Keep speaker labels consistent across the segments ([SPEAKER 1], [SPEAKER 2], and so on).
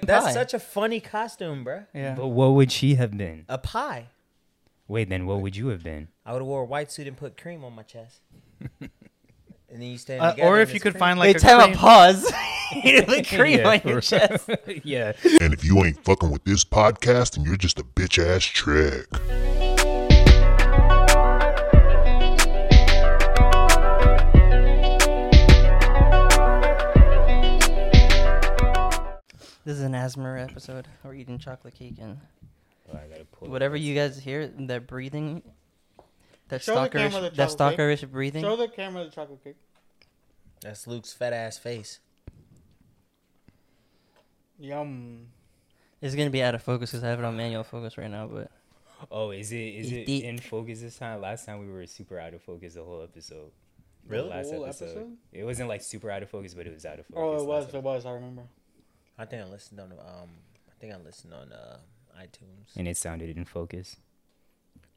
[SPEAKER 1] That's
[SPEAKER 2] pie.
[SPEAKER 1] such a funny costume, bruh.
[SPEAKER 2] yeah.
[SPEAKER 3] But what would she have been?
[SPEAKER 1] A pie.
[SPEAKER 3] Wait, then what would you have been?
[SPEAKER 1] I would have wore a white suit and put cream on my chest. and then you stand
[SPEAKER 4] Uh,
[SPEAKER 1] together
[SPEAKER 4] or
[SPEAKER 1] and
[SPEAKER 4] if you
[SPEAKER 1] it's
[SPEAKER 4] could
[SPEAKER 1] cream.
[SPEAKER 4] find
[SPEAKER 2] they
[SPEAKER 4] like
[SPEAKER 2] time
[SPEAKER 4] a
[SPEAKER 2] a
[SPEAKER 4] cream-
[SPEAKER 2] pause. the cream on
[SPEAKER 3] for
[SPEAKER 2] your
[SPEAKER 3] real.
[SPEAKER 2] chest.
[SPEAKER 3] yeah.
[SPEAKER 5] And if you ain't fucking with this podcast, then you're just a bitch ass trick.
[SPEAKER 2] This is an asthma episode. We're eating chocolate cake and
[SPEAKER 3] Oh, I gotta pull
[SPEAKER 2] whatever you guys hear, that breathing, that
[SPEAKER 4] Show the
[SPEAKER 2] stalkerish,
[SPEAKER 4] camera the
[SPEAKER 2] that
[SPEAKER 4] chocolate cake.
[SPEAKER 2] stalkerish breathing.
[SPEAKER 4] Show the camera the chocolate cake.
[SPEAKER 1] That's Luke's fat ass face.
[SPEAKER 4] Yum.
[SPEAKER 2] It's gonna be out of focus because I have it on manual focus right now. But
[SPEAKER 3] Oh, is it is
[SPEAKER 2] Eat
[SPEAKER 3] it
[SPEAKER 2] the-
[SPEAKER 3] in focus this time? Last time we were super out of focus the whole episode. The
[SPEAKER 1] Really?
[SPEAKER 3] Last
[SPEAKER 4] Whole
[SPEAKER 3] episode.
[SPEAKER 4] episode?
[SPEAKER 3] It wasn't like super out of focus, but it was out of focus.
[SPEAKER 4] Oh, it
[SPEAKER 3] last
[SPEAKER 4] was.
[SPEAKER 3] time.
[SPEAKER 4] It was. I remember.
[SPEAKER 1] I think I listened on um I think I listened on uh iTunes.
[SPEAKER 3] And it sounded in focus.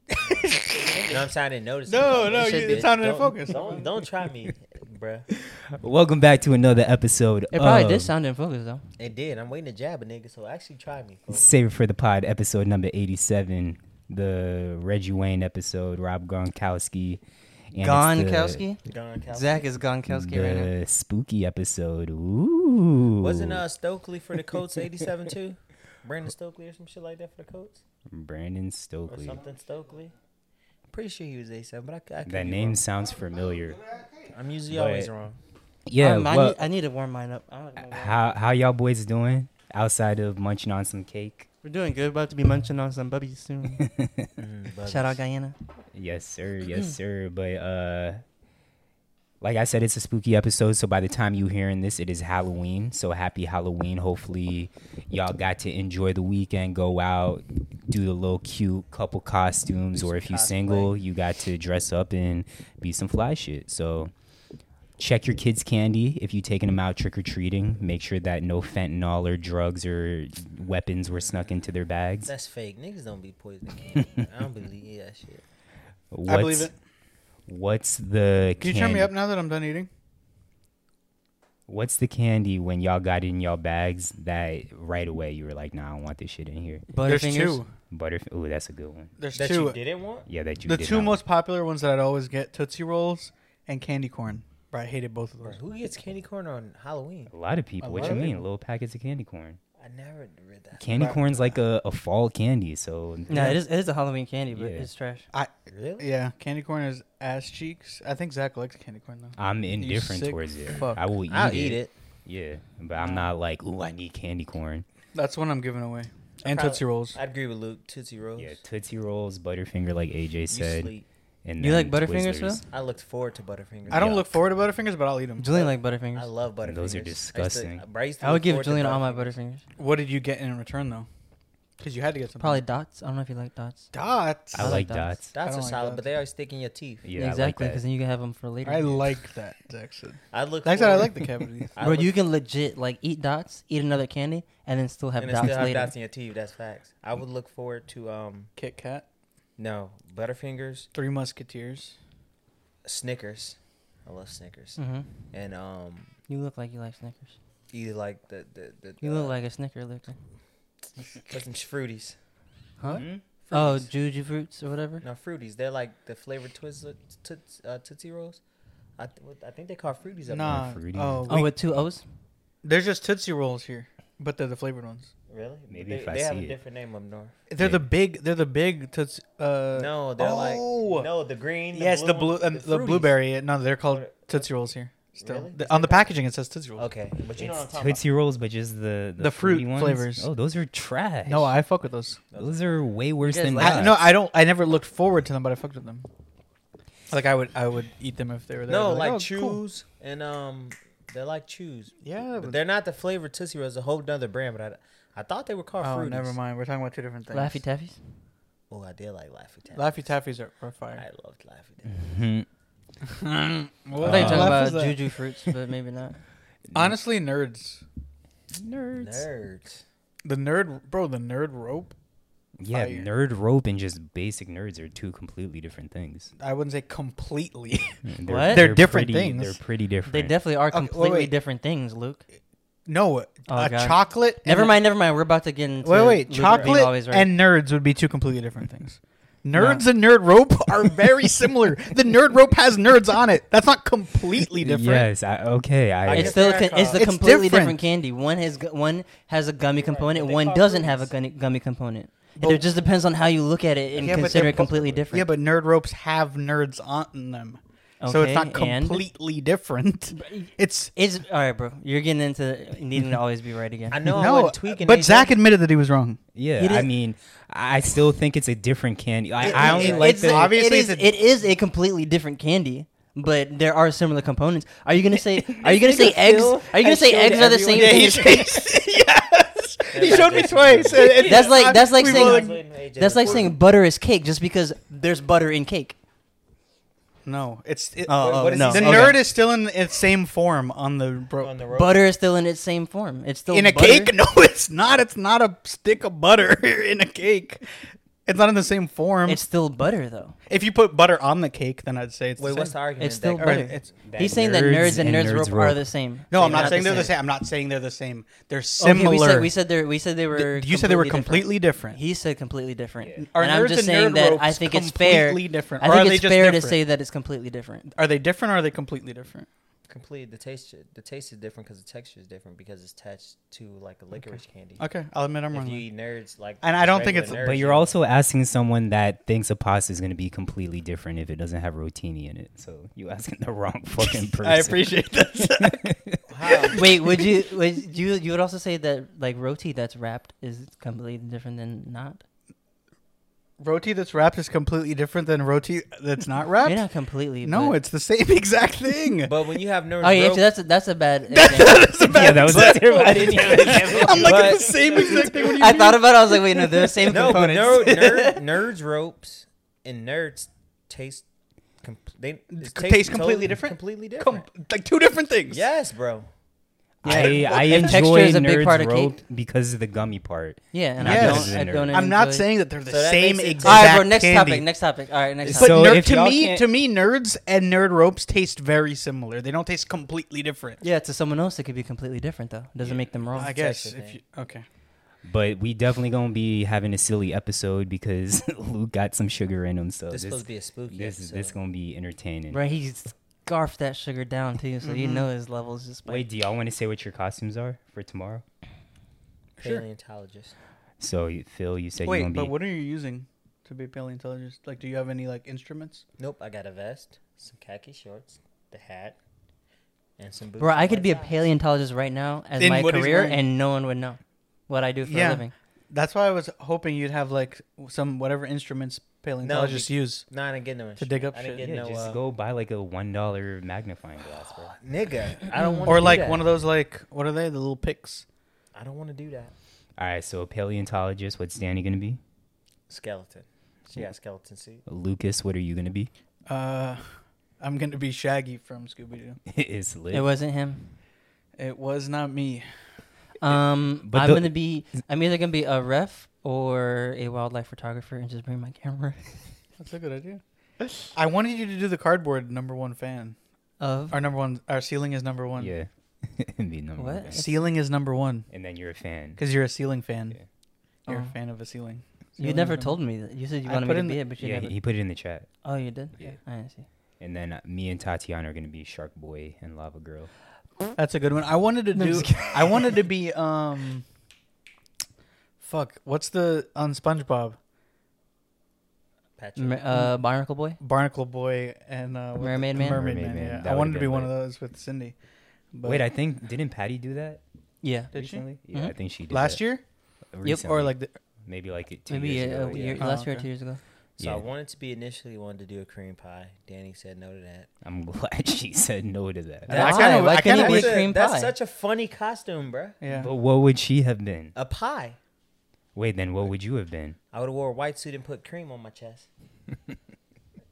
[SPEAKER 1] You know what I'm saying? I didn't notice.
[SPEAKER 4] No,
[SPEAKER 1] it.
[SPEAKER 4] no,
[SPEAKER 1] should
[SPEAKER 4] you-
[SPEAKER 1] be.
[SPEAKER 4] it sounded in
[SPEAKER 1] Don't-
[SPEAKER 4] focus.
[SPEAKER 1] Don't don't try me, bruh.
[SPEAKER 3] Welcome back to another episode.
[SPEAKER 2] it probably
[SPEAKER 4] Oh.
[SPEAKER 3] of
[SPEAKER 2] did sound in focus though.
[SPEAKER 1] It did. I'm waiting to jab a nigga, so actually try me. folks.
[SPEAKER 3] Save it for the pod, episode number eighty-seven, the Reggie Wayne episode. Rob Gronkowski. and it's
[SPEAKER 2] Gonkowski.
[SPEAKER 1] Don Cal-
[SPEAKER 2] Zach is Gonkowski
[SPEAKER 3] The,
[SPEAKER 2] right now. Um,
[SPEAKER 3] the spooky episode. Ooh.
[SPEAKER 1] Wasn't uh Stokely for the Colts '87 too? Brandon Stokely or some shit like that for the Colts
[SPEAKER 3] Brandon
[SPEAKER 1] or
[SPEAKER 3] Stokely.
[SPEAKER 1] something Stokely. Pretty sure he was '87, but I, c- I could
[SPEAKER 3] That
[SPEAKER 1] be
[SPEAKER 3] name
[SPEAKER 1] wrong.
[SPEAKER 3] sounds familiar.
[SPEAKER 1] I'm usually
[SPEAKER 3] but-
[SPEAKER 1] always wrong.
[SPEAKER 3] Yeah.
[SPEAKER 2] Um, I,
[SPEAKER 3] well-
[SPEAKER 2] need, I need to warm mine up. I'm not gonna lie.
[SPEAKER 3] How how y'all boys doing outside of munching on some cake?
[SPEAKER 2] We're doing good. About to be munching on some bubbies soon. Shout out Guyana.
[SPEAKER 3] Yes, sir. Yes, sir. But uh like I said, it's a spooky episode, so by the time you hearing this, it is Halloween. So happy Halloween. Hopefully y'all got to enjoy the weekend, go out, do the little cute couple costumes, or if you
[SPEAKER 1] cosplay.
[SPEAKER 3] single, you got to dress up and be some fly shit. So check your kids' candy if you're taking them out trick or treating. Make sure that no fentanyl or drugs or weapons were snuck into their bags.
[SPEAKER 1] That's fake. Niggas don't be poisoning candy. I don't believe that shit.
[SPEAKER 3] What's,
[SPEAKER 4] I believe it.
[SPEAKER 3] What's the
[SPEAKER 4] Can you
[SPEAKER 3] candy,
[SPEAKER 4] turn me up now that I'm done eating?
[SPEAKER 3] What's the candy when y'all got it in y'all bags that right away you were like, nah, I don't want this shit in here.
[SPEAKER 2] Butterfingers.
[SPEAKER 4] There's two.
[SPEAKER 3] Butterf ooh, that's a good one.
[SPEAKER 4] There's
[SPEAKER 1] That
[SPEAKER 4] two.
[SPEAKER 1] you didn't want?
[SPEAKER 3] Yeah, that you
[SPEAKER 4] the
[SPEAKER 3] did
[SPEAKER 4] two
[SPEAKER 3] not
[SPEAKER 4] most popular ones that I'd always get: Tootsie Rolls and candy corn. Bro, I hated both of those.
[SPEAKER 1] Bruh, Who gets candy corn on Halloween?
[SPEAKER 3] like. A lot of people.
[SPEAKER 4] A
[SPEAKER 3] What
[SPEAKER 4] lot
[SPEAKER 3] you
[SPEAKER 4] of
[SPEAKER 3] mean?
[SPEAKER 4] people.
[SPEAKER 3] Little packets of candy corn.
[SPEAKER 1] I never read that.
[SPEAKER 3] Candy
[SPEAKER 4] Right.
[SPEAKER 3] corn's like a, a fall candy, so
[SPEAKER 2] No, it is it is a Halloween candy, but
[SPEAKER 3] Yeah.
[SPEAKER 2] it's trash.
[SPEAKER 4] I
[SPEAKER 1] Really?
[SPEAKER 4] yeah, candy corn is ass cheeks. I think Zach likes candy corn though.
[SPEAKER 3] I'm indifferent
[SPEAKER 4] sick
[SPEAKER 3] towards it.
[SPEAKER 4] fuck.
[SPEAKER 3] I will eat
[SPEAKER 1] I'll
[SPEAKER 3] it.
[SPEAKER 1] eat it.
[SPEAKER 3] Yeah, but I'm not like, ooh, I need candy corn.
[SPEAKER 4] That's one I'm giving away. And
[SPEAKER 1] probably-
[SPEAKER 4] Tootsie Rolls.
[SPEAKER 1] I agree with Luke. Tootsie Rolls.
[SPEAKER 3] Yeah, Tootsie Rolls, Butterfinger, like AJ
[SPEAKER 1] you
[SPEAKER 3] said.
[SPEAKER 1] sleep.
[SPEAKER 3] And
[SPEAKER 2] You like
[SPEAKER 3] then
[SPEAKER 2] Butterfingers,
[SPEAKER 3] Twizzlers.
[SPEAKER 1] I looked forward to Butterfingers.
[SPEAKER 4] I don't
[SPEAKER 3] yuck.
[SPEAKER 4] look forward to Butterfingers, but I'll eat them.
[SPEAKER 2] Julian like
[SPEAKER 1] I
[SPEAKER 2] Butterfingers.
[SPEAKER 1] love Butterfingers.
[SPEAKER 3] Those are
[SPEAKER 1] I used to-
[SPEAKER 3] disgusting.
[SPEAKER 1] bruh, I, used to
[SPEAKER 2] I would
[SPEAKER 1] look
[SPEAKER 2] give
[SPEAKER 1] forward to
[SPEAKER 2] Julian all my
[SPEAKER 1] Butterfingers.
[SPEAKER 2] Butterfingers.
[SPEAKER 4] What did you get in return though? Because you had to get something.
[SPEAKER 2] Probably dots. I don't know if you like dots.
[SPEAKER 4] dots.
[SPEAKER 3] I
[SPEAKER 2] I
[SPEAKER 3] like
[SPEAKER 2] like
[SPEAKER 3] dots.
[SPEAKER 1] That's
[SPEAKER 4] I
[SPEAKER 1] a
[SPEAKER 4] don't like
[SPEAKER 1] solid,
[SPEAKER 4] that.
[SPEAKER 1] but they are sticking your teeth.
[SPEAKER 3] Yeah,
[SPEAKER 2] exactly,
[SPEAKER 3] I like
[SPEAKER 2] because
[SPEAKER 3] that.
[SPEAKER 2] then you can have them for later.
[SPEAKER 4] I like that, Zach said.
[SPEAKER 1] I look.
[SPEAKER 4] Zach said I
[SPEAKER 1] forward-
[SPEAKER 4] like the cavity.
[SPEAKER 1] I
[SPEAKER 2] Bro,
[SPEAKER 1] look-
[SPEAKER 2] you can legit like eat dots, eat another candy, and then still have
[SPEAKER 1] and it
[SPEAKER 2] dots
[SPEAKER 1] still have
[SPEAKER 2] later.
[SPEAKER 1] dots in your teeth. That's facts. I would look forward to um
[SPEAKER 4] Kit Kat,
[SPEAKER 1] no Butterfingers,
[SPEAKER 4] Three Musketeers.
[SPEAKER 1] Snickers. I love Snickers.
[SPEAKER 2] hmm
[SPEAKER 1] And um,
[SPEAKER 2] You look like you like Snickers.
[SPEAKER 1] either like the the, the
[SPEAKER 2] You
[SPEAKER 1] uh,
[SPEAKER 2] look like a Snicker licker.
[SPEAKER 1] put some fruities.
[SPEAKER 2] Huh?
[SPEAKER 3] Mhm.
[SPEAKER 2] Oh,
[SPEAKER 1] Fruities.
[SPEAKER 2] Juju Fruits or whatever.
[SPEAKER 1] no fruities. They're like the flavored Twizzler, toots, uh, tootsie rolls. I, th- what- I think they call fruities. up
[SPEAKER 4] Nah.
[SPEAKER 3] Fruity.
[SPEAKER 4] Oh,
[SPEAKER 2] Oh,
[SPEAKER 4] we-
[SPEAKER 2] with two O's.
[SPEAKER 4] there's just Tootsie Rolls here, but they're the flavored ones.
[SPEAKER 1] north. really? But
[SPEAKER 3] Maybe
[SPEAKER 1] they,
[SPEAKER 3] if I
[SPEAKER 1] they have
[SPEAKER 3] see
[SPEAKER 1] a
[SPEAKER 3] it.
[SPEAKER 1] different name up north.
[SPEAKER 4] They're
[SPEAKER 3] Yeah.
[SPEAKER 4] the big. They're the big Tootsie. Uh,
[SPEAKER 1] No, they're
[SPEAKER 4] oh.
[SPEAKER 1] like no the green.
[SPEAKER 4] yes, the blue,
[SPEAKER 1] one,
[SPEAKER 3] um,
[SPEAKER 4] and the,
[SPEAKER 1] Fruities.
[SPEAKER 4] blueberry. uh, No, they're called
[SPEAKER 1] What-
[SPEAKER 4] Tootsie Rolls here. Still,
[SPEAKER 1] Really?
[SPEAKER 4] The- on the packaging it says Tootsie Rolls.
[SPEAKER 1] Okay, but you know what I'm
[SPEAKER 3] It's
[SPEAKER 1] talking
[SPEAKER 3] Tootsie Rolls, but just the
[SPEAKER 4] The fruit
[SPEAKER 3] fruity ones?
[SPEAKER 4] flavors.
[SPEAKER 3] Oh, those are trash.
[SPEAKER 4] No, I fuck with those.
[SPEAKER 3] those are way worse
[SPEAKER 2] You guys
[SPEAKER 3] than
[SPEAKER 2] like
[SPEAKER 4] I,
[SPEAKER 3] that.
[SPEAKER 4] no, I don't. I never looked forward to them, but I fucked with them. Like I would, I would eat them if they were
[SPEAKER 1] about.
[SPEAKER 4] there. I'd
[SPEAKER 1] No,
[SPEAKER 4] be
[SPEAKER 1] like
[SPEAKER 4] oh,
[SPEAKER 1] chews
[SPEAKER 4] cool.
[SPEAKER 1] and um, they're like chews.
[SPEAKER 4] Yeah,
[SPEAKER 1] But
[SPEAKER 4] but-
[SPEAKER 1] they're not the flavored Tootsie Rolls. A whole other brand, but I, I thought they were called
[SPEAKER 4] Oh,
[SPEAKER 1] Fruities.
[SPEAKER 4] never mind. We're talking about two different things.
[SPEAKER 2] Laffy Taffys.
[SPEAKER 1] Oh, I did like Laffy Taffy.
[SPEAKER 4] Laffy Mm-hmm. Taffy's are, are
[SPEAKER 1] I
[SPEAKER 4] fire.
[SPEAKER 1] loved Laffy Taffy.
[SPEAKER 3] Mhm.
[SPEAKER 2] I
[SPEAKER 4] What
[SPEAKER 2] thought you were
[SPEAKER 3] Uh,
[SPEAKER 2] talking about Juju Fruits, but maybe not.
[SPEAKER 4] Honestly, nerds.
[SPEAKER 3] Nerds.
[SPEAKER 1] Nerds.
[SPEAKER 4] The nerd, bro. The nerd rope.
[SPEAKER 3] Yeah,
[SPEAKER 4] Fire.
[SPEAKER 3] nerd rope and just basic nerds are two completely different things.
[SPEAKER 4] I wouldn't say completely.
[SPEAKER 3] They're,
[SPEAKER 2] What? They're
[SPEAKER 4] different
[SPEAKER 3] pretty,
[SPEAKER 4] things.
[SPEAKER 3] They're pretty different.
[SPEAKER 2] They definitely are
[SPEAKER 4] Okay, well,
[SPEAKER 2] completely
[SPEAKER 4] wait.
[SPEAKER 2] different things, Luke.
[SPEAKER 4] No, a
[SPEAKER 2] Oh, God.
[SPEAKER 4] chocolate. and
[SPEAKER 2] Never
[SPEAKER 4] a-
[SPEAKER 2] mind, never mind. We're about to get into
[SPEAKER 4] Wait, wait.
[SPEAKER 2] Luke being
[SPEAKER 4] Chocolate
[SPEAKER 2] always right.
[SPEAKER 4] and nerds would be two completely different things. Nerds and nerd rope are very similar. The nerd rope has nerds on it. That's not completely different.
[SPEAKER 3] Yes. I, okay. I,
[SPEAKER 2] it's
[SPEAKER 1] guess
[SPEAKER 2] still a
[SPEAKER 1] they're
[SPEAKER 2] con- it's the
[SPEAKER 4] called- It's
[SPEAKER 2] completely different.
[SPEAKER 4] different.
[SPEAKER 2] candy. One has gu- one has a gummy component.
[SPEAKER 1] they
[SPEAKER 2] One
[SPEAKER 1] call
[SPEAKER 2] doesn't have a
[SPEAKER 1] fruits.
[SPEAKER 2] gummy, gummy component.
[SPEAKER 4] But-
[SPEAKER 2] it just depends on how you look at it and
[SPEAKER 4] Yeah, but
[SPEAKER 2] consider
[SPEAKER 4] they're
[SPEAKER 2] it completely
[SPEAKER 4] both-
[SPEAKER 2] different.
[SPEAKER 4] Yeah, but nerd ropes have nerds on them. so it's
[SPEAKER 2] Okay,
[SPEAKER 4] not
[SPEAKER 2] and?
[SPEAKER 4] completely different. It's
[SPEAKER 2] It's all right, bro. You're getting into needing to always be right again.
[SPEAKER 1] I know I
[SPEAKER 4] no,
[SPEAKER 1] wasn't tweaking.
[SPEAKER 4] but
[SPEAKER 1] anything.
[SPEAKER 4] Zach admitted that he was wrong.
[SPEAKER 3] yeah.
[SPEAKER 2] It
[SPEAKER 3] I
[SPEAKER 2] is-
[SPEAKER 3] mean, I I still think it's a different candy. I,
[SPEAKER 2] It-
[SPEAKER 3] I only
[SPEAKER 2] it-
[SPEAKER 3] like
[SPEAKER 2] it's
[SPEAKER 3] the.
[SPEAKER 2] a-
[SPEAKER 4] Obviously,
[SPEAKER 2] it is,
[SPEAKER 4] it's a-
[SPEAKER 2] it is a completely different candy, but there are similar components. Are you gonna say? Are you gonna say eggs? Are you gonna
[SPEAKER 1] has
[SPEAKER 2] say
[SPEAKER 1] showed
[SPEAKER 2] eggs are the same
[SPEAKER 1] everyone-
[SPEAKER 2] thing? as-
[SPEAKER 4] yes, he showed me
[SPEAKER 1] that's-
[SPEAKER 4] twice. and- and-
[SPEAKER 2] That's like
[SPEAKER 4] I-
[SPEAKER 2] that's like
[SPEAKER 4] we
[SPEAKER 1] I
[SPEAKER 4] were
[SPEAKER 1] was
[SPEAKER 2] saying
[SPEAKER 1] waiting for AJ
[SPEAKER 2] that's
[SPEAKER 1] to
[SPEAKER 2] like
[SPEAKER 1] pour
[SPEAKER 2] saying
[SPEAKER 1] it.
[SPEAKER 2] butter is cake just because there's butter in cake.
[SPEAKER 4] no. It's it,
[SPEAKER 2] Oh, oh,
[SPEAKER 1] what is
[SPEAKER 2] no.
[SPEAKER 1] he
[SPEAKER 4] the
[SPEAKER 1] saying?
[SPEAKER 2] okay.
[SPEAKER 4] nerd is still in its same form on the rope.
[SPEAKER 1] on the road.
[SPEAKER 2] Butter is still in its same form. It's still
[SPEAKER 4] in a
[SPEAKER 2] butter.
[SPEAKER 4] cake? No, it's not. It's not a stick of butter in a cake. It's not in the same form.
[SPEAKER 2] It's still butter though.
[SPEAKER 4] if you put butter on the cake, then I'd say it's.
[SPEAKER 1] Wait,
[SPEAKER 4] the
[SPEAKER 1] what's the
[SPEAKER 4] same.
[SPEAKER 1] argument?
[SPEAKER 2] It's still
[SPEAKER 1] Zach?
[SPEAKER 4] Alright,
[SPEAKER 2] butter.
[SPEAKER 4] it's-
[SPEAKER 2] He's saying that nerds and nerds, rope, are the same. They're
[SPEAKER 4] No, I'm not, saying they're the same. I'm not saying they're the same. They're similar.
[SPEAKER 2] Okay, we said we said they we said they were.
[SPEAKER 4] you said they were
[SPEAKER 2] different.
[SPEAKER 4] completely different.
[SPEAKER 2] He said completely different.
[SPEAKER 4] Are
[SPEAKER 2] And I'm
[SPEAKER 4] nerds
[SPEAKER 2] just
[SPEAKER 4] and
[SPEAKER 2] saying
[SPEAKER 4] nerd
[SPEAKER 2] that I
[SPEAKER 4] ropes
[SPEAKER 2] think it's fair.
[SPEAKER 4] completely different?
[SPEAKER 2] I
[SPEAKER 4] Or are
[SPEAKER 2] think
[SPEAKER 4] they
[SPEAKER 2] it's
[SPEAKER 4] just
[SPEAKER 2] fair to
[SPEAKER 4] different?
[SPEAKER 2] say that it's completely different.
[SPEAKER 4] Are they different or are they completely different?
[SPEAKER 1] Complete the taste. The taste is different because the texture is different because it's attached to like a licorice candy.
[SPEAKER 4] Okay, I'll admit I'm
[SPEAKER 1] If
[SPEAKER 4] wrong.
[SPEAKER 1] you eat nerds like,
[SPEAKER 4] And I don't think
[SPEAKER 1] regular
[SPEAKER 4] it's-
[SPEAKER 1] nerds,
[SPEAKER 3] But you're
[SPEAKER 1] you-
[SPEAKER 3] also asking someone that thinks a pasta is going to be completely different if it doesn't have rotini in it. So you asking the wrong fucking person.
[SPEAKER 4] I appreciate that.
[SPEAKER 2] Wait, would you would you you would also say that like roti that's wrapped is completely different than not?
[SPEAKER 4] roti that's wrapped is completely different than roti that's not wrapped.
[SPEAKER 2] You're not completely.
[SPEAKER 4] no,
[SPEAKER 2] but-
[SPEAKER 4] it's the same exact thing.
[SPEAKER 1] But when you have nerds,
[SPEAKER 2] Oh yeah,
[SPEAKER 1] rope,
[SPEAKER 2] actually, that's a, that's a bad. example.
[SPEAKER 4] That's a bad
[SPEAKER 3] Yeah, that was a
[SPEAKER 4] example.
[SPEAKER 3] terrible. I didn't even-
[SPEAKER 4] I'm like
[SPEAKER 1] But-
[SPEAKER 4] it's the same exact thing. What do you
[SPEAKER 2] I
[SPEAKER 4] mean?
[SPEAKER 2] thought about. it. I was like, wait, no, they're the same
[SPEAKER 1] no, but
[SPEAKER 2] components.
[SPEAKER 1] nerd, nerd, nerds ropes and nerds taste. Com- they
[SPEAKER 4] Taste
[SPEAKER 1] totally-
[SPEAKER 4] completely different?
[SPEAKER 1] Completely
[SPEAKER 4] Com-
[SPEAKER 1] different.
[SPEAKER 4] like two different things.
[SPEAKER 1] yes, bro.
[SPEAKER 3] I, I
[SPEAKER 2] And texture
[SPEAKER 3] enjoy
[SPEAKER 2] is a big
[SPEAKER 3] Nerds
[SPEAKER 2] part of
[SPEAKER 3] rope
[SPEAKER 2] cake.
[SPEAKER 3] because of the gummy part.
[SPEAKER 2] Yeah, and
[SPEAKER 4] Yes.
[SPEAKER 2] I don't. I don't
[SPEAKER 4] I'm not
[SPEAKER 2] enjoy-
[SPEAKER 4] saying that they're the
[SPEAKER 1] So that
[SPEAKER 4] same
[SPEAKER 1] makes it-
[SPEAKER 4] exact.
[SPEAKER 2] All right, bro. Next
[SPEAKER 4] candy.
[SPEAKER 2] topic. Next topic. All right, next
[SPEAKER 4] But
[SPEAKER 2] topic.
[SPEAKER 3] So
[SPEAKER 4] ner-
[SPEAKER 3] if
[SPEAKER 4] to
[SPEAKER 3] y'all
[SPEAKER 4] me,
[SPEAKER 3] can't-
[SPEAKER 4] to me, nerds and nerd ropes taste very similar. They don't taste completely different.
[SPEAKER 2] Yeah, to someone else it could be completely different though. Doesn't make them wrong.
[SPEAKER 4] I guess
[SPEAKER 1] actually
[SPEAKER 4] if you okay.
[SPEAKER 3] But we definitely gonna be having a silly episode because Luke got some sugar in him. So
[SPEAKER 1] This is
[SPEAKER 3] this
[SPEAKER 1] supposed to be a spooky.
[SPEAKER 3] this is
[SPEAKER 1] episode.
[SPEAKER 3] this gonna be entertaining.
[SPEAKER 2] Right, he scarfed that sugar down too, so
[SPEAKER 4] Mm-hmm.
[SPEAKER 2] you know his levels just.
[SPEAKER 3] Wait, do y'all want to say what your costumes are for tomorrow?
[SPEAKER 4] Sure.
[SPEAKER 1] paleontologist.
[SPEAKER 3] So you- Phil, you said you
[SPEAKER 4] Wait,
[SPEAKER 3] gonna
[SPEAKER 4] but
[SPEAKER 3] be.
[SPEAKER 4] what are you using to be a paleontologist? Like, do you have any like instruments?
[SPEAKER 1] Nope, I got a vest, some khaki shorts, the hat, and some boots.
[SPEAKER 2] Bro, I
[SPEAKER 1] and
[SPEAKER 2] could
[SPEAKER 1] white
[SPEAKER 2] be a
[SPEAKER 1] socks.
[SPEAKER 2] paleontologist right now as
[SPEAKER 4] In
[SPEAKER 2] my
[SPEAKER 4] what he's
[SPEAKER 2] career,
[SPEAKER 4] wearing.
[SPEAKER 2] and no one would know what I do for a
[SPEAKER 4] Yeah.
[SPEAKER 2] living.
[SPEAKER 4] That's why I was hoping you'd have like some whatever instruments paleontologists use.
[SPEAKER 1] No, I didn't get no insurance.
[SPEAKER 4] dig up
[SPEAKER 1] I didn't
[SPEAKER 4] shit.
[SPEAKER 1] Get
[SPEAKER 3] Yeah,
[SPEAKER 1] no,
[SPEAKER 3] just
[SPEAKER 1] uh,
[SPEAKER 3] go buy like a one dollar magnifying glass, bro.
[SPEAKER 1] nigga. I don't want.
[SPEAKER 4] Or like one of those like what are they? The little picks.
[SPEAKER 1] I don't want to do that.
[SPEAKER 3] All right, so paleontologist. What's Danny gonna be?
[SPEAKER 1] Skeleton. She got skeleton suit.
[SPEAKER 3] Lucas, what are you gonna be?
[SPEAKER 4] Uh, I'm gonna be Shaggy from Scooby Doo.
[SPEAKER 3] it's lit.
[SPEAKER 2] It wasn't him.
[SPEAKER 4] It was not me.
[SPEAKER 2] Um,
[SPEAKER 3] but
[SPEAKER 2] I'm
[SPEAKER 3] the-
[SPEAKER 2] gonna be. I'm either gonna be a ref or a wildlife photographer, and just bring my camera
[SPEAKER 4] That's a good idea. I wanted you to do the cardboard number one fan.
[SPEAKER 2] of.
[SPEAKER 4] Our number one. Our ceiling is number one.
[SPEAKER 3] Yeah. And be number
[SPEAKER 2] What?
[SPEAKER 3] one.
[SPEAKER 4] Ceiling is number one
[SPEAKER 3] And then you're a fan.
[SPEAKER 4] because you're a ceiling fan.
[SPEAKER 3] Yeah.
[SPEAKER 4] You're
[SPEAKER 2] Oh.
[SPEAKER 4] a fan of a ceiling.
[SPEAKER 2] You
[SPEAKER 4] Ceiling
[SPEAKER 2] never
[SPEAKER 4] is number-
[SPEAKER 2] told me that. You said you
[SPEAKER 4] I
[SPEAKER 2] wanted me
[SPEAKER 4] put
[SPEAKER 2] to
[SPEAKER 4] in
[SPEAKER 2] be
[SPEAKER 4] the-
[SPEAKER 2] it, but you
[SPEAKER 3] Yeah,
[SPEAKER 2] never.
[SPEAKER 3] he put it in the chat.
[SPEAKER 2] oh, you did.
[SPEAKER 3] Yeah.
[SPEAKER 2] I didn't see.
[SPEAKER 3] And then uh, me and Tatiana are gonna be Shark Boy and Lava Girl.
[SPEAKER 4] That's a good one. I wanted to
[SPEAKER 2] No, I'm
[SPEAKER 4] do.
[SPEAKER 2] just
[SPEAKER 4] I wanted to be. Um. Fuck. What's the on SpongeBob?
[SPEAKER 1] Patrick.
[SPEAKER 2] Ma- uh, Barnacle Boy.
[SPEAKER 4] Barnacle Boy and uh, what-
[SPEAKER 2] Mermaid Man?
[SPEAKER 4] Mermaid,
[SPEAKER 3] Mermaid
[SPEAKER 4] Man.
[SPEAKER 3] Man.
[SPEAKER 4] yeah.
[SPEAKER 3] That
[SPEAKER 4] I wanted
[SPEAKER 3] would've
[SPEAKER 4] to be
[SPEAKER 3] been
[SPEAKER 4] one of
[SPEAKER 3] lit.
[SPEAKER 4] those with Cindy. But
[SPEAKER 3] Wait, I think didn't Patty do that
[SPEAKER 2] Yeah.
[SPEAKER 4] Did she? Mm-hmm.
[SPEAKER 3] recently? Yeah, I
[SPEAKER 2] Mhm.
[SPEAKER 3] think she did
[SPEAKER 4] last
[SPEAKER 3] that
[SPEAKER 4] year
[SPEAKER 3] recently.
[SPEAKER 4] or like the,
[SPEAKER 3] maybe like it two
[SPEAKER 2] Maybe
[SPEAKER 3] years
[SPEAKER 2] a,
[SPEAKER 3] ago.
[SPEAKER 2] a
[SPEAKER 3] yeah.
[SPEAKER 2] year,
[SPEAKER 4] Oh,
[SPEAKER 2] last year, or
[SPEAKER 4] okay.
[SPEAKER 2] two years ago.
[SPEAKER 1] so I
[SPEAKER 3] yeah.
[SPEAKER 1] wanted to be initially wanted to do a cream pie. Danny said no to that.
[SPEAKER 3] I'm glad she said no to that.
[SPEAKER 4] I Yeah.
[SPEAKER 2] Why?
[SPEAKER 4] kinda-
[SPEAKER 2] Why
[SPEAKER 4] I
[SPEAKER 2] couldn't
[SPEAKER 4] kinda
[SPEAKER 2] it be
[SPEAKER 4] wish-
[SPEAKER 2] E a cream
[SPEAKER 1] that's
[SPEAKER 2] pie?
[SPEAKER 1] such a funny costume, bruh.
[SPEAKER 4] yeah.
[SPEAKER 3] But what would she have been?
[SPEAKER 1] A pie.
[SPEAKER 3] Wait, then what would you have been?
[SPEAKER 1] I would have wore a white suit and put cream on my chest. and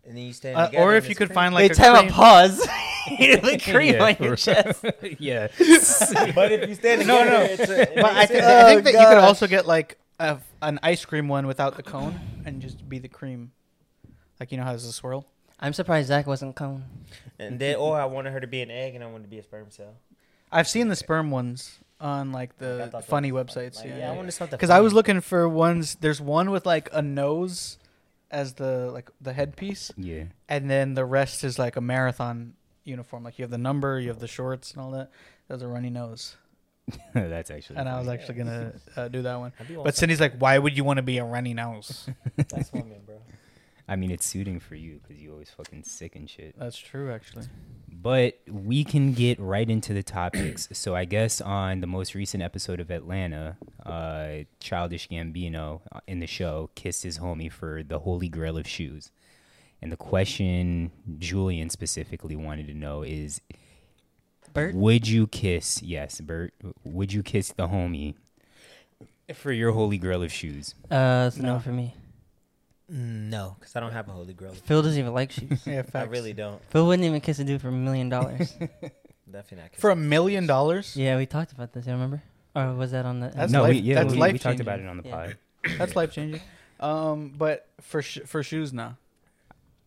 [SPEAKER 1] then you stand.
[SPEAKER 4] Uh,
[SPEAKER 1] together
[SPEAKER 4] or
[SPEAKER 1] and
[SPEAKER 4] if you
[SPEAKER 1] it's
[SPEAKER 4] could
[SPEAKER 1] cream.
[SPEAKER 4] find like
[SPEAKER 2] Wait,
[SPEAKER 4] a
[SPEAKER 2] time out.
[SPEAKER 4] cream-
[SPEAKER 2] Pause. the cream
[SPEAKER 3] Yeah,
[SPEAKER 2] on your
[SPEAKER 3] for-
[SPEAKER 2] chest.
[SPEAKER 3] yeah.
[SPEAKER 1] But if you stand together, no, no. It's a,
[SPEAKER 4] But I, thi-
[SPEAKER 2] Oh,
[SPEAKER 4] I think that you could also get like a, an ice cream one without the cone and just be the cream. Like you know how there's a swirl.
[SPEAKER 2] I'm surprised Zach wasn't cone.
[SPEAKER 1] And then, or I wanted her to be an egg, and I wanted to be a sperm cell.
[SPEAKER 4] I've seen the sperm ones. on like
[SPEAKER 1] Like, I
[SPEAKER 4] the
[SPEAKER 1] thought that
[SPEAKER 4] funny
[SPEAKER 1] was fun.
[SPEAKER 4] websites.
[SPEAKER 1] Like,
[SPEAKER 4] yeah,
[SPEAKER 1] yeah, I wanted something
[SPEAKER 4] Because I was
[SPEAKER 1] funny.
[SPEAKER 4] looking for ones. There's one with like a nose as the like the headpiece,
[SPEAKER 3] Yeah.
[SPEAKER 4] and then the rest is like a marathon uniform. Like you have the number, you have the shorts, and all that. There's a runny nose,
[SPEAKER 3] That's actually.
[SPEAKER 4] and I
[SPEAKER 3] funny.
[SPEAKER 4] was actually gonna uh, do that one.
[SPEAKER 1] I be
[SPEAKER 4] But Cindy's like, "Why would you want to be a runny nose?"
[SPEAKER 1] that's what I mean, bro.
[SPEAKER 3] I mean, it's suiting for you because you always fucking sick and shit.
[SPEAKER 4] That's true, actually.
[SPEAKER 3] But we can get right into the topics. so I guess on the most recent episode of Atlanta, uh, Childish Gambino uh, in the show kissed his homie for the holy grail of shoes. And the question Julian specifically wanted to know is
[SPEAKER 2] Bert?
[SPEAKER 3] Would you kiss, yes, Bert, would you kiss the homie for your holy grail of shoes?
[SPEAKER 2] Uh, it's no.
[SPEAKER 4] No.
[SPEAKER 2] for me.
[SPEAKER 1] No, because I don't have a holy grail.
[SPEAKER 2] Phil doesn't even like shoes.
[SPEAKER 4] Yeah,
[SPEAKER 1] I
[SPEAKER 4] facts.
[SPEAKER 1] really don't.
[SPEAKER 2] Phil wouldn't even kiss a dude for a million dollars.
[SPEAKER 1] Definitely not.
[SPEAKER 4] for a million dollars.
[SPEAKER 2] yeah, we talked about this. You remember? Or was that on the?
[SPEAKER 4] That's
[SPEAKER 3] no,
[SPEAKER 4] life-
[SPEAKER 3] we, yeah,
[SPEAKER 4] that's
[SPEAKER 3] we, we
[SPEAKER 4] life
[SPEAKER 3] talked
[SPEAKER 2] changing.
[SPEAKER 3] about it on the
[SPEAKER 2] Yeah.
[SPEAKER 3] pod.
[SPEAKER 4] That's life changing. Um, but for sh- for shoes, nah.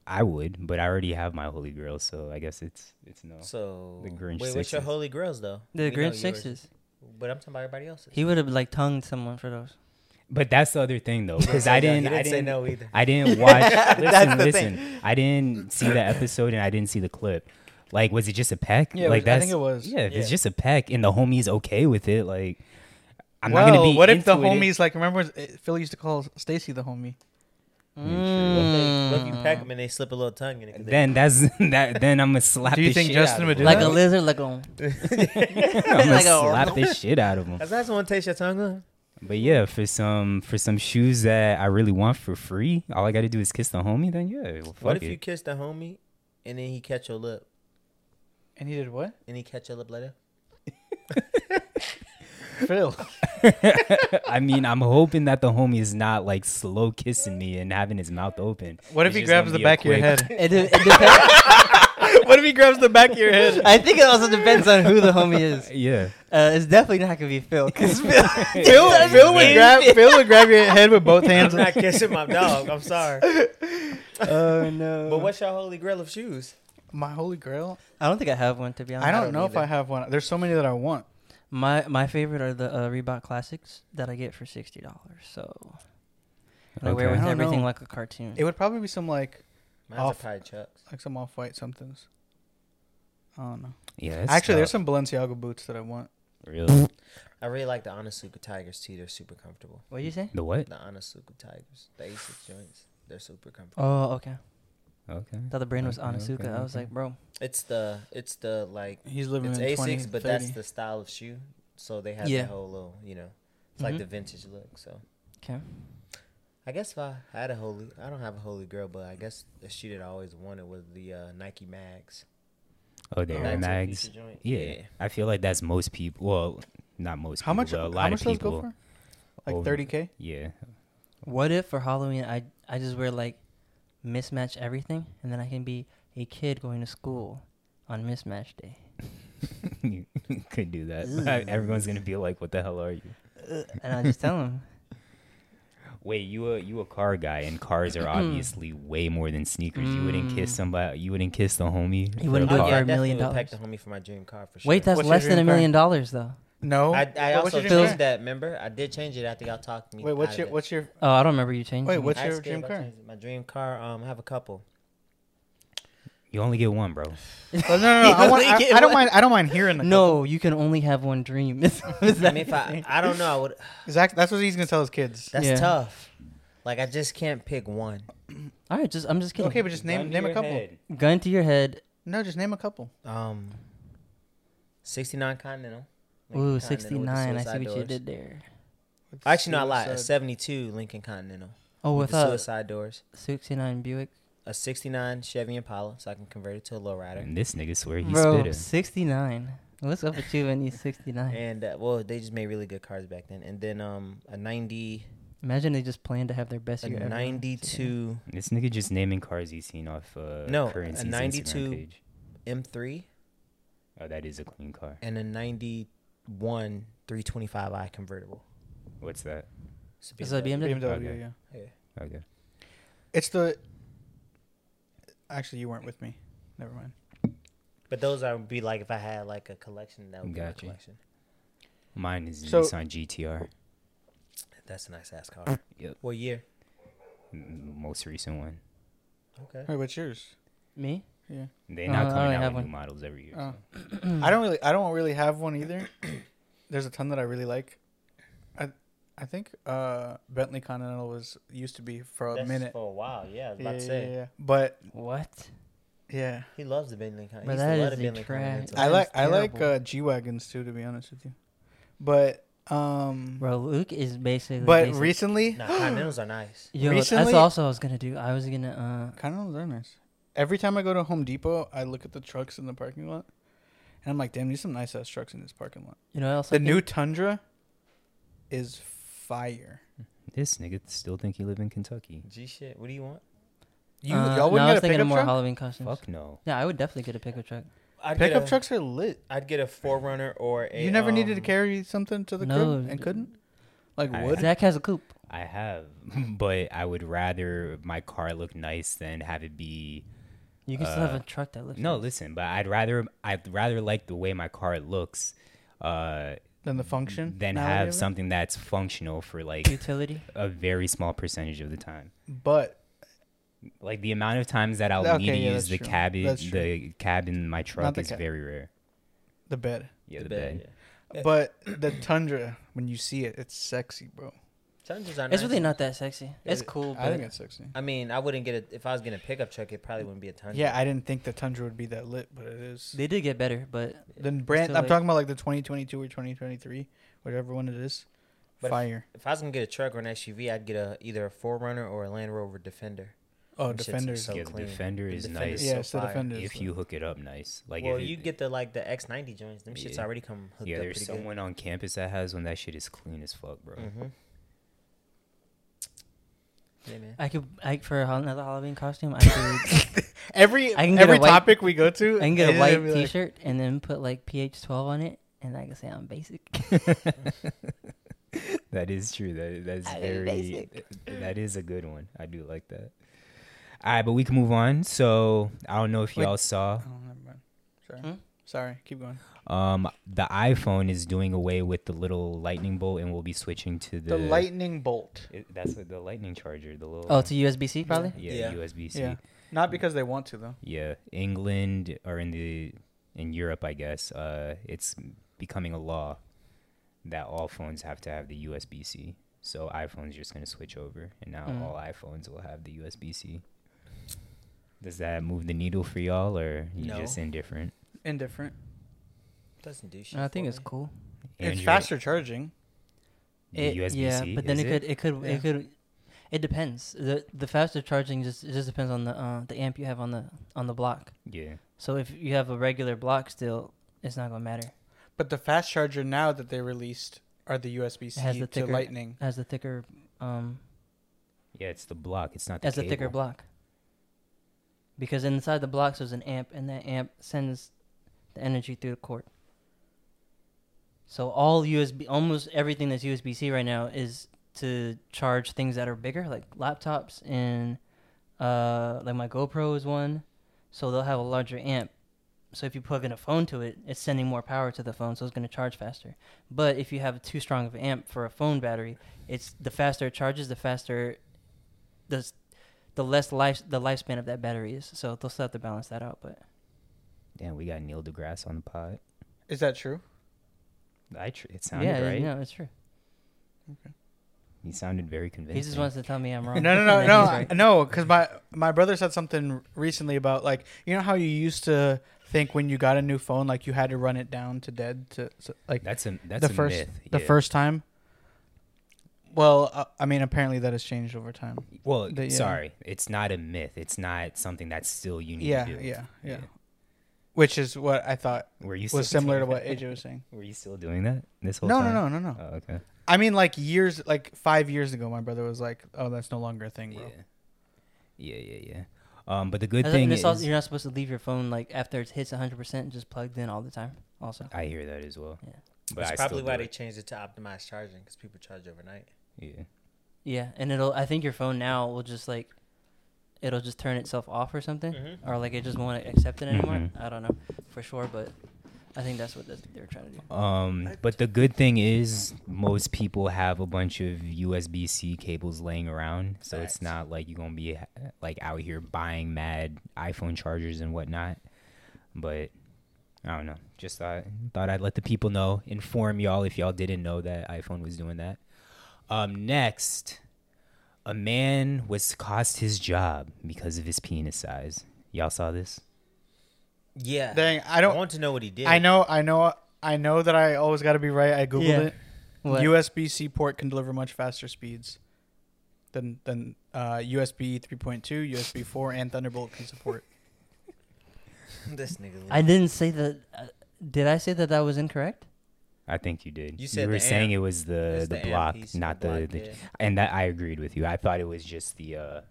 [SPEAKER 3] I would, but I already have my holy grail, so I guess it's it's no.
[SPEAKER 1] So
[SPEAKER 3] The
[SPEAKER 1] Wait,
[SPEAKER 3] Grinch
[SPEAKER 1] what's your
[SPEAKER 3] sixes.
[SPEAKER 1] holy grails though?
[SPEAKER 2] The
[SPEAKER 1] We know
[SPEAKER 2] Grinch
[SPEAKER 1] yours,
[SPEAKER 2] sixes.
[SPEAKER 1] But I'm talking about everybody else's.
[SPEAKER 2] He would have like tongued someone for those.
[SPEAKER 3] But that's the other thing, though, because
[SPEAKER 1] say
[SPEAKER 3] I
[SPEAKER 1] no. He
[SPEAKER 3] didn't. I
[SPEAKER 1] didn't say
[SPEAKER 3] didn't
[SPEAKER 1] no either.
[SPEAKER 3] I didn't watch. listen,
[SPEAKER 4] That's the
[SPEAKER 3] listen. I didn't see the episode and I didn't see the clip. Like, was it just a peck?
[SPEAKER 4] Yeah, it
[SPEAKER 3] like
[SPEAKER 4] was- I think it was.
[SPEAKER 3] Yeah, if it's
[SPEAKER 1] Yeah.
[SPEAKER 3] just a peck and the homie's okay with it, like, I'm
[SPEAKER 4] well,
[SPEAKER 3] not gonna be.
[SPEAKER 4] what if the
[SPEAKER 3] into it.
[SPEAKER 4] homies like remember when uh, Phil used to call Stacy the homie? Hmm.
[SPEAKER 1] What if they- what if you pack them and they slip a little tongue in it? 'cause they-
[SPEAKER 3] Mm. Then that's that. Then I'm gonna slap.
[SPEAKER 4] Do you
[SPEAKER 3] the
[SPEAKER 4] think
[SPEAKER 3] shit
[SPEAKER 4] Justin
[SPEAKER 3] out
[SPEAKER 4] would
[SPEAKER 3] of
[SPEAKER 4] do oh.
[SPEAKER 2] Like
[SPEAKER 4] that?
[SPEAKER 2] a lizard, like a.
[SPEAKER 3] him. I'm gonna
[SPEAKER 2] like a-
[SPEAKER 3] slap the shit out of him.
[SPEAKER 1] That's not someone taste your tongue. Huh?
[SPEAKER 3] But yeah, for some for some shoes that I really want for free, all I gotta do is kiss the homie. Then yeah, well, fuck
[SPEAKER 1] What if
[SPEAKER 3] it.
[SPEAKER 1] you kiss the homie and then he catch your lip
[SPEAKER 4] And he did what?
[SPEAKER 1] and he catch your lip later?
[SPEAKER 4] Phil.
[SPEAKER 3] I mean, I'm hoping that the homie is not like slow kissing me and having his mouth open.
[SPEAKER 4] What if
[SPEAKER 3] It's
[SPEAKER 4] he
[SPEAKER 3] just
[SPEAKER 4] grabs
[SPEAKER 3] gonna
[SPEAKER 4] the
[SPEAKER 3] be a
[SPEAKER 4] back of your
[SPEAKER 3] quick-
[SPEAKER 4] head?
[SPEAKER 2] It, de- it depends.
[SPEAKER 4] what if he grabs the back of your head?
[SPEAKER 2] I think it also depends on who the homie is.
[SPEAKER 3] Yeah.
[SPEAKER 2] Uh, it's definitely not gonna be Phil. 'cause Phil
[SPEAKER 4] Phil, Phil would grab Phil would grab your head with both
[SPEAKER 1] I'm
[SPEAKER 4] hands.
[SPEAKER 1] not kissing my dog. I'm sorry.
[SPEAKER 2] oh no.
[SPEAKER 1] But what's your holy grail of shoes?
[SPEAKER 4] My holy grail.
[SPEAKER 2] I don't think I have one to be honest.
[SPEAKER 4] I don't know if
[SPEAKER 1] either.
[SPEAKER 4] I have one. There's so many that I want.
[SPEAKER 2] My my favorite are the uh, Reebok classics that I get for sixty dollars. So I wear
[SPEAKER 3] Okay.
[SPEAKER 2] with
[SPEAKER 4] I don't
[SPEAKER 2] everything
[SPEAKER 4] know.
[SPEAKER 2] like a cartoon.
[SPEAKER 4] It would probably be some like
[SPEAKER 1] Mine's
[SPEAKER 4] Off.
[SPEAKER 1] are probably Chucks.
[SPEAKER 4] like some off white somethings. I don't know.
[SPEAKER 3] Yeah. that's
[SPEAKER 4] Actually, there's
[SPEAKER 3] tough.
[SPEAKER 4] some Balenciaga boots that I want.
[SPEAKER 3] Really?
[SPEAKER 1] I really like the Onitsuka Tigers too. They're super comfortable.
[SPEAKER 2] what you say?
[SPEAKER 3] the what?
[SPEAKER 1] The Onitsuka Tigers, the Asics joints, they're super comfortable.
[SPEAKER 2] Oh okay.
[SPEAKER 3] Okay.
[SPEAKER 2] thought the brand was
[SPEAKER 3] Okay,
[SPEAKER 2] Onitsuka.
[SPEAKER 3] okay,
[SPEAKER 2] I was
[SPEAKER 3] okay.
[SPEAKER 2] like, bro,
[SPEAKER 1] It's the it's the like
[SPEAKER 4] He's living
[SPEAKER 1] it's
[SPEAKER 4] in
[SPEAKER 1] Asics,
[SPEAKER 4] 20,
[SPEAKER 1] but that's
[SPEAKER 4] 30.
[SPEAKER 1] the style of shoe. So they have
[SPEAKER 2] Yeah.
[SPEAKER 1] the whole little, you know, it's like
[SPEAKER 2] Mhm.
[SPEAKER 1] the vintage look. So
[SPEAKER 2] okay.
[SPEAKER 1] I guess if I had a holy, I don't have a holy girl, but I guess the shoe that I always wanted was the uh, Nike Mags.
[SPEAKER 3] Oh, the
[SPEAKER 4] Oh,
[SPEAKER 3] Air
[SPEAKER 1] Mags are a
[SPEAKER 3] Mags.
[SPEAKER 1] decent joint.
[SPEAKER 3] Yeah. I feel like that's most people. Well, not most.
[SPEAKER 4] How
[SPEAKER 3] people,
[SPEAKER 4] much?
[SPEAKER 3] but a
[SPEAKER 4] How
[SPEAKER 3] lot
[SPEAKER 4] much
[SPEAKER 3] of
[SPEAKER 4] does
[SPEAKER 3] people.
[SPEAKER 4] go for? Like
[SPEAKER 3] over-
[SPEAKER 4] thirty k.
[SPEAKER 3] Yeah.
[SPEAKER 2] What if for Halloween I I just wear like mismatch everything and then I can be a kid going to school on mismatch day.
[SPEAKER 3] You Could do that. Everyone's gonna be like, "What the hell are you?"
[SPEAKER 2] And I just tell him.
[SPEAKER 3] Wait, you a you a car guy, and cars are obviously way more than sneakers. You wouldn't kiss somebody. You wouldn't kiss the homie. for a
[SPEAKER 2] wouldn't do it
[SPEAKER 1] I
[SPEAKER 2] for a
[SPEAKER 3] car?
[SPEAKER 1] Oh, definitely
[SPEAKER 2] million
[SPEAKER 1] would pack the
[SPEAKER 2] dollars.
[SPEAKER 1] homie for my dream car for sure.
[SPEAKER 2] Wait, that's
[SPEAKER 4] What's your
[SPEAKER 2] less than a
[SPEAKER 4] dream car?
[SPEAKER 2] million dollars though.
[SPEAKER 4] No.
[SPEAKER 1] I, I
[SPEAKER 4] What- what's
[SPEAKER 1] also
[SPEAKER 4] your dream
[SPEAKER 1] changed that. Remember, I did change it after y'all talked me.
[SPEAKER 4] Wait,
[SPEAKER 1] out
[SPEAKER 4] what's
[SPEAKER 1] of
[SPEAKER 4] your
[SPEAKER 1] it.
[SPEAKER 4] what's your
[SPEAKER 2] Oh, I don't remember you changing.
[SPEAKER 4] Wait,
[SPEAKER 2] it.
[SPEAKER 4] what's
[SPEAKER 1] I
[SPEAKER 4] your
[SPEAKER 1] escaped,
[SPEAKER 4] dream
[SPEAKER 1] I
[SPEAKER 4] car?
[SPEAKER 1] changed it. My dream car. Um, I have a couple.
[SPEAKER 3] You only get one, bro.
[SPEAKER 4] Oh, no, no, no. I, want, I, I don't mind. I don't mind hearing. The
[SPEAKER 2] No, you can only have one dream. Is- is
[SPEAKER 1] I
[SPEAKER 2] that-
[SPEAKER 1] mean, if I, I don't know, I would.
[SPEAKER 4] couple. Zach, that's what he's gonna tell his kids.
[SPEAKER 1] That's
[SPEAKER 2] Yeah.
[SPEAKER 1] tough. Like I just can't pick one.
[SPEAKER 2] All right, just I'm just kidding.
[SPEAKER 4] okay, but just name name a couple.
[SPEAKER 2] Gun to your head.
[SPEAKER 4] No, just name a couple.
[SPEAKER 1] Um, sixty nine Continental. Lincoln
[SPEAKER 2] Ooh,
[SPEAKER 1] Continental with the
[SPEAKER 2] 69. I see
[SPEAKER 1] suicide
[SPEAKER 2] what you
[SPEAKER 1] doors.
[SPEAKER 2] did there.
[SPEAKER 1] Actually, no, I lied. A
[SPEAKER 4] Suicide.
[SPEAKER 1] seventy two Lincoln Continental.
[SPEAKER 2] Oh,
[SPEAKER 1] with
[SPEAKER 2] with
[SPEAKER 1] the
[SPEAKER 2] a
[SPEAKER 1] suicide doors.
[SPEAKER 2] 69 Buick.
[SPEAKER 1] A 69 Chevy Impala, so I can convert it to a lowrider.
[SPEAKER 3] And this nigga swear he's
[SPEAKER 2] Bro,
[SPEAKER 3] spitter.
[SPEAKER 2] 69. What's up with you in these 69?
[SPEAKER 1] And uh, well, they just made really good cars back then. And then um a 90,
[SPEAKER 2] Imagine they just planned to have their best
[SPEAKER 1] a
[SPEAKER 2] year ever.
[SPEAKER 1] 92
[SPEAKER 3] This nigga just naming cars he's seen off uh,
[SPEAKER 1] No, a
[SPEAKER 3] currency's
[SPEAKER 1] 92
[SPEAKER 3] Instagram page.
[SPEAKER 1] M3
[SPEAKER 3] Oh, that is a clean car.
[SPEAKER 1] and a 91 325i convertible.
[SPEAKER 3] What's that?
[SPEAKER 1] It's
[SPEAKER 2] Is that BMW?
[SPEAKER 4] BMW.
[SPEAKER 3] Okay.
[SPEAKER 4] Yeah,
[SPEAKER 1] Yeah.
[SPEAKER 3] Okay.
[SPEAKER 4] it's the. Actually, you weren't with me. Never mind.
[SPEAKER 1] But those are would be like if I had like a collection, that would be my
[SPEAKER 3] Gotcha.
[SPEAKER 1] collection.
[SPEAKER 3] Mine is
[SPEAKER 4] So-
[SPEAKER 3] Nissan GTR,
[SPEAKER 1] That's a nice ass car.
[SPEAKER 3] Yep.
[SPEAKER 1] What year?
[SPEAKER 3] m- most recent one.
[SPEAKER 1] Okay.
[SPEAKER 4] Hey, what's yours?
[SPEAKER 2] Me?
[SPEAKER 4] Yeah.
[SPEAKER 3] They're
[SPEAKER 2] Uh,
[SPEAKER 3] not
[SPEAKER 2] I
[SPEAKER 3] coming
[SPEAKER 2] already
[SPEAKER 3] out
[SPEAKER 2] have
[SPEAKER 3] with new
[SPEAKER 2] one.
[SPEAKER 3] models every year.
[SPEAKER 4] Oh.
[SPEAKER 3] so.
[SPEAKER 4] I don't really. I don't really have one either. There's a ton that I really like. I, I think uh, Bentley Continental was used to be for a
[SPEAKER 1] That's
[SPEAKER 4] minute.
[SPEAKER 1] For a while, yeah. I was about
[SPEAKER 4] Yeah,
[SPEAKER 1] to
[SPEAKER 4] yeah,
[SPEAKER 1] say.
[SPEAKER 4] yeah, yeah. But
[SPEAKER 2] What?
[SPEAKER 4] yeah,
[SPEAKER 1] He loves the Bentley Con.
[SPEAKER 2] Bro,
[SPEAKER 1] he used
[SPEAKER 2] that
[SPEAKER 1] to love
[SPEAKER 2] is
[SPEAKER 1] the
[SPEAKER 2] a
[SPEAKER 1] Bentley
[SPEAKER 2] trash.
[SPEAKER 1] Continental.
[SPEAKER 4] I
[SPEAKER 2] That
[SPEAKER 4] like
[SPEAKER 2] is
[SPEAKER 4] I like
[SPEAKER 2] terrible.
[SPEAKER 4] uh, G wagons too. To be honest with you, but um,
[SPEAKER 2] Bro, Luke is basically.
[SPEAKER 4] but
[SPEAKER 2] basic-
[SPEAKER 4] recently,
[SPEAKER 1] Nah, Continentals are nice.
[SPEAKER 2] Yo,
[SPEAKER 4] recently-
[SPEAKER 2] that's also what I was gonna do. I was gonna. Uh,
[SPEAKER 4] Continentals are nice. Every time I go to Home Depot, I look at the trucks in the parking lot, and I'm like, damn, there's some nice ass trucks in this parking lot.
[SPEAKER 2] you know, what else. I
[SPEAKER 4] The
[SPEAKER 2] think?
[SPEAKER 4] new Tundra is fire.
[SPEAKER 3] This nigga still think he live in Kentucky.
[SPEAKER 1] G shit. What do you want?
[SPEAKER 4] You
[SPEAKER 2] Uh,
[SPEAKER 4] y'all
[SPEAKER 2] no,
[SPEAKER 4] wouldn't
[SPEAKER 2] I was
[SPEAKER 4] get a
[SPEAKER 2] thinking
[SPEAKER 4] pickup
[SPEAKER 2] more
[SPEAKER 4] truck.
[SPEAKER 2] Halloween costumes.
[SPEAKER 3] Fuck no.
[SPEAKER 2] Yeah, I would definitely get a pickup truck.
[SPEAKER 1] I'd get
[SPEAKER 4] Pickup
[SPEAKER 1] a-
[SPEAKER 4] trucks are lit.
[SPEAKER 1] I'd get a forerunner or a.
[SPEAKER 4] you never needed to
[SPEAKER 1] um,
[SPEAKER 4] carry something to the crib
[SPEAKER 2] No.
[SPEAKER 4] and couldn't, like
[SPEAKER 3] I-
[SPEAKER 4] wood.
[SPEAKER 2] Zach has a coupe.
[SPEAKER 3] I have, but I would rather my car look nice than have it be.
[SPEAKER 2] You can still have
[SPEAKER 3] Uh,
[SPEAKER 2] a truck that looks.
[SPEAKER 3] No,
[SPEAKER 2] nice.
[SPEAKER 3] listen, but I'd rather I'd rather like the way my car looks, uh,
[SPEAKER 4] Than the function.
[SPEAKER 3] than
[SPEAKER 4] now
[SPEAKER 3] have
[SPEAKER 4] whatever.
[SPEAKER 3] something that's functional for like
[SPEAKER 2] utility.
[SPEAKER 3] a very small percentage of the time.
[SPEAKER 4] But
[SPEAKER 3] Like the amount of times that I'll
[SPEAKER 4] Okay,
[SPEAKER 3] need to
[SPEAKER 4] yeah,
[SPEAKER 3] use
[SPEAKER 4] that's
[SPEAKER 3] the
[SPEAKER 4] true.
[SPEAKER 3] cab,
[SPEAKER 4] That's true.
[SPEAKER 3] the cab in my truck
[SPEAKER 4] the
[SPEAKER 3] is
[SPEAKER 4] cab.
[SPEAKER 3] very rare.
[SPEAKER 4] the bed.
[SPEAKER 3] Yeah,
[SPEAKER 1] the
[SPEAKER 3] the,
[SPEAKER 1] bed,
[SPEAKER 3] bed.
[SPEAKER 1] yeah.
[SPEAKER 4] But the Tundra, when you see it, it's sexy, bro.
[SPEAKER 1] Tundras are nice.
[SPEAKER 2] It's really not that sexy. It's cool,
[SPEAKER 4] I
[SPEAKER 2] but
[SPEAKER 4] think it's sexy.
[SPEAKER 1] I mean, I wouldn't get it if I was getting a pickup truck. It probably wouldn't be a Tundra.
[SPEAKER 4] Yeah, I didn't think the Tundra would be that lit, but it is.
[SPEAKER 2] they did get better. But
[SPEAKER 4] The brand.
[SPEAKER 2] still
[SPEAKER 4] I'm
[SPEAKER 2] like-
[SPEAKER 4] talking about like the 2022 or 2023, whatever one it is.
[SPEAKER 1] But if-
[SPEAKER 4] Fire.
[SPEAKER 1] If I was gonna get a truck or an SUV, I'd get a either a forerunner or a Land Rover Defender.
[SPEAKER 4] Oh,
[SPEAKER 1] Them shits are
[SPEAKER 4] defenders.
[SPEAKER 1] so
[SPEAKER 3] Yeah, the
[SPEAKER 1] clean.
[SPEAKER 3] Defender is
[SPEAKER 1] Defender's
[SPEAKER 3] nice.
[SPEAKER 4] yeah, it's the
[SPEAKER 1] fire.
[SPEAKER 4] defenders.
[SPEAKER 3] If you hook it up nice, like
[SPEAKER 1] well,
[SPEAKER 3] if it-
[SPEAKER 1] you get the like the X90 joints. Them shits
[SPEAKER 3] Yeah.
[SPEAKER 1] already come hooked
[SPEAKER 3] yeah.
[SPEAKER 1] up
[SPEAKER 3] There's
[SPEAKER 1] pretty good.
[SPEAKER 3] someone on campus that has one that shit is clean as fuck, bro.
[SPEAKER 1] Mhm. Yeah, man.
[SPEAKER 2] I could, I for a hol- another Halloween costume, I could,
[SPEAKER 4] every
[SPEAKER 2] I can get
[SPEAKER 4] every
[SPEAKER 2] a white-
[SPEAKER 4] topic we go to,
[SPEAKER 2] I can get
[SPEAKER 4] it's
[SPEAKER 2] a
[SPEAKER 4] gonna
[SPEAKER 2] white
[SPEAKER 4] be like-
[SPEAKER 2] T-shirt and then put like PH12 on it, and I can say I'm basic.
[SPEAKER 1] Mm-hmm.
[SPEAKER 3] That is true. That that's
[SPEAKER 2] I mean,
[SPEAKER 3] very.
[SPEAKER 2] basic.
[SPEAKER 3] That is a good one. I do like that. All right, but we can move on. So I don't know if
[SPEAKER 4] Wait.
[SPEAKER 3] y'all saw,
[SPEAKER 4] Oh, never mind. Sorry.
[SPEAKER 2] Hmm?
[SPEAKER 4] Sorry. Keep going.
[SPEAKER 3] um, the iPhone is doing away with the little lightning bolt, and we'll be switching to the,
[SPEAKER 4] The lightning bolt.
[SPEAKER 3] It, that's what the lightning charger. The little
[SPEAKER 2] oh, to USB-C probably.
[SPEAKER 3] yeah,
[SPEAKER 1] Yeah.
[SPEAKER 3] USB C.
[SPEAKER 4] Yeah. Not because they want to though.
[SPEAKER 3] Yeah, England or in the in Europe, I guess, uh, it's becoming a law that all phones have to have the USB C. So iPhone's just gonna switch over, and now
[SPEAKER 2] Mm.
[SPEAKER 3] all iPhones will have the USB C. Does that move the needle for y'all, or you just
[SPEAKER 1] No.
[SPEAKER 3] indifferent?
[SPEAKER 4] Indifferent.
[SPEAKER 1] Doesn't do shit.
[SPEAKER 2] I think
[SPEAKER 1] for
[SPEAKER 2] it's
[SPEAKER 1] me.
[SPEAKER 2] cool.
[SPEAKER 4] it's
[SPEAKER 3] Android-
[SPEAKER 4] faster charging.
[SPEAKER 3] the
[SPEAKER 2] It-
[SPEAKER 3] USB-C,
[SPEAKER 2] yeah, but then
[SPEAKER 3] is
[SPEAKER 2] it could, it, could,
[SPEAKER 4] Yeah.
[SPEAKER 2] it could, it depends. the The faster charging just it just depends on the uh, the amp you have on the on the block.
[SPEAKER 3] yeah.
[SPEAKER 2] So if you have a regular block still, it's not gonna matter.
[SPEAKER 4] But the fast charger now that they released are the USB
[SPEAKER 2] It has
[SPEAKER 4] C
[SPEAKER 2] the
[SPEAKER 4] to
[SPEAKER 2] thicker-
[SPEAKER 4] Lightning.
[SPEAKER 2] It has the thicker, um,
[SPEAKER 3] Yeah, it's the block. It's not the
[SPEAKER 2] as a thicker
[SPEAKER 3] cable.
[SPEAKER 2] block. Because inside the blocks there's an amp, and that amp sends the energy through the cord. So all USB, almost everything that's USB C right now is to charge things that are bigger, like laptops and uh, like my GoPro is one. So they'll have a larger amp. So if you plug in a phone to it, it's sending more power to the phone, so it's going to charge faster. But if you have too strong of an amp for a phone battery, it's the faster it charges, the faster the s- the less life the lifespan of that battery is. So they'll still have to balance that out. But
[SPEAKER 3] Damn, we got Neil deGrasse on the pod.
[SPEAKER 4] Is that true?
[SPEAKER 3] I tr- it sounded
[SPEAKER 2] yeah,
[SPEAKER 3] right.
[SPEAKER 2] no, it's true.
[SPEAKER 3] He sounded very convincing.
[SPEAKER 2] He just wants to tell me I'm
[SPEAKER 4] No,
[SPEAKER 2] wrong.
[SPEAKER 4] no, no,
[SPEAKER 2] and
[SPEAKER 4] no,
[SPEAKER 2] that he's right.
[SPEAKER 4] no. Because my my brother said something recently about like you know how you used to think when you got a new phone like you had to run it down to dead to so, like
[SPEAKER 3] that's a that's
[SPEAKER 4] the
[SPEAKER 3] a
[SPEAKER 4] first
[SPEAKER 3] myth.
[SPEAKER 4] the
[SPEAKER 3] yeah.
[SPEAKER 4] first time. Well, uh, I mean, apparently that has changed over time.
[SPEAKER 3] Well,
[SPEAKER 4] That, yeah.
[SPEAKER 3] sorry, it's not a myth. It's not something that's still you need
[SPEAKER 4] Yeah,
[SPEAKER 3] to do.
[SPEAKER 4] yeah, yeah.
[SPEAKER 3] Yeah.
[SPEAKER 4] Which is what I thought
[SPEAKER 3] Were you still
[SPEAKER 4] was similar to
[SPEAKER 3] doing
[SPEAKER 4] what
[SPEAKER 3] that?
[SPEAKER 4] AJ was saying.
[SPEAKER 3] Were you still doing that this whole
[SPEAKER 4] No, no,
[SPEAKER 3] time?
[SPEAKER 4] no, no, no.
[SPEAKER 3] Oh, okay.
[SPEAKER 4] I mean, like years, like five years ago, my brother was like, "Oh, that's no longer a thing,
[SPEAKER 3] Yeah.
[SPEAKER 4] bro."
[SPEAKER 3] Yeah, yeah, yeah. Um, but the good
[SPEAKER 2] And
[SPEAKER 3] thing
[SPEAKER 2] it's
[SPEAKER 3] is,
[SPEAKER 2] also- you're not supposed to leave your phone like after it hits 100 percent just plugged in all the time. Also,
[SPEAKER 3] I hear that as well.
[SPEAKER 2] Yeah.
[SPEAKER 3] But
[SPEAKER 1] That's
[SPEAKER 3] I
[SPEAKER 1] probably
[SPEAKER 3] still
[SPEAKER 1] why
[SPEAKER 3] do
[SPEAKER 1] they
[SPEAKER 3] it.
[SPEAKER 1] changed it to optimized charging because people charge overnight.
[SPEAKER 3] Yeah.
[SPEAKER 2] yeah, and it'll. I think your phone now will just like it'll just
[SPEAKER 3] Mm-hmm.
[SPEAKER 2] turn itself off or something,
[SPEAKER 1] Mhm.
[SPEAKER 4] Mm-hmm.
[SPEAKER 2] or like it just won't accept it anymore.
[SPEAKER 3] Mhm.
[SPEAKER 2] I don't know for sure, but I think that's what this- they were trying to do.
[SPEAKER 3] Um, but the good thing is most people have a bunch of USB C cables laying around, so
[SPEAKER 1] Facts.
[SPEAKER 3] it's not like you're gonna be uh, like out here buying mad iPhone chargers and whatnot. But I don't know. Just thought thought I'd let the people know, inform y'all if y'all didn't know that iPhone was doing that. Um, next, a man was cost his job because of his penis size. Y'all saw this?
[SPEAKER 1] Yeah.
[SPEAKER 4] Dang, I don't-
[SPEAKER 1] I want to know what he did.
[SPEAKER 4] I know, I know, I know that I always got to be right. I googled
[SPEAKER 2] Yeah.
[SPEAKER 4] it.
[SPEAKER 2] What?
[SPEAKER 4] USB C port can deliver much faster speeds than than uh, USB 3.2, USB 4, and Thunderbolt can support.
[SPEAKER 1] this nigga.
[SPEAKER 2] I didn't say that. Uh, did I say that that was incorrect?
[SPEAKER 3] I think you did.
[SPEAKER 1] You said
[SPEAKER 3] were
[SPEAKER 1] the
[SPEAKER 3] saying
[SPEAKER 1] amp.
[SPEAKER 3] it was the
[SPEAKER 1] It's
[SPEAKER 3] the,
[SPEAKER 1] the amp
[SPEAKER 3] block,
[SPEAKER 1] piece,
[SPEAKER 3] not
[SPEAKER 1] the
[SPEAKER 3] the,
[SPEAKER 1] block,
[SPEAKER 3] the
[SPEAKER 1] yeah.
[SPEAKER 3] and that I agreed with you. I thought it was just the uh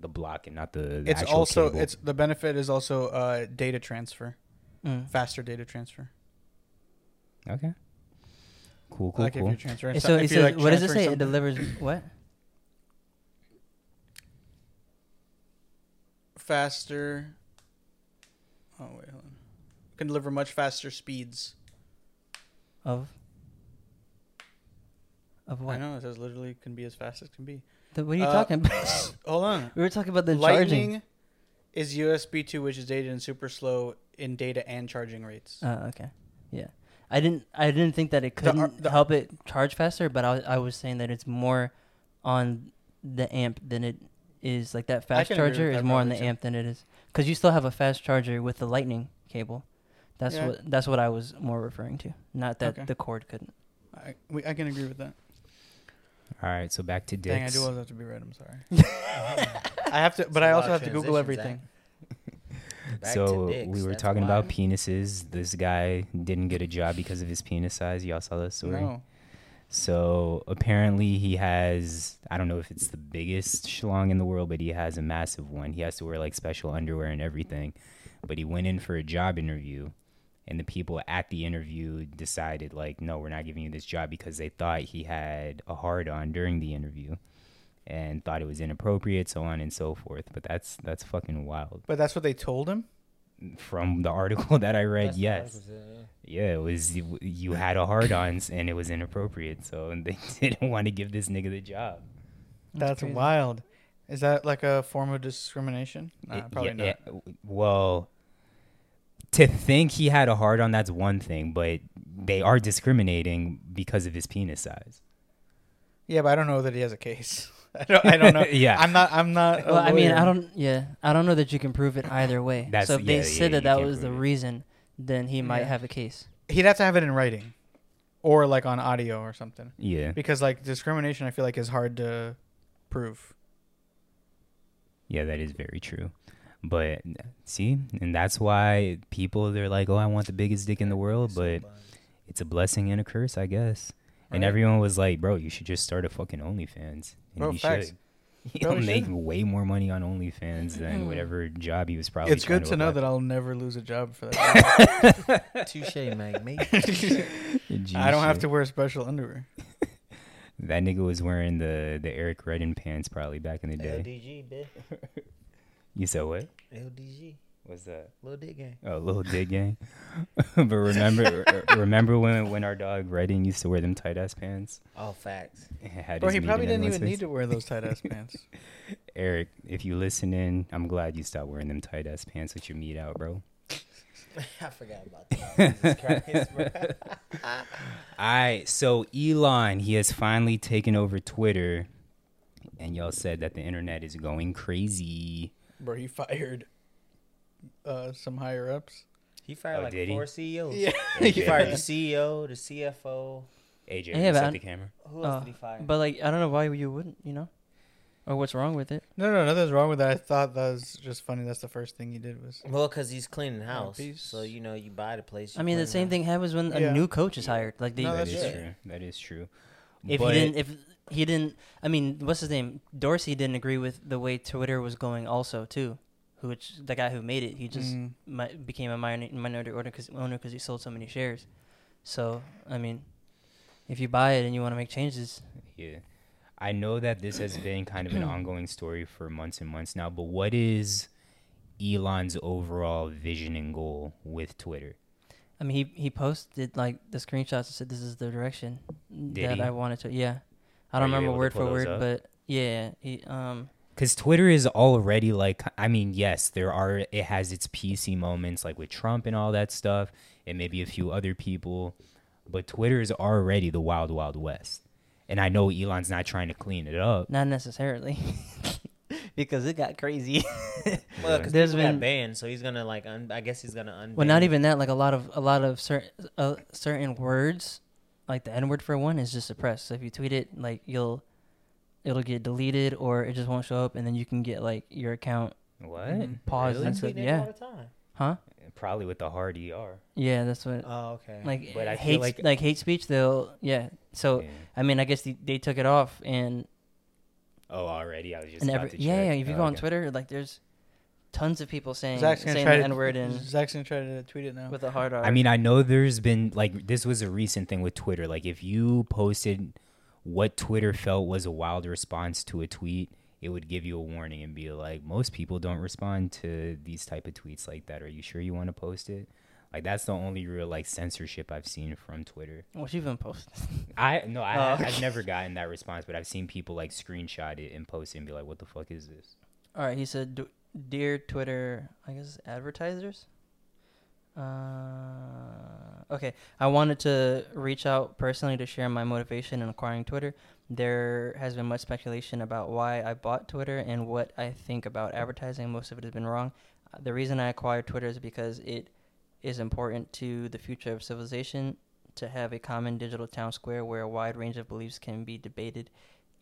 [SPEAKER 3] the block and not the, the
[SPEAKER 4] it's
[SPEAKER 3] actual
[SPEAKER 4] also
[SPEAKER 3] cable.
[SPEAKER 4] it's the benefit is also uh, data transfer,
[SPEAKER 2] Mm.
[SPEAKER 4] faster data transfer.
[SPEAKER 3] okay. Cool, cool,
[SPEAKER 4] like if
[SPEAKER 3] cool.
[SPEAKER 4] you're transferring.
[SPEAKER 2] So,
[SPEAKER 4] if
[SPEAKER 2] it
[SPEAKER 4] you're,
[SPEAKER 2] says,
[SPEAKER 4] like,
[SPEAKER 2] what does it
[SPEAKER 4] transferring
[SPEAKER 2] say? It
[SPEAKER 4] something-
[SPEAKER 2] delivers what?
[SPEAKER 4] faster. Oh wait, hold on. Can deliver much faster speeds.
[SPEAKER 2] Of of
[SPEAKER 4] I
[SPEAKER 2] what?
[SPEAKER 4] know it says literally can be as fast as can be.
[SPEAKER 2] The, what are you
[SPEAKER 4] Uh,
[SPEAKER 2] talking about?
[SPEAKER 4] Hold on.
[SPEAKER 2] we were talking about the
[SPEAKER 4] Lightning is USB two, which is dated and super slow in data and charging rates.
[SPEAKER 2] charging. Oh, okay. Yeah, I didn't. I didn't think that it
[SPEAKER 4] The ar-
[SPEAKER 2] couldn't
[SPEAKER 4] the-
[SPEAKER 2] help it charge faster, but I, was- I was saying that it's more on the amp than it is like that fast
[SPEAKER 4] can agree with
[SPEAKER 2] charger
[SPEAKER 4] that
[SPEAKER 2] is more on the
[SPEAKER 4] probably, too.
[SPEAKER 2] amp than it is because you still have a fast charger with the lightning cable. That's
[SPEAKER 4] Yeah.
[SPEAKER 2] what that's what I was more referring to. Not that
[SPEAKER 4] Okay.
[SPEAKER 2] the cord couldn't.
[SPEAKER 4] I, we, I can agree with that.
[SPEAKER 3] All right, so back to
[SPEAKER 4] Dang, I
[SPEAKER 3] dicks.
[SPEAKER 4] do always have to be right. I'm sorry. I have to, but I
[SPEAKER 1] It's a
[SPEAKER 4] also
[SPEAKER 1] lot of
[SPEAKER 4] have to Google
[SPEAKER 1] transitions,
[SPEAKER 4] everything.
[SPEAKER 1] Back to
[SPEAKER 3] so
[SPEAKER 1] dicks,
[SPEAKER 3] we were
[SPEAKER 1] that's
[SPEAKER 3] talking
[SPEAKER 1] wild.
[SPEAKER 3] about penises. This guy didn't get a job because of his penis size. Y'all saw this story?
[SPEAKER 4] No,
[SPEAKER 3] So apparently he has I don't know if it's the biggest schlong in the world, but he has a massive one. He has to wear like special underwear and everything. But he went in for a job interview and the people at the interview decided like, no, we're not giving you this job because they thought he had a hard on during the interview and thought it was inappropriate, so on and so forth. But that's that's fucking wild.
[SPEAKER 4] but that's what they told him.
[SPEAKER 3] From the article that I read,
[SPEAKER 1] That's the
[SPEAKER 3] yes.
[SPEAKER 1] purpose of it, yeah.
[SPEAKER 3] Yeah, it was you, you had a hard-ons and it was inappropriate, so and they didn't want to give this nigga the job.
[SPEAKER 4] That's,
[SPEAKER 2] crazy.
[SPEAKER 4] wild. Is that like a form of discrimination? Nah,
[SPEAKER 3] It-
[SPEAKER 4] probably
[SPEAKER 3] yeah,
[SPEAKER 4] not.
[SPEAKER 3] yeah, w- well, to think he had a hard-on that's one thing, but they are discriminating because of his penis size.
[SPEAKER 4] Yeah, but I don't know that he has a case. I don't. I don't know.
[SPEAKER 3] Yeah.
[SPEAKER 4] I'm not. I'm not. a
[SPEAKER 2] Well, I mean,
[SPEAKER 4] lawyer.
[SPEAKER 2] I don't. Yeah, I don't know that you can prove it either way.
[SPEAKER 3] That's-
[SPEAKER 2] so if they
[SPEAKER 3] yeah,
[SPEAKER 2] said
[SPEAKER 3] yeah, you
[SPEAKER 2] that that
[SPEAKER 3] can't
[SPEAKER 2] was the
[SPEAKER 3] prove it.
[SPEAKER 2] reason, then he might
[SPEAKER 4] Yeah.
[SPEAKER 2] have a case.
[SPEAKER 4] He'd have to have it in writing, or like on audio or something,
[SPEAKER 3] Yeah,
[SPEAKER 4] because like discrimination, I feel like is hard to prove.
[SPEAKER 3] yeah, that is very true. But see, and that's why people they're like, "Oh, I want the biggest dick in the world," but it's a blessing and a curse, I guess. And
[SPEAKER 4] Right.
[SPEAKER 3] everyone was like, "Bro, you should just start a fucking OnlyFans." And
[SPEAKER 4] Bro,
[SPEAKER 3] you
[SPEAKER 4] facts.
[SPEAKER 3] should. He'll
[SPEAKER 4] Bro, you
[SPEAKER 3] make
[SPEAKER 4] should.
[SPEAKER 3] way more money on OnlyFans than whatever job he was probably.
[SPEAKER 4] it's
[SPEAKER 3] trying
[SPEAKER 4] good to,
[SPEAKER 3] to,
[SPEAKER 4] know
[SPEAKER 3] apply
[SPEAKER 4] that I'll never lose a job for that.
[SPEAKER 1] Touche, mate. mate.
[SPEAKER 3] for. Gee,
[SPEAKER 4] I don't have
[SPEAKER 3] shit.
[SPEAKER 4] to wear special underwear.
[SPEAKER 3] That nigga was wearing the the Eric Redden pants probably back in the day.
[SPEAKER 1] LDG, bitch.
[SPEAKER 3] You said what?
[SPEAKER 1] LDG.
[SPEAKER 3] What's that?
[SPEAKER 1] Little dick gang.
[SPEAKER 3] Oh, little dig gang. but remember, remember when when our dog Redden used to wear them tight ass pants?
[SPEAKER 1] All facts.
[SPEAKER 3] It Had
[SPEAKER 4] Bro,
[SPEAKER 3] his
[SPEAKER 4] he
[SPEAKER 3] meat
[SPEAKER 4] probably
[SPEAKER 3] in
[SPEAKER 4] didn't
[SPEAKER 3] everyone's
[SPEAKER 4] even
[SPEAKER 3] face.
[SPEAKER 4] need to wear those tight ass pants.
[SPEAKER 3] Eric, if you listening, I'm glad you stopped wearing them tight ass pants with your meat out, bro.
[SPEAKER 1] I forgot about that. Jesus Christ, bro.
[SPEAKER 3] All right, so Elon, he has finally taken over Twitter, and y'all said that the internet is going crazy.
[SPEAKER 4] Bro, he fired uh, some higher ups.
[SPEAKER 1] He fired
[SPEAKER 3] Oh,
[SPEAKER 1] like
[SPEAKER 3] did he?
[SPEAKER 1] four CEOs.
[SPEAKER 4] Yeah.
[SPEAKER 1] He fired the CEO, the CFO.
[SPEAKER 3] AJ,
[SPEAKER 2] Yeah,
[SPEAKER 3] reset
[SPEAKER 2] but-
[SPEAKER 3] the camera.
[SPEAKER 1] Who else
[SPEAKER 2] Uh,
[SPEAKER 1] did he fire?
[SPEAKER 2] But like, I don't know why you wouldn't, you know, or what's wrong with it.
[SPEAKER 4] No, no, nothing's wrong with that. I thought that was just funny. That's the first thing he did was.
[SPEAKER 1] well, because he's cleaning house.
[SPEAKER 4] peace.
[SPEAKER 1] So, you know, you buy the place.
[SPEAKER 2] I mean, the
[SPEAKER 1] clean
[SPEAKER 2] same
[SPEAKER 1] house.
[SPEAKER 2] thing happens when
[SPEAKER 4] Yeah.
[SPEAKER 2] a new coach is hired. Like, they,
[SPEAKER 4] No,
[SPEAKER 3] that
[SPEAKER 4] that's
[SPEAKER 3] is
[SPEAKER 1] it.
[SPEAKER 3] true. That is true.
[SPEAKER 2] if
[SPEAKER 3] But-
[SPEAKER 2] he didn't, if he didn't, I mean, what's his name? Dorsey didn't agree with the way Twitter was going, also too. Who, which the guy who made it, he just
[SPEAKER 4] Mm.
[SPEAKER 2] mi- became a minor, minority owner because he sold so many shares. So, I mean, if you buy it and you want to make changes,
[SPEAKER 3] Yeah. I know that this has been kind of an ongoing story for months and months now, but what is Elon's overall vision and goal with Twitter?
[SPEAKER 2] I mean, he he posted like the screenshots and said this is the direction
[SPEAKER 3] Did
[SPEAKER 2] that
[SPEAKER 3] he?
[SPEAKER 2] I wanted to. Yeah, I don't
[SPEAKER 3] Are
[SPEAKER 2] remember
[SPEAKER 3] you able to
[SPEAKER 2] word for
[SPEAKER 3] pull those
[SPEAKER 2] word,
[SPEAKER 3] up?
[SPEAKER 2] but yeah, he um
[SPEAKER 3] Because Twitter is already like, I mean, yes, there are, it has its PC moments, like with Trump and all that stuff, and maybe a few other people, but Twitter is already the wild, wild west. And I know Elon's not trying to clean it up.
[SPEAKER 2] not necessarily because it got crazy.
[SPEAKER 1] Well, because
[SPEAKER 2] There's
[SPEAKER 1] people got
[SPEAKER 2] been-
[SPEAKER 1] banned, so he's gonna like. Un- I guess he's gonna unban.
[SPEAKER 2] well, not
[SPEAKER 1] it.
[SPEAKER 2] even that. Like a lot of a lot of certain uh, certain words, like the N word for one, is just suppressed. So if you tweet it, like you'll it'll get deleted or it just won't show up, and then you can get like your account
[SPEAKER 3] What?
[SPEAKER 2] paused
[SPEAKER 1] Really?
[SPEAKER 2] and
[SPEAKER 1] Tweeting
[SPEAKER 2] stuff.
[SPEAKER 1] it
[SPEAKER 2] Yeah,
[SPEAKER 1] all the time.
[SPEAKER 2] huh?
[SPEAKER 3] Probably with the hard ER.
[SPEAKER 2] Yeah, that's what.
[SPEAKER 1] Oh, okay.
[SPEAKER 2] like
[SPEAKER 3] But I feel
[SPEAKER 2] hate like,
[SPEAKER 3] like-
[SPEAKER 2] like hate speech they'll yeah so
[SPEAKER 3] Yeah.
[SPEAKER 2] i mean i guess they, they took it off and
[SPEAKER 3] Oh, already? I was just
[SPEAKER 2] and
[SPEAKER 3] about
[SPEAKER 2] every
[SPEAKER 3] to
[SPEAKER 2] yeah, yeah
[SPEAKER 3] check.
[SPEAKER 2] if you
[SPEAKER 3] Oh,
[SPEAKER 2] go on
[SPEAKER 3] okay.
[SPEAKER 2] twitter like there's tons of people saying
[SPEAKER 4] Zach's gonna
[SPEAKER 2] saying
[SPEAKER 4] try
[SPEAKER 2] the
[SPEAKER 4] to
[SPEAKER 2] n-word and
[SPEAKER 4] Zach's gonna try to tweet it now.
[SPEAKER 2] with a hard r
[SPEAKER 3] I mean, I know there's been like this was a recent thing with Twitter. Like, if you posted what Twitter felt was a wild response to a tweet, it would give you a warning and be like, most people don't respond to these type of tweets like that. Are you sure you want to post it? Like, that's the only real like censorship I've seen from Twitter.
[SPEAKER 2] what you've been posting
[SPEAKER 3] I no, I,
[SPEAKER 2] Oh,
[SPEAKER 3] I've
[SPEAKER 2] okay.
[SPEAKER 3] never gotten that response, but I've seen people like screenshot it and post it and be like, what the fuck is this?
[SPEAKER 2] all right he said D- dear twitter i guess advertisers uh, okay i wanted to reach out personally to share my motivation in acquiring twitter there has been much speculation about why i bought twitter and what i think about advertising most of it has been wrong Uh, the reason i acquired twitter is because it is important to the future of civilization to have a common digital town square where a wide range of beliefs can be debated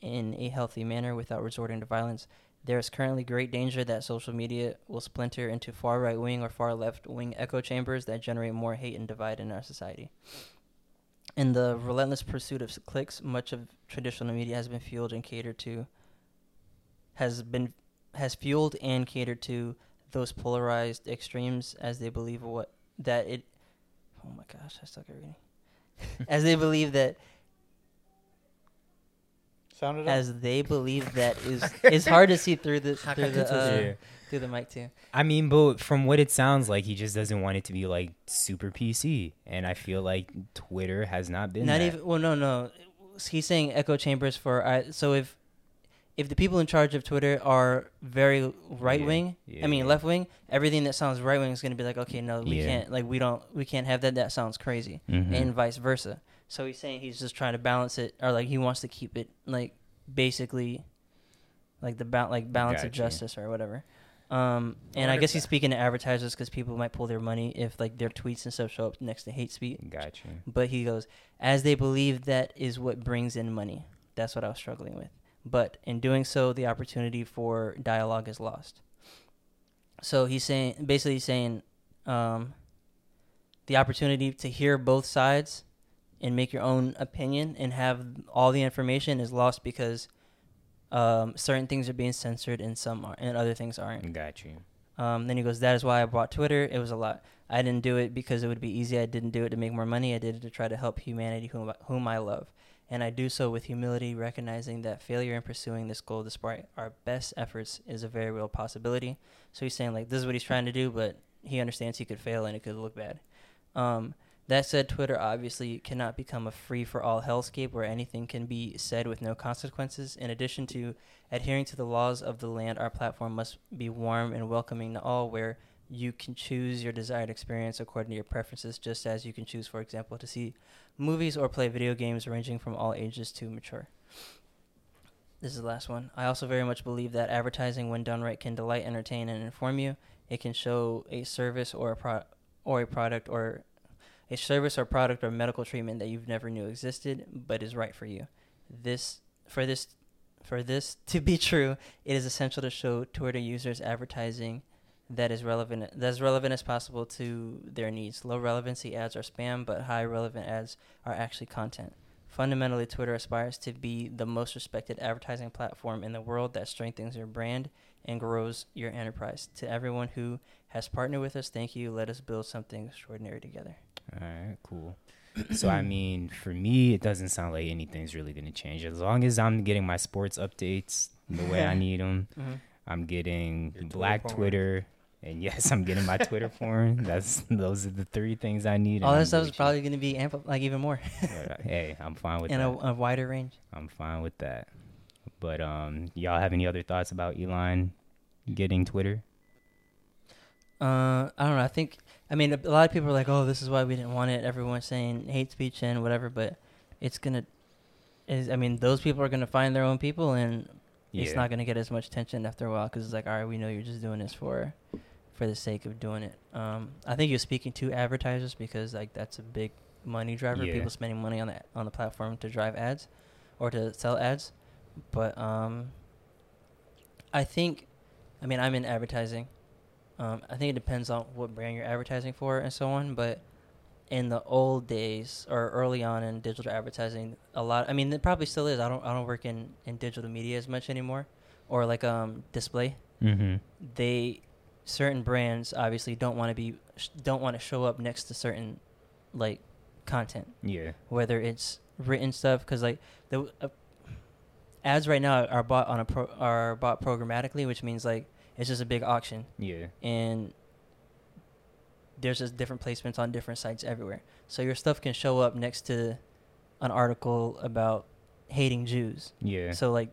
[SPEAKER 2] in a healthy manner without resorting to violence. There is currently great danger that social media will splinter into far right wing or far left wing echo chambers that generate more hate and divide in our society. In the relentless pursuit of s- clicks, much of traditional media has been fueled and catered to has been has fueled and catered to those polarized extremes as they believe what that it oh my gosh, I suck at reading. as they believe that
[SPEAKER 4] Sound it up.
[SPEAKER 2] as they believe that is it's hard to see through the through the
[SPEAKER 3] Yeah.
[SPEAKER 2] uh, through the mic too.
[SPEAKER 3] I mean, but from what it sounds like, he just doesn't want it to be like super PC, and I feel like Twitter has not been.
[SPEAKER 2] Not
[SPEAKER 3] that.
[SPEAKER 2] even well, no, no. He's saying echo chambers for I so if if the people in charge of Twitter are very right wing, I mean
[SPEAKER 3] yeah.
[SPEAKER 2] left wing, everything that sounds right wing is going to be like, okay, no, we
[SPEAKER 3] Yeah.
[SPEAKER 2] can't, like we don't, we can't have that. That sounds crazy,
[SPEAKER 3] Mhm.
[SPEAKER 1] Mm-hmm.
[SPEAKER 2] and vice versa. So he's saying he's just trying to balance it, or like he wants to keep it like basically like the ba- like balance of
[SPEAKER 3] Gotcha.
[SPEAKER 2] justice or whatever. Um, and
[SPEAKER 1] wonder
[SPEAKER 2] I
[SPEAKER 1] if
[SPEAKER 2] guess he's
[SPEAKER 1] that-
[SPEAKER 2] speaking to advertisers because people might pull their money if like their tweets and stuff show up next to hate speech.
[SPEAKER 3] Gotcha.
[SPEAKER 2] But he goes, as they believe that is what brings in money. That's what I was struggling with. But in doing so, the opportunity for dialogue is lost. So he's saying, basically, he's saying, um, the opportunity to hear both sides and make your own opinion and have all the information is lost because um, certain things are being censored and some are, and other things aren't.
[SPEAKER 3] Gotcha.
[SPEAKER 2] Um, then he goes, That is why I bought Twitter. It was a lot. I didn't do it because it would be easy. I didn't do it to make more money. I did it to try to help humanity, whom, whom I love. And I do so with humility, recognizing that failure in pursuing this goal despite our best efforts is a very real possibility. So he's saying, like, this is what he's trying to do, but he understands he could fail and it could look bad. Um, that said, Twitter obviously cannot become a free for all hellscape where anything can be said with no consequences. In addition to adhering to the laws of the land, our platform must be warm and welcoming to all, where you can choose your desired experience according to your preferences, just as you can choose, for example, to see movies or play video games ranging from all ages to mature. This is the last one. I also very much believe that advertising, when done right, can delight, entertain, and inform you. It can show a service or a pro- or a product or a service or product or medical treatment that you've never knew existed but is right for you. This for this for this to be true, it is essential to show Twitter users advertising that is relevant that is relevant as possible to their needs. Low relevancy ads are spam, but high relevant ads are actually content. Fundamentally, Twitter aspires to be the most respected advertising platform in the world that strengthens your brand and grows your enterprise. To everyone who has partnered with us, thank you. Let us build something extraordinary together.
[SPEAKER 3] All right, cool. So I mean, for me, it doesn't sound like anything's really gonna change. As long as I'm getting my
[SPEAKER 2] Mm-hmm.
[SPEAKER 3] sports updates the way I need them, I'm getting
[SPEAKER 1] Your Twitter
[SPEAKER 3] Black
[SPEAKER 1] porn.
[SPEAKER 3] Twitter And yes, I'm getting my Twitter form. That's those are the three things I need. and
[SPEAKER 2] All
[SPEAKER 3] I'm
[SPEAKER 2] that stuff is
[SPEAKER 3] reaching.
[SPEAKER 2] probably going to be ampli like even more
[SPEAKER 3] Alright, uh, Hey, I'm fine with
[SPEAKER 2] in
[SPEAKER 3] that.
[SPEAKER 2] a, a wider range.
[SPEAKER 3] I'm fine with that. But um, y'all have any other thoughts about Elon getting Twitter?
[SPEAKER 2] Uh, I don't know. I think I mean a a lot of people are like, "Oh, this is why we didn't want it." Everyone's saying hate speech and whatever, but it's gonna. Is I mean, those people are gonna find their own people, and it's not gonna get as much attention after a while because it's like, all right, we know you're just doing this for, for the sake of doing it. Um, I think you're speaking to advertisers because like that's a big money driver.
[SPEAKER 3] Yeah.
[SPEAKER 2] People spending money on the on the platform to drive ads, or to sell ads, but um. I think, I mean, I'm in advertising. Um, I think it depends on what brand you're advertising for and so on. But in the old days or early on in digital advertising, a lot. I mean, it probably still is. I don't. I don't work in in digital media as much anymore, or like um display.
[SPEAKER 3] Mm-hmm.
[SPEAKER 2] They certain brands obviously don't want to be sh- don't want to show up next to certain like content
[SPEAKER 3] Yeah.
[SPEAKER 2] whether it's written stuff because like the uh, ads right now are bought on a pro, are bought programmatically, which means like it's just a big auction
[SPEAKER 3] Yeah.
[SPEAKER 2] and there's just different placements on different sites everywhere. So your stuff can show up next to an article about hating Jews.
[SPEAKER 3] Yeah.
[SPEAKER 2] So like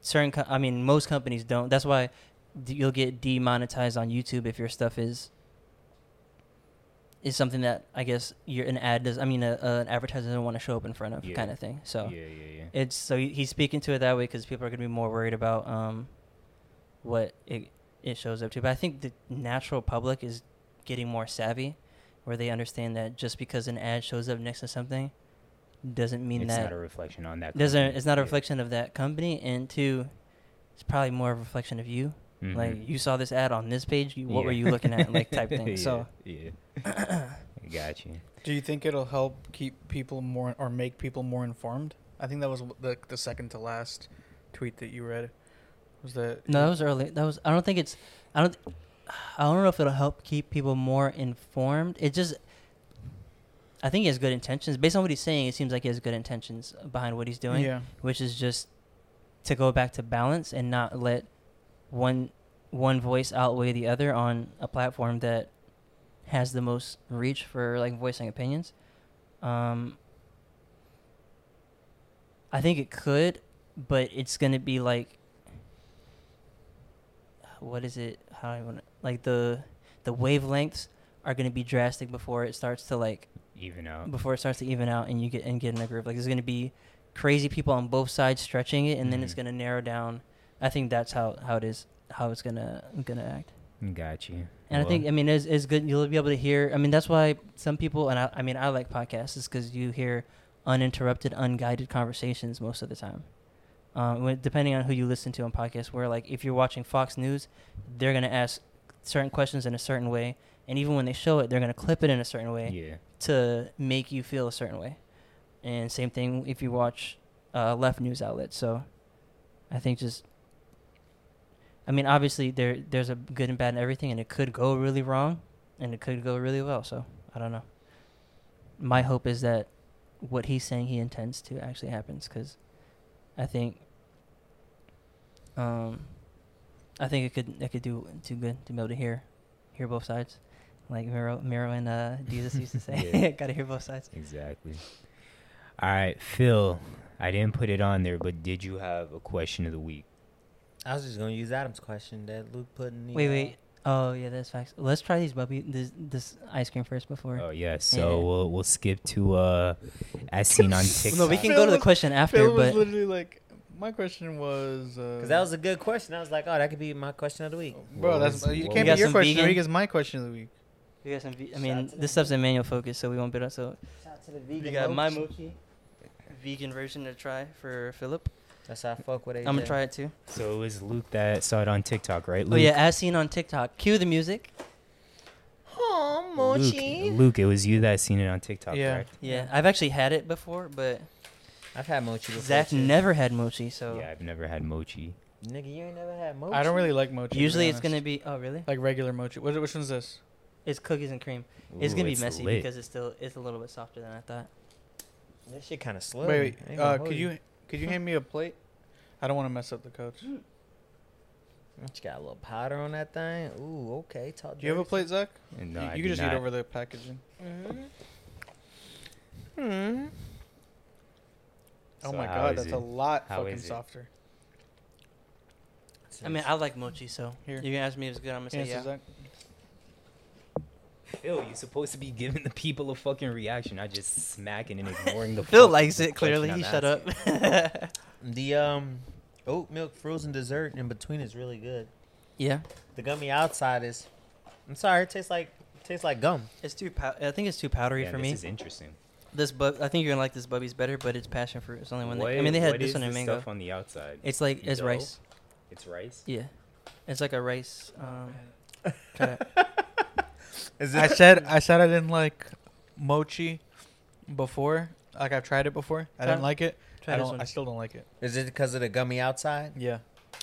[SPEAKER 2] certain, co- I mean, most companies don't. That's why d- you'll get demonetized on YouTube if your stuff is is something that I guess you're an ad does. I mean, a, a, an advertiser doesn't want to show up in front of,
[SPEAKER 3] Yeah.
[SPEAKER 2] kind of thing. So
[SPEAKER 3] yeah, yeah, yeah.
[SPEAKER 2] it's so he's speaking to it that way because people are gonna be more worried about um what it it shows up to. But I think the natural public is getting more savvy, where they understand that just because an ad shows up next to something doesn't mean
[SPEAKER 3] it's
[SPEAKER 2] that
[SPEAKER 3] not a reflection on that.
[SPEAKER 2] doesn't
[SPEAKER 3] company.
[SPEAKER 2] it's not a
[SPEAKER 3] Yeah.
[SPEAKER 2] reflection of that company and two it's probably more of a reflection of you
[SPEAKER 3] Mhm.
[SPEAKER 2] like you saw this ad on this page you, what were
[SPEAKER 3] Yeah.
[SPEAKER 2] you looking at like type thing
[SPEAKER 3] Yeah,
[SPEAKER 2] so
[SPEAKER 3] yeah. Got you.
[SPEAKER 4] Do you think it'll help keep people more or make people more informed? I think that was like the second to last tweet that you read. Was that
[SPEAKER 2] no that was early that was i don't think it's i don't i don't know if it'll help keep people more informed it just i think he has good intentions based on what he's saying it seems like he has good intentions behind what he's doing
[SPEAKER 4] Yeah,
[SPEAKER 2] which is just to go back to balance and not let one one voice outweigh the other on a platform that has the most reach for like voicing opinions. Um, I think it could, but it's gonna be like what is it? How do I want to like the the wavelengths are gonna be drastic before it starts to like
[SPEAKER 3] Even out.
[SPEAKER 2] before it starts to even out and you get and get in a groove. Like there's gonna be crazy people on both sides stretching it, and then it's
[SPEAKER 3] Mhm.
[SPEAKER 2] gonna narrow down. I think that's how how it is how it's gonna gonna act.
[SPEAKER 3] Got you.
[SPEAKER 2] And I think I mean it's, it's good. You'll be able to hear. I mean that's why some people and I, I mean I like podcasts is because you hear uninterrupted, unguided conversations most of the time. Um, when- depending on who you listen to on podcasts, where like if you're watching Fox News, they're gonna ask certain questions in a certain way, and even when they show it, they're gonna clip it in a certain way
[SPEAKER 3] Yeah.
[SPEAKER 2] to make you feel a certain way. And same thing if you watch uh, left news outlets. So I think just, I mean, obviously there there's a good and bad in everything, and it could go really wrong, and it could go really well. So I don't know. My hope is that what he's saying he intends to actually happens, because I think, um, I think it could it could do too good to be able to hear hear both sides, like Miro Miro and uh, Jesus used to say.
[SPEAKER 3] Yeah.
[SPEAKER 2] Gotta hear both sides.
[SPEAKER 3] Exactly. All right, Phil. I didn't put it on there, but did you have a question of the week?
[SPEAKER 1] I was just gonna use Adam's question that Luke put in. The,
[SPEAKER 2] Wait,
[SPEAKER 1] uh,
[SPEAKER 2] wait. Oh yeah, that's facts. Let's try these bubby this this ice cream first before.
[SPEAKER 3] Oh yeah. So
[SPEAKER 2] Yeah.
[SPEAKER 3] we'll we'll skip to uh, as seen on TikTok.
[SPEAKER 2] no, we can go to the
[SPEAKER 4] Phil-
[SPEAKER 2] question after,
[SPEAKER 4] Phil was
[SPEAKER 2] but
[SPEAKER 4] literally like, my question was. Uh,
[SPEAKER 1] Cause that was a good question. I was like, oh, that could be my question of the week.
[SPEAKER 4] bro,
[SPEAKER 3] What
[SPEAKER 4] that's
[SPEAKER 3] was-
[SPEAKER 4] you
[SPEAKER 3] what
[SPEAKER 4] can't
[SPEAKER 2] was-
[SPEAKER 4] be your
[SPEAKER 2] Some
[SPEAKER 4] question. of the
[SPEAKER 2] vegan?
[SPEAKER 4] week is my question of the week.
[SPEAKER 2] we got some. ve- I
[SPEAKER 1] Shout out
[SPEAKER 2] mean,
[SPEAKER 1] to them.
[SPEAKER 2] this stuff's in manual focus, so we won't beat up. So
[SPEAKER 1] Shout out to the
[SPEAKER 2] we
[SPEAKER 1] vegan.
[SPEAKER 2] got my
[SPEAKER 1] mochi.
[SPEAKER 2] mochi, vegan version to try for Philip.
[SPEAKER 1] That's how I fuck with it.
[SPEAKER 2] I'm gonna try it too.
[SPEAKER 3] So it was Luke that saw it on TikTok, right?
[SPEAKER 2] Oh
[SPEAKER 3] Luke?
[SPEAKER 2] yeah, as seen on TikTok. Cue the music.
[SPEAKER 1] Oh,
[SPEAKER 3] Luke,
[SPEAKER 1] mochi.
[SPEAKER 3] Luke, it was you that seen it on TikTok,
[SPEAKER 4] Yeah.
[SPEAKER 3] correct?
[SPEAKER 2] Yeah, I've actually had it before, but
[SPEAKER 1] I've had mochi before.
[SPEAKER 2] Zach
[SPEAKER 1] too.
[SPEAKER 2] never had mochi, so
[SPEAKER 3] Yeah, I've never had mochi.
[SPEAKER 1] Nigga, you ain't never had mochi.
[SPEAKER 4] I don't really like mochi. to be
[SPEAKER 2] Oh, usually it's gonna
[SPEAKER 4] honest.
[SPEAKER 2] be. Oh really?
[SPEAKER 4] like regular mochi. What, which one's this?
[SPEAKER 2] It's cookies and cream. it's gonna
[SPEAKER 3] Ooh,
[SPEAKER 2] be messy
[SPEAKER 3] lit.
[SPEAKER 2] because it's still it's a little bit softer than I thought.
[SPEAKER 1] That shit kind of slow.
[SPEAKER 4] wait,
[SPEAKER 1] I
[SPEAKER 4] wait
[SPEAKER 1] ain't
[SPEAKER 4] uh,
[SPEAKER 1] gonna
[SPEAKER 4] could
[SPEAKER 1] hold
[SPEAKER 4] you could you hand me a plate? I don't want to mess up the coach.
[SPEAKER 1] It's got a little powder on that thing. Ooh, okay. Talk
[SPEAKER 4] Do you ever
[SPEAKER 1] dirty. Mm-hmm.
[SPEAKER 4] play Zach?
[SPEAKER 3] And no,
[SPEAKER 4] you
[SPEAKER 3] I do
[SPEAKER 4] you can just
[SPEAKER 3] not.
[SPEAKER 4] eat over the packaging. oh
[SPEAKER 2] oh
[SPEAKER 3] So
[SPEAKER 4] my
[SPEAKER 3] how
[SPEAKER 4] god,
[SPEAKER 3] is
[SPEAKER 4] that's
[SPEAKER 3] it?
[SPEAKER 4] a lot
[SPEAKER 3] How
[SPEAKER 4] fucking
[SPEAKER 3] is it?
[SPEAKER 4] softer.
[SPEAKER 2] I mean, I like mochi, so
[SPEAKER 4] Here.
[SPEAKER 2] you can ask me if it's good. I'm gonna say
[SPEAKER 4] Answer,
[SPEAKER 2] yeah.
[SPEAKER 4] Zach.
[SPEAKER 3] Phil, you're supposed to be giving the people a fucking reaction, not just smacking and ignoring the.
[SPEAKER 2] Phil
[SPEAKER 3] fucking
[SPEAKER 2] likes it.
[SPEAKER 3] question
[SPEAKER 2] Clearly,
[SPEAKER 3] I'm
[SPEAKER 2] he shut up.
[SPEAKER 3] asking.
[SPEAKER 1] the um oat milk frozen dessert in between is really good.
[SPEAKER 2] yeah,
[SPEAKER 1] The gummy outside is. I'm sorry. It tastes like tastes like gum.
[SPEAKER 2] it's too. Pow- I think it's too powdery
[SPEAKER 3] Yeah,
[SPEAKER 2] for
[SPEAKER 3] this
[SPEAKER 2] me.
[SPEAKER 3] is interesting.
[SPEAKER 2] This bub, I think you're gonna like this Bubby's better, but it's passion fruit. It's the only one.
[SPEAKER 3] What-
[SPEAKER 2] That, I mean, they had
[SPEAKER 3] what
[SPEAKER 2] this
[SPEAKER 3] is
[SPEAKER 2] one in
[SPEAKER 3] the
[SPEAKER 2] mango.
[SPEAKER 3] Stuff on the outside.
[SPEAKER 2] It's like it's
[SPEAKER 3] Dough?
[SPEAKER 2] rice.
[SPEAKER 3] It's rice.
[SPEAKER 2] Yeah, it's like a rice. Um,
[SPEAKER 1] Is
[SPEAKER 4] I said I said I didn't like mochi before. Like I've tried it before. I
[SPEAKER 2] Try-
[SPEAKER 4] didn't like it.
[SPEAKER 2] try
[SPEAKER 4] I
[SPEAKER 2] this
[SPEAKER 4] don't.
[SPEAKER 2] one.
[SPEAKER 4] I still don't like it.
[SPEAKER 1] Is it because of the gummy outside?
[SPEAKER 4] Yeah.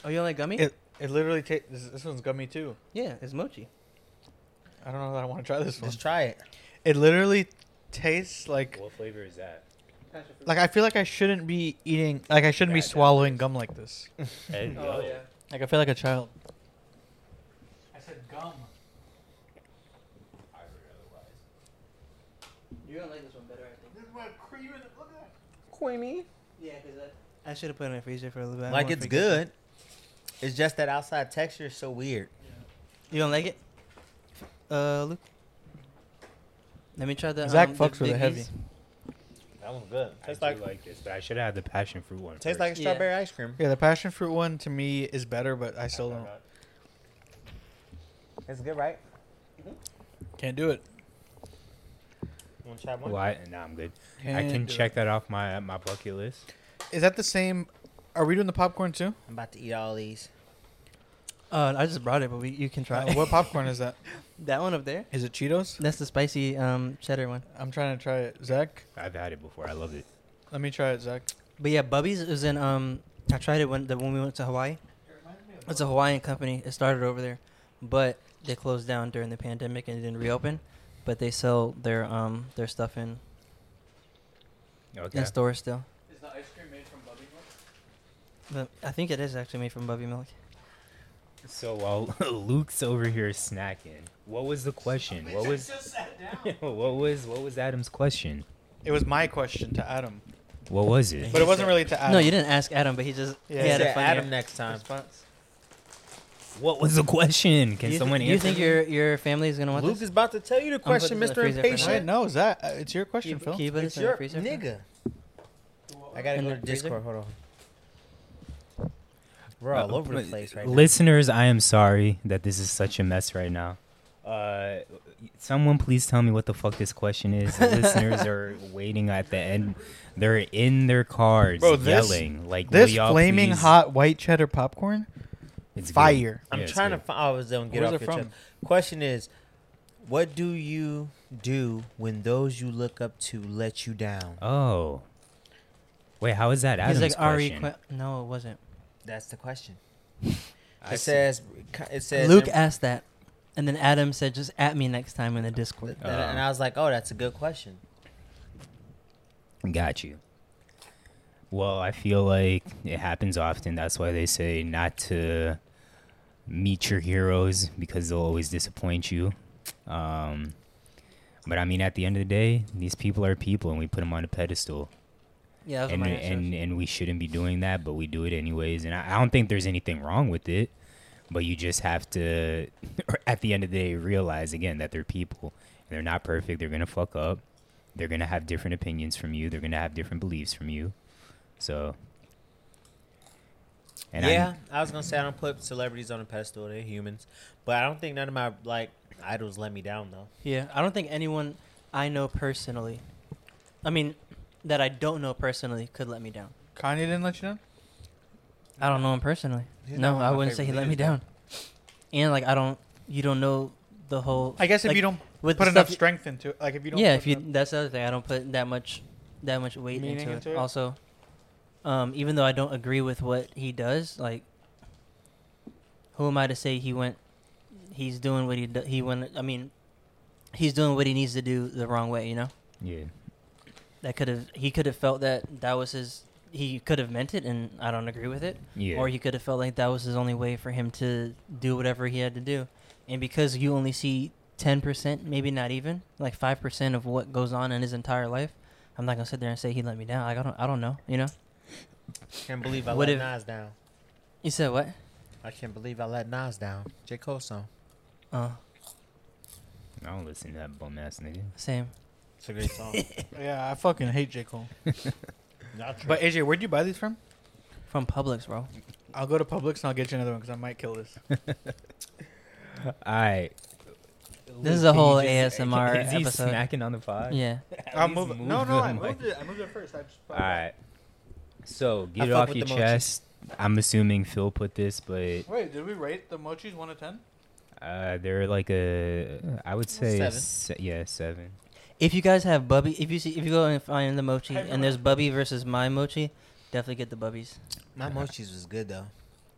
[SPEAKER 2] oh, you don't like gummy?
[SPEAKER 4] It it literally tastes. This, this one's gummy too.
[SPEAKER 2] yeah, it's mochi.
[SPEAKER 4] I don't know that I want to try this one.
[SPEAKER 1] Just try it.
[SPEAKER 4] It literally tastes like
[SPEAKER 3] What flavor is that?
[SPEAKER 4] like I feel like I shouldn't be eating. Like I shouldn't be
[SPEAKER 3] Yeah, that
[SPEAKER 4] swallowing gum like this.
[SPEAKER 2] Oh,
[SPEAKER 3] There you go.
[SPEAKER 4] Like I feel like a child. I said gum.
[SPEAKER 2] You're gonna like this one better, I think.
[SPEAKER 4] This is what cream is. Look at
[SPEAKER 1] Creamy.
[SPEAKER 2] Yeah, because I, I should have put it in the freezer for a little bit. I
[SPEAKER 1] Like
[SPEAKER 2] wanna
[SPEAKER 1] it's
[SPEAKER 2] forget
[SPEAKER 1] good. It's just that outside texture is so weird.
[SPEAKER 2] it. You don't like it? Uh, Luke. Let me try the.
[SPEAKER 4] Zach
[SPEAKER 2] um, the
[SPEAKER 4] fucks
[SPEAKER 2] Big
[SPEAKER 4] with it heavy.
[SPEAKER 2] E's.
[SPEAKER 1] That one's good.
[SPEAKER 3] I
[SPEAKER 1] Tastes
[SPEAKER 3] do
[SPEAKER 1] like
[SPEAKER 3] like, this, but I should have had the passion fruit one.
[SPEAKER 1] tastes like a
[SPEAKER 2] Yeah.
[SPEAKER 1] strawberry ice cream.
[SPEAKER 4] Yeah, the passion fruit one to me is better, but I still don't.
[SPEAKER 1] It's good, right?
[SPEAKER 4] Can't do it.
[SPEAKER 1] Want to try one?
[SPEAKER 3] Well, I, nah, I'm good. I can
[SPEAKER 4] do it.
[SPEAKER 3] check that off my my bucket list.
[SPEAKER 4] Is that the same? Are we doing the popcorn too?
[SPEAKER 1] I'm about to eat all these.
[SPEAKER 2] Uh, I just brought it, but we, you can try
[SPEAKER 4] Uh,
[SPEAKER 2] it.
[SPEAKER 4] what popcorn is that?
[SPEAKER 2] that one up there?
[SPEAKER 4] Is it Cheetos?
[SPEAKER 2] That's the spicy um cheddar one.
[SPEAKER 4] I'm trying to try it. Zach,
[SPEAKER 3] I've had it before. I love it.
[SPEAKER 4] let me try it. Zach.
[SPEAKER 2] But yeah, Bubby's is in um. I tried it when the when we went to Hawaii. It's a Hawaiian company. It started over there, but they closed down during the pandemic and didn't reopen. But they sell their um their stuff in
[SPEAKER 3] Okay.
[SPEAKER 2] in stores still.
[SPEAKER 4] Is the ice cream made from Bubby
[SPEAKER 2] But I think it is actually made from Bubby milk.
[SPEAKER 3] So while Luke's over here snacking, what was the question? What was what was what was Adam's question?
[SPEAKER 4] It was my question to Adam,
[SPEAKER 3] What was it?
[SPEAKER 4] but it wasn't really to Adam.
[SPEAKER 2] No, you didn't ask Adam, but he just
[SPEAKER 4] Yeah,
[SPEAKER 2] he
[SPEAKER 4] he
[SPEAKER 2] had a
[SPEAKER 1] Say
[SPEAKER 2] funny
[SPEAKER 1] Adam next time.
[SPEAKER 2] response.
[SPEAKER 3] What was the question? Can
[SPEAKER 2] you
[SPEAKER 3] someone
[SPEAKER 2] th- you
[SPEAKER 3] answer?
[SPEAKER 2] think your your family is gonna want
[SPEAKER 1] Luke
[SPEAKER 2] this?
[SPEAKER 1] is about to tell you the
[SPEAKER 2] putting
[SPEAKER 1] question,
[SPEAKER 2] this in the
[SPEAKER 1] Mr.
[SPEAKER 2] freezer for now.
[SPEAKER 4] Wait,
[SPEAKER 1] Impatient.
[SPEAKER 4] no, it's that. uh, It's your
[SPEAKER 2] Can you,
[SPEAKER 4] question, Phil.
[SPEAKER 2] can you put
[SPEAKER 1] It's
[SPEAKER 2] this in
[SPEAKER 1] your
[SPEAKER 2] the freezer? for now?
[SPEAKER 1] nigga. I gotta
[SPEAKER 2] In
[SPEAKER 1] go
[SPEAKER 2] the
[SPEAKER 1] to
[SPEAKER 2] freezer?
[SPEAKER 1] Discord. Hold on. We're all over the place right now.
[SPEAKER 3] Listeners, I am sorry that this is such a mess right now. Uh, someone please tell me what the fuck this question is. The listeners are waiting at the end. They're in their cars
[SPEAKER 4] Bro, this-
[SPEAKER 3] yelling like will
[SPEAKER 4] This
[SPEAKER 3] y'all
[SPEAKER 4] flaming
[SPEAKER 3] please-
[SPEAKER 4] hot white cheddar popcorn.
[SPEAKER 3] It's good.
[SPEAKER 4] fire.
[SPEAKER 1] I'm
[SPEAKER 3] Yeah, it's
[SPEAKER 1] trying to
[SPEAKER 3] good.
[SPEAKER 1] find. I was gonna get
[SPEAKER 4] Where's
[SPEAKER 1] off
[SPEAKER 4] it
[SPEAKER 1] your chest.
[SPEAKER 4] from?
[SPEAKER 1] Question is, what do you do when those you look up to let you down?
[SPEAKER 3] Oh. Wait, how is that Adam's
[SPEAKER 2] He's like Ari.
[SPEAKER 3] question?
[SPEAKER 2] Qu- no, it wasn't.
[SPEAKER 1] That's the question.
[SPEAKER 3] I
[SPEAKER 1] It
[SPEAKER 3] see.
[SPEAKER 1] says. It says.
[SPEAKER 2] Luke asked that, and then Adam said, "Just at me next time in the Discord."
[SPEAKER 1] and, and I was like, "Oh, that's a good question."
[SPEAKER 3] Got you. Well, I feel like it happens often. That's why they say not to meet your heroes because they'll always disappoint you. Um, but I mean, at the end of the day, these people are people, and we put them on a pedestal,
[SPEAKER 2] Yeah, that was
[SPEAKER 3] and
[SPEAKER 2] my answer.
[SPEAKER 3] and and we shouldn't be doing that, but we do it anyways. And I, I don't think there's anything wrong with it, but you just have to, at the end of the day, realize again that they're people. They're not perfect. They're gonna fuck up. They're gonna have different opinions from you. They're gonna have different beliefs from you. So, I-
[SPEAKER 1] yeah, I, was gonna say I don't put celebrities on a pedestal; they're humans. But I don't think none of my like idols let me down though.
[SPEAKER 2] Yeah, I don't think anyone I know personally, I mean, that I don't know personally, could let me down.
[SPEAKER 4] Kanye didn't let you down.
[SPEAKER 2] I don't know him personally.
[SPEAKER 1] He's not
[SPEAKER 2] no,
[SPEAKER 1] one of
[SPEAKER 2] I
[SPEAKER 1] my
[SPEAKER 2] wouldn't say he
[SPEAKER 1] favorite
[SPEAKER 2] let me down. And like, I don't. You don't know the whole.
[SPEAKER 4] I guess if
[SPEAKER 2] like,
[SPEAKER 4] you don't
[SPEAKER 2] with
[SPEAKER 4] put
[SPEAKER 2] the
[SPEAKER 4] enough
[SPEAKER 2] stuff-
[SPEAKER 4] strength into it, like if you don't.
[SPEAKER 2] yeah,
[SPEAKER 4] put
[SPEAKER 2] if you.
[SPEAKER 4] enough-
[SPEAKER 2] That's the other thing. I don't put that much, that much weight
[SPEAKER 4] Meaning
[SPEAKER 2] into,
[SPEAKER 4] into
[SPEAKER 2] it.
[SPEAKER 4] it?
[SPEAKER 2] Also, um, even though I don't agree with what he does, like, who am I to say he went? He's doing what he do, he went. I mean, he's doing what he needs to do the wrong way. You know.
[SPEAKER 3] yeah,
[SPEAKER 2] that could have he could have felt that that was his he could have meant it, and I don't agree with it.
[SPEAKER 3] Yeah.
[SPEAKER 2] Or he could have felt like that was his only way for him to do whatever he had to do. And because you only see 10%, maybe not even, like 5% of what goes on in his entire life, I'm not going to sit there and say he let me down. Like, I don't, I don't know, you know?
[SPEAKER 1] Can't believe I
[SPEAKER 2] What
[SPEAKER 1] let
[SPEAKER 2] if-
[SPEAKER 1] Nas down.
[SPEAKER 2] You said what?
[SPEAKER 1] I can't believe I let Nas down. J Cole song.
[SPEAKER 2] Uh,
[SPEAKER 3] I don't listen to that bum ass nigga.
[SPEAKER 2] same.
[SPEAKER 1] It's a great song.
[SPEAKER 4] Yeah, I fucking hate J Cole.
[SPEAKER 1] Not true.
[SPEAKER 4] But AJ, where'd you buy these from?
[SPEAKER 2] From Publix, bro.
[SPEAKER 4] I'll go to Publix and I'll get you another one because I might kill this.
[SPEAKER 3] All right.
[SPEAKER 2] This is a whole ASMR
[SPEAKER 3] Is he
[SPEAKER 2] episode.
[SPEAKER 3] snacking on the pod?
[SPEAKER 2] Yeah.
[SPEAKER 4] I'll move it. No, no, I
[SPEAKER 3] am
[SPEAKER 4] moved it. I moved it first. I just
[SPEAKER 3] All right. So
[SPEAKER 1] I
[SPEAKER 3] get it
[SPEAKER 1] fuck
[SPEAKER 3] off
[SPEAKER 1] with
[SPEAKER 3] your
[SPEAKER 1] the mochi.
[SPEAKER 3] chest. I'm assuming Phil put this, but
[SPEAKER 4] Wait, did we rate the mochis one to ten?
[SPEAKER 3] uh, they're like a. I would say
[SPEAKER 1] Seven.
[SPEAKER 3] Se- yeah, seven.
[SPEAKER 2] If you guys have Bubby, if you see, if you go and find the mochi,
[SPEAKER 4] Hey,
[SPEAKER 2] and there's Bubby versus my mochi, definitely get the Bubbies.
[SPEAKER 1] My mochis was good though,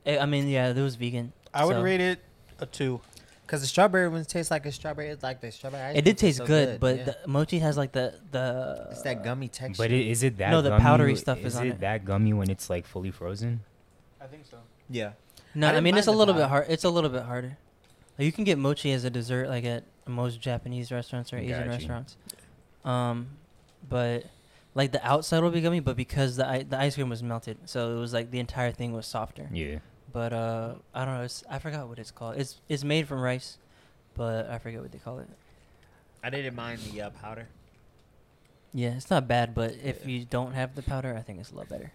[SPEAKER 2] Eh, I mean, yeah, it was vegan.
[SPEAKER 4] I would
[SPEAKER 2] so-
[SPEAKER 4] rate it a two.
[SPEAKER 1] cause the strawberry ones taste like a strawberry. It's like the strawberry. ice cream
[SPEAKER 2] It did
[SPEAKER 1] tastes
[SPEAKER 2] taste
[SPEAKER 1] so
[SPEAKER 2] good, but
[SPEAKER 1] yeah.
[SPEAKER 2] the mochi has like the the.
[SPEAKER 1] it's that gummy texture.
[SPEAKER 3] But it, is it that?
[SPEAKER 2] No, the
[SPEAKER 3] gummy-
[SPEAKER 2] powdery stuff
[SPEAKER 3] is
[SPEAKER 2] is on
[SPEAKER 3] it
[SPEAKER 2] it.
[SPEAKER 3] that gummy when it's like fully frozen?
[SPEAKER 4] I think so.
[SPEAKER 1] yeah,
[SPEAKER 2] No,
[SPEAKER 1] I
[SPEAKER 2] I,
[SPEAKER 1] didn't
[SPEAKER 2] mean it's a
[SPEAKER 1] mind the
[SPEAKER 2] little bit
[SPEAKER 1] powder.
[SPEAKER 2] hard. It's a little bit harder. Like, you can get mochi as a dessert, like at most Japanese restaurants or Asian
[SPEAKER 3] Gotcha.
[SPEAKER 2] restaurants. Um, but like the outside will be gummy, but because the I- the ice cream was melted, so it was like the entire thing was softer.
[SPEAKER 3] Yeah.
[SPEAKER 2] But uh, I don't know. It's, I forgot what it's called. It's it's made from rice, but I forget what they call it.
[SPEAKER 1] I didn't mind the uh, powder.
[SPEAKER 2] Yeah, it's not bad, but if you don't have the powder, I think it's a lot better.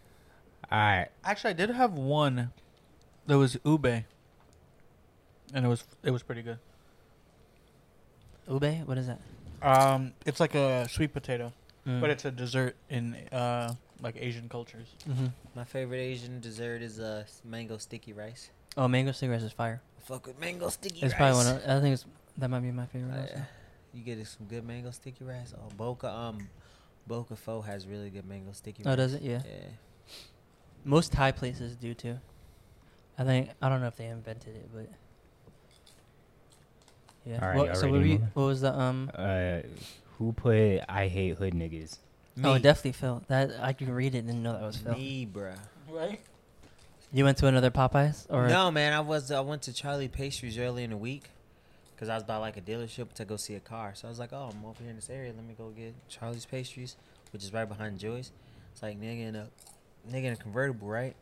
[SPEAKER 3] All right.
[SPEAKER 4] Actually, I did have one that was ube, and it was it was pretty good.
[SPEAKER 2] Ube, what is that?
[SPEAKER 4] Um, it's like a sweet potato,
[SPEAKER 2] Mm.
[SPEAKER 4] but it's a dessert in uh like Asian cultures.
[SPEAKER 2] Mhm.
[SPEAKER 1] My favorite Asian dessert is uh mango sticky rice.
[SPEAKER 2] Oh, mango cigarettes is fire.
[SPEAKER 1] Fuck with mango sticky
[SPEAKER 2] It's
[SPEAKER 1] rice.
[SPEAKER 2] probably one. Of, I think it's that might be my favorite.
[SPEAKER 1] Uh,
[SPEAKER 2] also.
[SPEAKER 1] You get some good mango sticky rice. Oh, Boca um, Boca Fo has really good mango sticky.
[SPEAKER 2] Oh,
[SPEAKER 1] rice.
[SPEAKER 2] does it? Yeah.
[SPEAKER 1] Yeah.
[SPEAKER 2] Most Thai places do too. I think I don't know if they invented it, but yeah.
[SPEAKER 3] All right,
[SPEAKER 2] What-
[SPEAKER 3] y'all
[SPEAKER 2] so what,
[SPEAKER 3] ready
[SPEAKER 2] were
[SPEAKER 3] to
[SPEAKER 2] you,
[SPEAKER 3] move on?
[SPEAKER 2] what was the um?
[SPEAKER 3] Uh, who put "I hate hood niggas"?
[SPEAKER 2] Oh,
[SPEAKER 1] Me.
[SPEAKER 2] it definitely Phil. That I could read it and didn't know that was Phil.
[SPEAKER 1] Me, bruh.
[SPEAKER 4] Right.
[SPEAKER 2] You went to another Popeyes or
[SPEAKER 1] no, man. I was I went to Charlie Pastries early in the week because I was by like a dealership to go see a car. So I was like, oh, I'm over here in this area. Let me go get Charlie's Pastries, which is right behind Joy's. It's like nigga in a nigga in a convertible, right?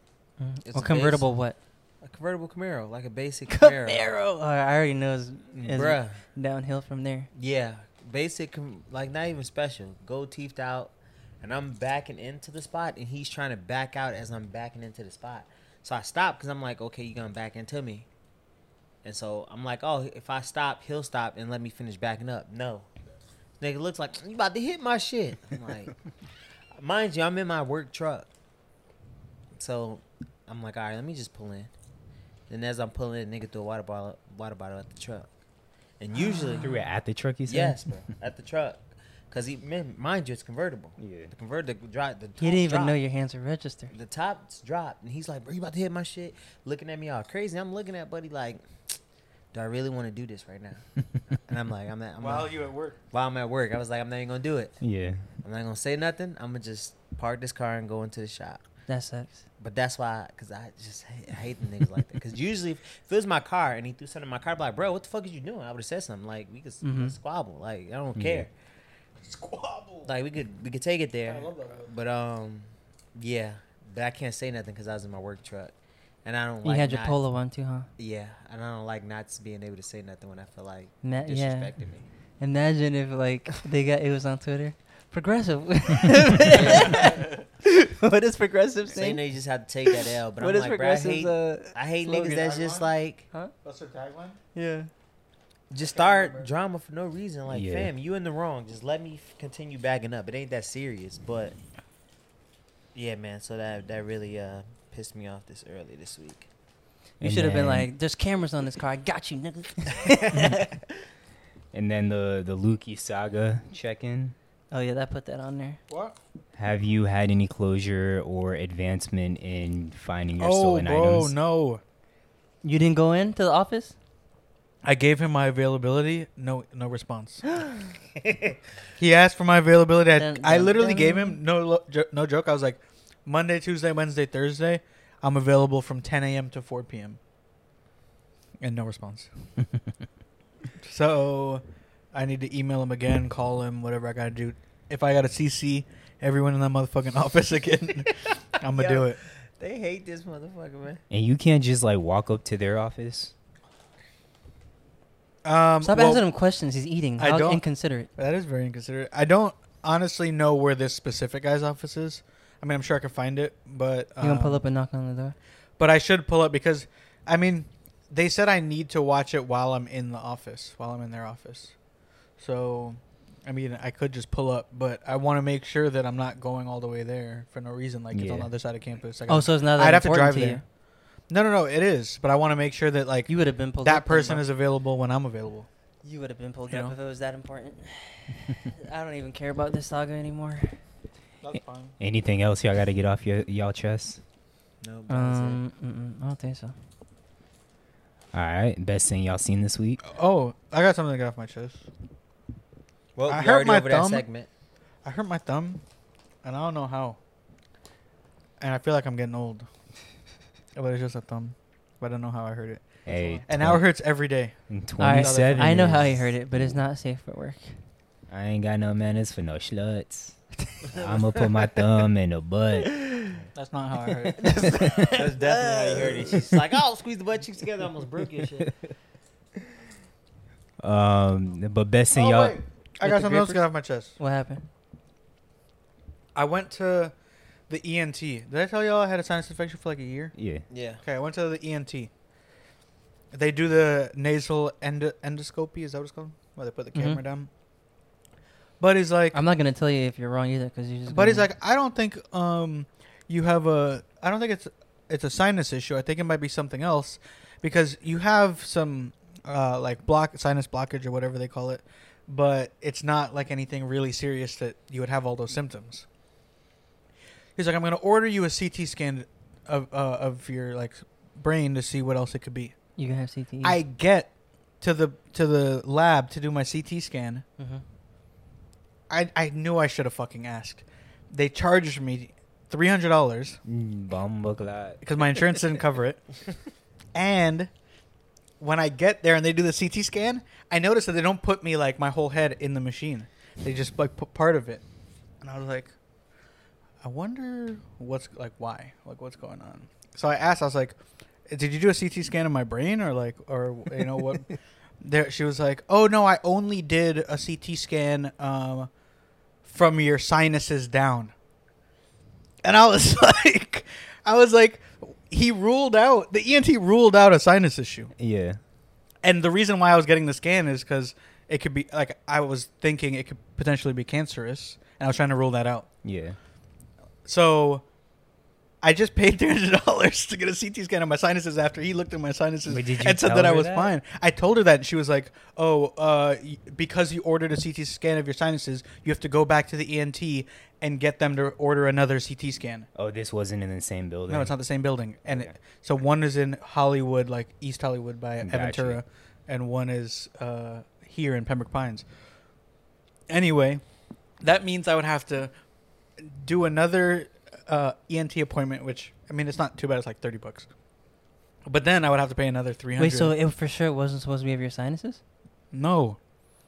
[SPEAKER 2] Mm.
[SPEAKER 1] It's
[SPEAKER 2] or
[SPEAKER 1] a
[SPEAKER 2] convertible what?
[SPEAKER 1] A convertible Camaro, like a basic Camaro,
[SPEAKER 2] Camaro. Oh, I already know it's, it's
[SPEAKER 1] bruh.
[SPEAKER 2] downhill from there.
[SPEAKER 1] Yeah, basic, com- like not even special. Gold teethed out, and I'm backing into the spot, and he's trying to back out as I'm backing into the spot. So I stop because I'm like, okay, you're gonna back into me. And so I'm like, oh, if I stop, he'll stop and let me finish backing up. No, nigga looks like you about to hit my shit. I'm like, mind you, I'm in my work truck, so I'm like, all right, let me just pull in. And as I'm pulling in, nigga threw a water bottle, water bottle at the truck. And usually,
[SPEAKER 3] Threw it at the truck. You said.
[SPEAKER 1] Yes, bro, at the truck, because he min- mind you, it's convertible.
[SPEAKER 3] Yeah.
[SPEAKER 1] The convertible the dri the top
[SPEAKER 2] You didn't even know
[SPEAKER 1] dropped.
[SPEAKER 2] your hands were registered.
[SPEAKER 1] the top's dropped, and he's like, "Bro, you about to hit my shit?" Looking at me all crazy. I'm looking at buddy like, "Do I really want to do this right now?" and I'm like, "I'm not." I'm
[SPEAKER 4] While
[SPEAKER 1] not-
[SPEAKER 4] you at work.
[SPEAKER 1] while I'm at work, I was like, "I'm not even gonna do it.
[SPEAKER 3] Yeah.
[SPEAKER 1] I'm not gonna say nothing. I'm gonna just park this car and go into the shop."
[SPEAKER 2] That sucks.
[SPEAKER 1] But that's why, cause I just hate, I hate the niggas like that. Cause usually, if, if it was my car and he threw something in my car, I'd be like, bro, what the fuck is you doing? I would have said something like, we could s
[SPEAKER 2] Mhm.
[SPEAKER 1] squabble, like I don't
[SPEAKER 3] Yeah.
[SPEAKER 1] care.
[SPEAKER 4] Squabble.
[SPEAKER 1] Like we could we could take it there,
[SPEAKER 4] I love that word.
[SPEAKER 1] but um, yeah, but I can't say nothing because I was in my work truck, and I don't.
[SPEAKER 2] You
[SPEAKER 1] like
[SPEAKER 2] had your
[SPEAKER 1] not-
[SPEAKER 2] polo on too, huh?
[SPEAKER 1] Yeah, and I don't like not being able to say nothing when I feel like
[SPEAKER 2] Ma-
[SPEAKER 1] disrespecting
[SPEAKER 2] Uh, yeah.
[SPEAKER 1] me.
[SPEAKER 2] Imagine if like they got it was on Twitter. Progressive. what is progressive
[SPEAKER 1] Saying
[SPEAKER 2] saying?
[SPEAKER 1] they just have to take that L, but
[SPEAKER 2] What
[SPEAKER 1] I'm
[SPEAKER 2] is
[SPEAKER 1] like, bro, I
[SPEAKER 2] progressive's
[SPEAKER 1] hate,
[SPEAKER 2] uh,
[SPEAKER 1] I hate
[SPEAKER 2] slogan?
[SPEAKER 1] niggas that's just like
[SPEAKER 4] That's their tagline.
[SPEAKER 2] yeah.
[SPEAKER 1] just start drama for no reason. Like,
[SPEAKER 3] Yeah.
[SPEAKER 1] fam, you in the wrong. Just let me f- continue backing up. It ain't that serious, but yeah, man. So that that really uh pissed me off this early this week.
[SPEAKER 2] You
[SPEAKER 3] And
[SPEAKER 2] should have been
[SPEAKER 3] then-
[SPEAKER 2] like, "There's cameras on this car. I got you, nigga."
[SPEAKER 3] And then the the Lukey saga check in.
[SPEAKER 2] oh yeah, that put that on there.
[SPEAKER 4] What?
[SPEAKER 3] Have you had any closure or advancement in finding your
[SPEAKER 4] Oh,
[SPEAKER 3] stolen
[SPEAKER 4] bro,
[SPEAKER 3] items?
[SPEAKER 4] no.
[SPEAKER 2] You didn't go into the office.
[SPEAKER 4] I gave him my availability. No, no response. he asked for my availability. I,
[SPEAKER 2] Dun,
[SPEAKER 4] I
[SPEAKER 2] dun,
[SPEAKER 4] literally
[SPEAKER 2] dun.
[SPEAKER 4] gave him no, lo- jo- no joke. I was like, Monday, Tuesday, Wednesday, Thursday, I'm available from 10 a.m. to 4 p.m. And no response. so I need to email him again, call him, whatever I got to do. If I got to CC everyone in that motherfucking office again, I'm going to do
[SPEAKER 1] Yo.
[SPEAKER 4] it.
[SPEAKER 1] They hate this motherfucker, man.
[SPEAKER 3] And you can't just like walk up to their office.
[SPEAKER 4] Um,
[SPEAKER 2] Stop
[SPEAKER 4] well,
[SPEAKER 2] asking him questions. He's eating.
[SPEAKER 4] I
[SPEAKER 2] How
[SPEAKER 4] don't-
[SPEAKER 2] inconsiderate.
[SPEAKER 4] That is very inconsiderate. I don't honestly know where this specific guy's office is. I mean, I'm sure I could find it, but
[SPEAKER 2] You gonna
[SPEAKER 4] um,
[SPEAKER 2] pull up and knock on the door?
[SPEAKER 4] But I should pull up because, I mean, they said I need to watch it while I'm in the office, while I'm in their office. So, I mean, I could just pull up, but I want to make sure that I'm not going all the way there for no reason. Like it's on the
[SPEAKER 3] Yeah.
[SPEAKER 4] other side of campus. Like,
[SPEAKER 2] Oh, so it's not that
[SPEAKER 4] I'd have to
[SPEAKER 2] important
[SPEAKER 4] drive there. No, no, no. It is, but I want to make sure that like
[SPEAKER 2] You would have been pulled. up
[SPEAKER 4] that
[SPEAKER 2] then,
[SPEAKER 4] person
[SPEAKER 2] bro.
[SPEAKER 4] is available when I'm available.
[SPEAKER 2] You would have been pulled
[SPEAKER 4] You
[SPEAKER 2] up
[SPEAKER 4] know?
[SPEAKER 2] if it was that important. I don't even care about this saga anymore.
[SPEAKER 4] That's fine.
[SPEAKER 3] Anything else y'all got to get off your y'all chest?
[SPEAKER 1] No, but that's it.
[SPEAKER 2] Um, mm-mm, I don't think so.
[SPEAKER 3] All right, best thing y'all seen this week.
[SPEAKER 4] Oh, I got something to get off my chest.
[SPEAKER 1] well,
[SPEAKER 4] I
[SPEAKER 1] we
[SPEAKER 4] hurt
[SPEAKER 1] already
[SPEAKER 4] my
[SPEAKER 1] over
[SPEAKER 4] thumb.
[SPEAKER 1] that segment.
[SPEAKER 4] I hurt my thumb, and I don't know how. And I feel like I'm getting old. But it's just a thumb. But I don't know how I hurt it.
[SPEAKER 3] Hey,
[SPEAKER 4] And now it hurts every day.
[SPEAKER 3] twenty seven.
[SPEAKER 2] I know how
[SPEAKER 3] is-
[SPEAKER 2] he heard it, but it's not safe for work.
[SPEAKER 3] I ain't got no manners for no sluts. I'ma put my thumb in the butt.
[SPEAKER 4] That's not how I hurt it.
[SPEAKER 1] That's definitely how you heard it. She's like, "Oh, squeeze the butt cheeks together, I almost broke your shit."
[SPEAKER 3] Um, but best thing
[SPEAKER 4] Oh,
[SPEAKER 3] y'all.
[SPEAKER 4] wait. I
[SPEAKER 2] With
[SPEAKER 4] got
[SPEAKER 2] the
[SPEAKER 4] something else
[SPEAKER 2] grippers?
[SPEAKER 4] to get off my chest.
[SPEAKER 2] What happened?
[SPEAKER 4] I went to the ENT. Did I tell y'all I had a sinus infection for like a year?
[SPEAKER 3] Yeah.
[SPEAKER 1] Yeah.
[SPEAKER 4] Okay, I went to the ENT. They do the nasal endo- endoscopy. Is that what it's called? Where they put the
[SPEAKER 2] Mhm.
[SPEAKER 4] camera down. But he's like,
[SPEAKER 2] I'm not gonna tell you if you're wrong either, because you just.
[SPEAKER 4] But
[SPEAKER 2] gonna-
[SPEAKER 4] he's like, I don't think um, you have a. I don't think it's it's a sinus issue. I think it might be something else, because you have some uh, like block sinus blockage or whatever they call it, but it's not like anything really serious that you would have all those symptoms. He's like, I'm gonna order you a CT scan of uh, of your like brain to see what else it could be.
[SPEAKER 2] you can have E. CTE.
[SPEAKER 4] I get to the to the lab to do my CT scan.
[SPEAKER 2] Mhm.
[SPEAKER 4] I, I knew I should have fucking asked. They charged me three hundred dollars
[SPEAKER 3] Mm, Bumble clot.
[SPEAKER 4] because my insurance didn't cover it. And when I get there and they do the CT scan, I notice that they don't put me like my whole head in the machine. They just like put part of it, and I was like, I wonder what's like why like what's going on. So I asked. I was like, "Eh, Did you do a CT scan of my brain or like or you know what? there she was like, Oh no, I only did a CT scan um, from your sinuses down. And I was like, I was like, he ruled out the ENT ruled out a sinus issue,
[SPEAKER 3] Yeah.
[SPEAKER 4] and the reason why I was getting the scan is because it could be like I was thinking it could potentially be cancerous, and I was trying to rule that out.
[SPEAKER 3] Yeah.
[SPEAKER 4] So. I just paid three hundred dollars to get a CT scan of my sinuses after he looked at my sinuses
[SPEAKER 3] Wait, did you
[SPEAKER 4] and said
[SPEAKER 3] tell
[SPEAKER 4] that I
[SPEAKER 3] her
[SPEAKER 4] was
[SPEAKER 3] that?
[SPEAKER 4] fine. I told her that, and she was like, "Oh, uh, y- because you ordered a CT scan of your sinuses, you have to go back to the ENT and get them to order another CT scan."
[SPEAKER 3] Oh, this wasn't in the same building.
[SPEAKER 4] No, it's not the same building. And it,
[SPEAKER 3] Okay.
[SPEAKER 4] so one is in Hollywood, like East Hollywood by Aventura,
[SPEAKER 3] Gotcha.
[SPEAKER 4] and one is uh, here in Pembroke Pines. Anyway, that means I would have to do another uh, ENT appointment, which I mean, it's not too bad. It's like thirty bucks. But then I would have to pay another three hundred.
[SPEAKER 2] Wait, so it for sure wasn't supposed to be of your sinuses?
[SPEAKER 4] no.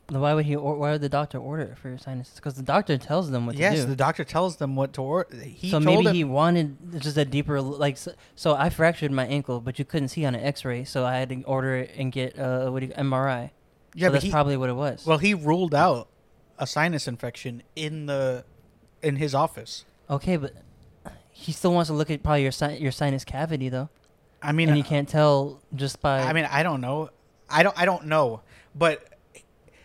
[SPEAKER 2] Then why would he? Or, why would the doctor order it for your sinuses? Because the doctor tells them what
[SPEAKER 4] yes,
[SPEAKER 2] to do.
[SPEAKER 4] the doctor tells them what to order. He
[SPEAKER 2] so
[SPEAKER 4] told
[SPEAKER 2] maybe
[SPEAKER 4] him-
[SPEAKER 2] he wanted just a deeper l- like. So, so I fractured my ankle, but you couldn't see on an X-ray, so I had to order it and get uh what do you, MRI.
[SPEAKER 4] yeah,
[SPEAKER 2] so
[SPEAKER 4] but
[SPEAKER 2] that's
[SPEAKER 4] he,
[SPEAKER 2] probably what it was.
[SPEAKER 4] well, he ruled out a sinus infection in the in his office.
[SPEAKER 2] okay, but he still wants to look at probably your sin- your sinus cavity though,
[SPEAKER 4] I mean,
[SPEAKER 2] and you
[SPEAKER 4] uh,
[SPEAKER 2] can't tell just by.
[SPEAKER 4] I mean, I don't know. I don't. I don't know. But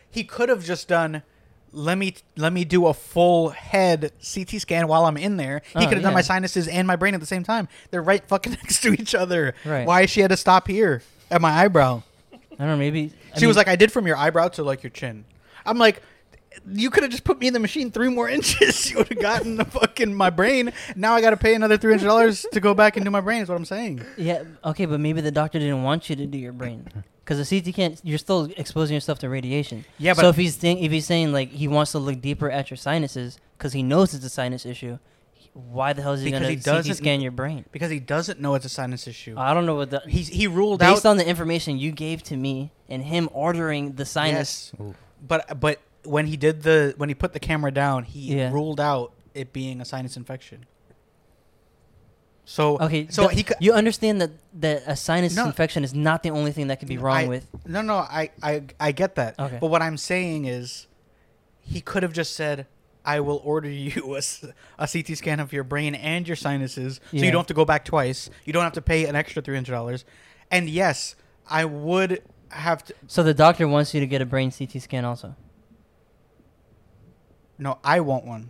[SPEAKER 4] he could have just done. Let me let me do a full head CT scan while I'm in there. He
[SPEAKER 2] Oh,
[SPEAKER 4] could have done my
[SPEAKER 2] yeah.
[SPEAKER 4] sinuses and my brain at the same time. They're right fucking next to each other.
[SPEAKER 2] Right.
[SPEAKER 4] Why she had to stop here at my eyebrow?
[SPEAKER 2] I don't know. Maybe I
[SPEAKER 4] she was
[SPEAKER 2] mean,
[SPEAKER 4] like, I did from your eyebrow to like your chin. I'm like. You could have just put me in the machine three more inches. You would have gotten the fucking my brain. Now I got to pay another three hundred dollars to go back and do my brain. Is what I'm saying.
[SPEAKER 2] yeah, okay, but maybe the doctor didn't want you to do your brain. Because the CT can't, you're still exposing yourself to radiation.
[SPEAKER 4] Yeah, but-
[SPEAKER 2] so if he's think, if he's saying like he wants to look deeper at your sinuses because he knows it's a sinus issue, why the hell is he
[SPEAKER 4] Because
[SPEAKER 2] going
[SPEAKER 4] he
[SPEAKER 2] to CT
[SPEAKER 4] doesn't-
[SPEAKER 2] scan your brain?
[SPEAKER 4] because he doesn't know it's a sinus issue.
[SPEAKER 2] I don't know what the
[SPEAKER 4] He's he ruled
[SPEAKER 2] Uh, based
[SPEAKER 4] out
[SPEAKER 2] on the information you gave to me and him ordering the sinus.
[SPEAKER 4] yes, but but when he did the when he put the camera down, he
[SPEAKER 2] Yeah.
[SPEAKER 4] ruled out it being a sinus infection. So
[SPEAKER 2] Okay,
[SPEAKER 4] so
[SPEAKER 2] the-
[SPEAKER 4] he c-
[SPEAKER 2] you understand that that a sinus
[SPEAKER 4] No.
[SPEAKER 2] infection is not the only thing that could be wrong
[SPEAKER 4] I-
[SPEAKER 2] with.
[SPEAKER 4] No, no, I, I, I get that.
[SPEAKER 2] Okay.
[SPEAKER 4] But what I'm saying is, he could have just said, "I will order you a, s- a CT scan of your brain and your sinuses, so
[SPEAKER 2] Yeah.
[SPEAKER 4] you don't have to go back twice. You don't have to pay an extra three hundred dollars." And yes, I would have to.
[SPEAKER 2] So the doctor wants you to get a brain CT scan also.
[SPEAKER 4] No, I want one.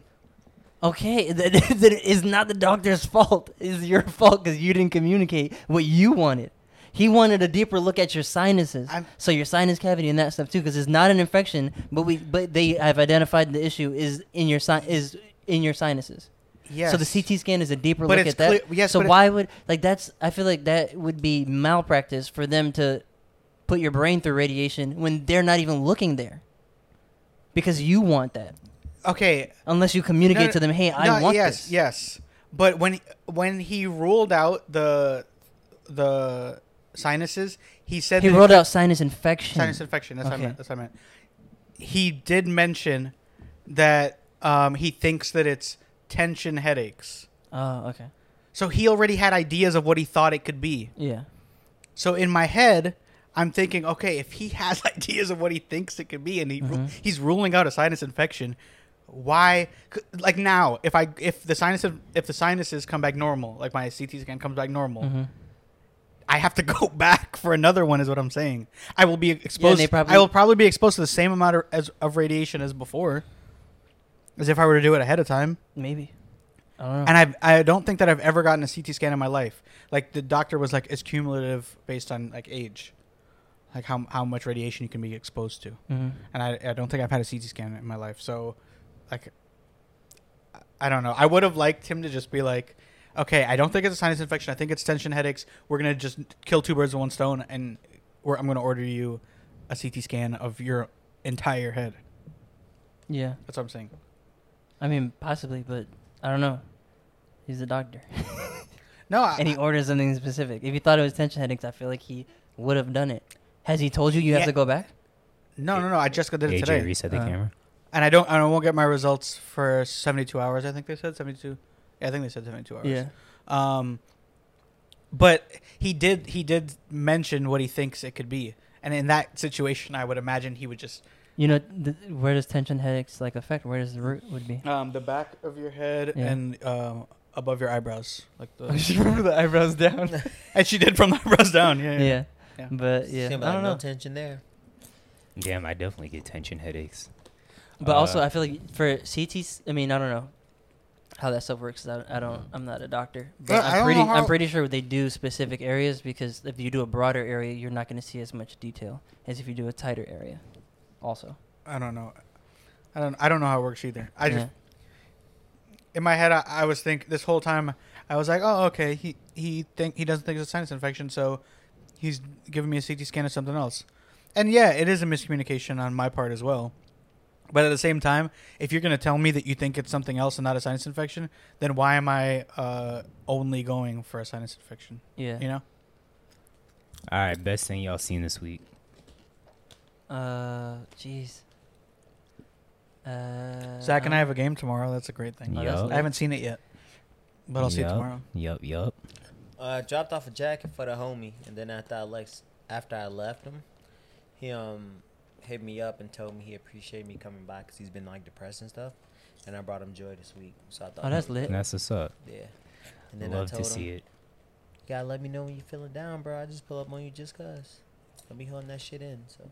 [SPEAKER 2] Okay, that, that is not the doctor's fault. It's your fault because you didn't communicate what you wanted. He wanted a deeper look at your sinuses,
[SPEAKER 4] I'm-
[SPEAKER 2] so your sinus cavity and that stuff too, because it's not an infection, but we but they have identified the issue is in your sin is in your sinuses.
[SPEAKER 4] Yes.
[SPEAKER 2] So the CT scan is a deeper
[SPEAKER 4] But
[SPEAKER 2] look
[SPEAKER 4] it's
[SPEAKER 2] at that.
[SPEAKER 4] clear- yes,
[SPEAKER 2] so
[SPEAKER 4] but it-
[SPEAKER 2] why would like that's I feel like that would be malpractice for them to put your brain through radiation when they're not even looking there. Because you want that.
[SPEAKER 4] Okay.
[SPEAKER 2] Unless you communicate
[SPEAKER 4] No,
[SPEAKER 2] to them, "Hey, I
[SPEAKER 4] no,
[SPEAKER 2] want
[SPEAKER 4] yes,
[SPEAKER 2] this."
[SPEAKER 4] Yes, But when when he ruled out the the sinuses, he said
[SPEAKER 2] He
[SPEAKER 4] that it
[SPEAKER 2] rolled
[SPEAKER 4] could-
[SPEAKER 2] out sinus infection.
[SPEAKER 4] sinus infection. That's what I
[SPEAKER 2] Okay.
[SPEAKER 4] meant. That's what I meant. He did mention that um, he thinks that it's tension headaches.
[SPEAKER 2] Oh, okay.
[SPEAKER 4] So he already had ideas of what he thought it could be.
[SPEAKER 2] Yeah.
[SPEAKER 4] So in my head, I'm thinking, okay, if he has ideas of what he thinks it could be, and he
[SPEAKER 2] Mm-hmm.
[SPEAKER 4] ru- he's ruling out a sinus infection, why? c- Like now, if I if the sinus if the sinuses come back normal, like my CT scan comes back normal.
[SPEAKER 2] Mm-hmm.
[SPEAKER 4] I have to go back for another one, is what I'm saying. I will be exposed.
[SPEAKER 2] they probably-
[SPEAKER 4] I will probably be exposed to the same amount of, as, of radiation as before, as if I were to do it ahead of time
[SPEAKER 2] Maybe. I don't know.
[SPEAKER 4] and I've, I don't think that I've ever gotten a CT scan in my life. Like the doctor was like, it's cumulative based on like age, like how how much radiation you can be exposed to.
[SPEAKER 2] Mhm.
[SPEAKER 4] And I, I don't think I've had a CT scan in my life. So, like, I- I don't know. I would have liked him to just be like, okay, I don't think it's a sinus infection. I think it's tension headaches. We're gonna just kill two birds with one stone, and we're, I'm gonna order you a CT scan of your entire head.
[SPEAKER 2] Yeah.
[SPEAKER 4] That's what I'm saying.
[SPEAKER 2] I mean, possibly, but I don't know. He's a doctor.
[SPEAKER 4] No, I,
[SPEAKER 2] and he orders something specific. If he thought it was tension headaches, I feel like he would have done it. Has he told you you have
[SPEAKER 4] Yeah.
[SPEAKER 2] to go back?
[SPEAKER 4] no, no, no. I just did it
[SPEAKER 3] AJ
[SPEAKER 4] today.
[SPEAKER 3] reset the
[SPEAKER 2] Uh,
[SPEAKER 3] camera.
[SPEAKER 4] and I don't, I won't get my results for seventy-two hours. I think they said seventy-two. Yeah, I think they said seventy-two hours. Um, but he did, he did mention what he thinks it could be, and in that situation, I would imagine he would just
[SPEAKER 2] You know, th- where does tension headaches like affect? Where does the root would be?
[SPEAKER 4] um, the back of your head
[SPEAKER 2] Yeah.
[SPEAKER 4] and um, above your eyebrows, like the.
[SPEAKER 2] She moved the eyebrows down.
[SPEAKER 4] and she did from the eyebrows down. Yeah.
[SPEAKER 2] yeah.
[SPEAKER 4] yeah. Yeah.
[SPEAKER 2] But yeah,
[SPEAKER 1] Seemed
[SPEAKER 2] I
[SPEAKER 1] like
[SPEAKER 2] don't know.
[SPEAKER 1] no tension there.
[SPEAKER 3] Damn, I definitely get tension headaches.
[SPEAKER 2] but
[SPEAKER 3] Uh,
[SPEAKER 2] also, I feel like for CTs, I mean, I don't know how that stuff works. 'cause I, I don't. I'm not a doctor. But
[SPEAKER 4] Yeah, Uh, I
[SPEAKER 2] I'm
[SPEAKER 4] don't
[SPEAKER 2] pretty.
[SPEAKER 4] know
[SPEAKER 2] I'm
[SPEAKER 4] how-
[SPEAKER 2] pretty sure they do specific areas because if you do a broader area, you're not going to see as much detail as if you do a tighter area. Also,
[SPEAKER 4] I don't know. I don't. I don't know how it works either. I just
[SPEAKER 2] Yeah.
[SPEAKER 4] in my head, I, I was think this whole time I was like, oh, okay, he he think he doesn't think it's a sinus infection, so he's giving me a CT scan of something else. And yeah, it is a miscommunication on my part as well. But at the same time, if you're going to tell me that you think it's something else and not a sinus infection, then why am I uh, only going for a sinus infection?
[SPEAKER 2] yeah.
[SPEAKER 4] You know,
[SPEAKER 3] All right, best thing y'all seen this week.
[SPEAKER 2] Uh, jeez. Uh,
[SPEAKER 4] Zach and I have a game tomorrow. That's a great thing.
[SPEAKER 3] Yeah.
[SPEAKER 2] Oh, that's
[SPEAKER 3] Yup.
[SPEAKER 4] I haven't seen it yet, but I'll see it
[SPEAKER 3] Yup,
[SPEAKER 4] tomorrow.
[SPEAKER 3] Yup, yup.
[SPEAKER 1] Uh, dropped off a jacket for the homie, and then after I left, after I left him, he um hit me up and told me he appreciated me coming by because he's been like depressed and stuff, and I brought him joy this week. So I thought,
[SPEAKER 2] Oh, that's lit.
[SPEAKER 3] That's what's up.
[SPEAKER 1] yeah. And then
[SPEAKER 3] Love
[SPEAKER 1] I
[SPEAKER 3] to
[SPEAKER 1] told him,
[SPEAKER 3] see it.
[SPEAKER 1] you gotta let me know when you're feeling down, bro. I just pull up on you just cause. I'll be holding that shit in. So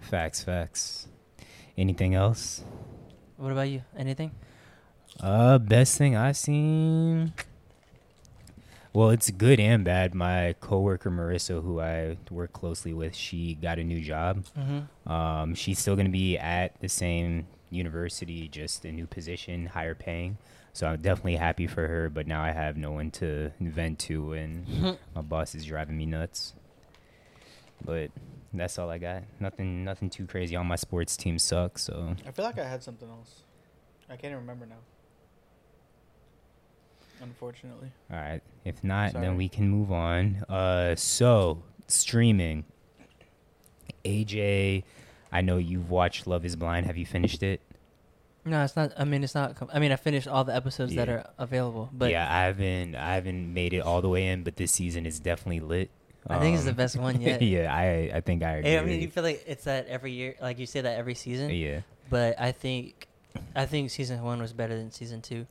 [SPEAKER 3] Facts, facts. Anything else?
[SPEAKER 2] What about you? Anything?
[SPEAKER 3] Uh, best thing I seen. Well, it's good and bad. My coworker Marissa, who I work closely with, she got a new job.
[SPEAKER 2] Mm-hmm.
[SPEAKER 3] Um, she's still going to be at the same university, just a new position, higher paying. So I'm definitely happy for her. But now I have no one to vent to, and my boss is driving me nuts. But that's all I got. Nothing, nothing too crazy. All my sports team sucks. So
[SPEAKER 4] I feel like I had something else. I can't even remember now. Unfortunately,
[SPEAKER 3] All right. If not,
[SPEAKER 4] Sorry.
[SPEAKER 3] then we can move on. Uh, so streaming. AJ, I know you've watched Love Is Blind. Have you finished it?
[SPEAKER 2] No, it's not. I mean, it's not. Com- I mean, I finished all the episodes that
[SPEAKER 3] Yeah.
[SPEAKER 2] are available, but
[SPEAKER 3] yeah, I haven't. I haven't made it all the way in, but this season is definitely lit.
[SPEAKER 2] I think it's the
[SPEAKER 3] Um,
[SPEAKER 2] best one yet.
[SPEAKER 3] yeah, I I think I agree.
[SPEAKER 2] I mean, you
[SPEAKER 3] with
[SPEAKER 2] feel like it's that every year, like you say that every season.
[SPEAKER 3] you. yeah,
[SPEAKER 2] But I think, I think season one was better than season two.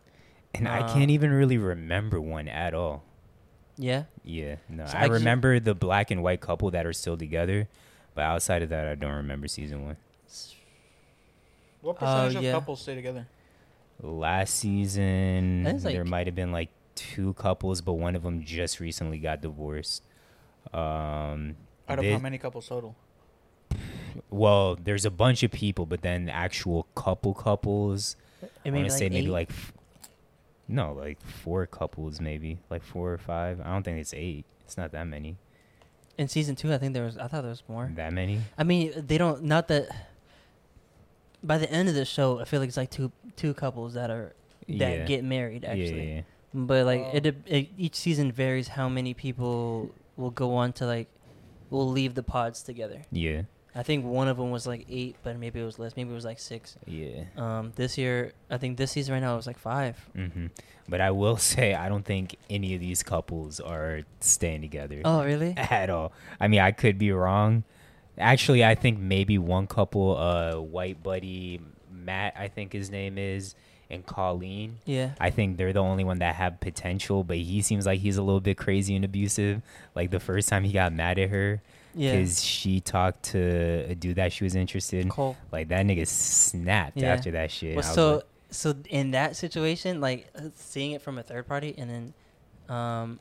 [SPEAKER 3] and I
[SPEAKER 2] Uh,
[SPEAKER 3] can't even really remember one at all.
[SPEAKER 2] Yeah,
[SPEAKER 3] Yeah, no,
[SPEAKER 2] So
[SPEAKER 3] I,
[SPEAKER 2] I ju-
[SPEAKER 3] remember the black and white couple that are still together, but outside of that, I don't remember season one.
[SPEAKER 4] what
[SPEAKER 2] Uh,
[SPEAKER 4] percentage of
[SPEAKER 2] yeah.
[SPEAKER 4] couples stay together?
[SPEAKER 3] Last season,
[SPEAKER 2] That is,
[SPEAKER 3] there
[SPEAKER 2] like-
[SPEAKER 3] might have been like two couples, but one of them just recently got divorced. Um,
[SPEAKER 4] Out of
[SPEAKER 3] thi-
[SPEAKER 4] how many couples total?
[SPEAKER 3] well, there's a bunch of people, but then the actual couple couples,
[SPEAKER 2] I
[SPEAKER 3] I want
[SPEAKER 2] mean,
[SPEAKER 3] to say maybe
[SPEAKER 2] eight?
[SPEAKER 3] like, f- no, like four couples, maybe like four or five. I don't think it's eight. It's not that many.
[SPEAKER 2] in season two. I think there was. I thought there was more.
[SPEAKER 3] That many?
[SPEAKER 2] I mean, they don't. Not that. By the end of the show, I feel like it's like two two couples that are that
[SPEAKER 3] Yeah.
[SPEAKER 2] get married
[SPEAKER 3] Yeah,
[SPEAKER 2] actually.
[SPEAKER 3] yeah, yeah.
[SPEAKER 2] But like
[SPEAKER 4] Oh.
[SPEAKER 2] it, dep- it, each season varies how many people will go on to like will leave the pods together.
[SPEAKER 3] yeah.
[SPEAKER 2] I think one of them was like eight, but maybe it was less. Maybe it was like six.
[SPEAKER 3] Yeah.
[SPEAKER 2] Um, this year, I think this season right now it was like five.
[SPEAKER 3] hmm But I will say, I don't think any of these couples are staying together
[SPEAKER 2] Oh really?
[SPEAKER 3] at all. I mean, I could be wrong. Actually, I think maybe one couple, uh, white buddy Matt, I think his name is, and Colleen.
[SPEAKER 2] Yeah.
[SPEAKER 3] I think they're the only one that have potential, but he seems like he's a little bit crazy and abusive. Like the first time he got mad at her,
[SPEAKER 2] Yeah.
[SPEAKER 3] because she talked to a dude that she was interested in.
[SPEAKER 2] Cole.
[SPEAKER 3] Like that nigga snapped
[SPEAKER 2] Yeah.
[SPEAKER 3] after that shit.
[SPEAKER 2] Well,
[SPEAKER 3] I was
[SPEAKER 2] so
[SPEAKER 3] like,
[SPEAKER 2] so in that situation, like uh, seeing it from a third party and then, um,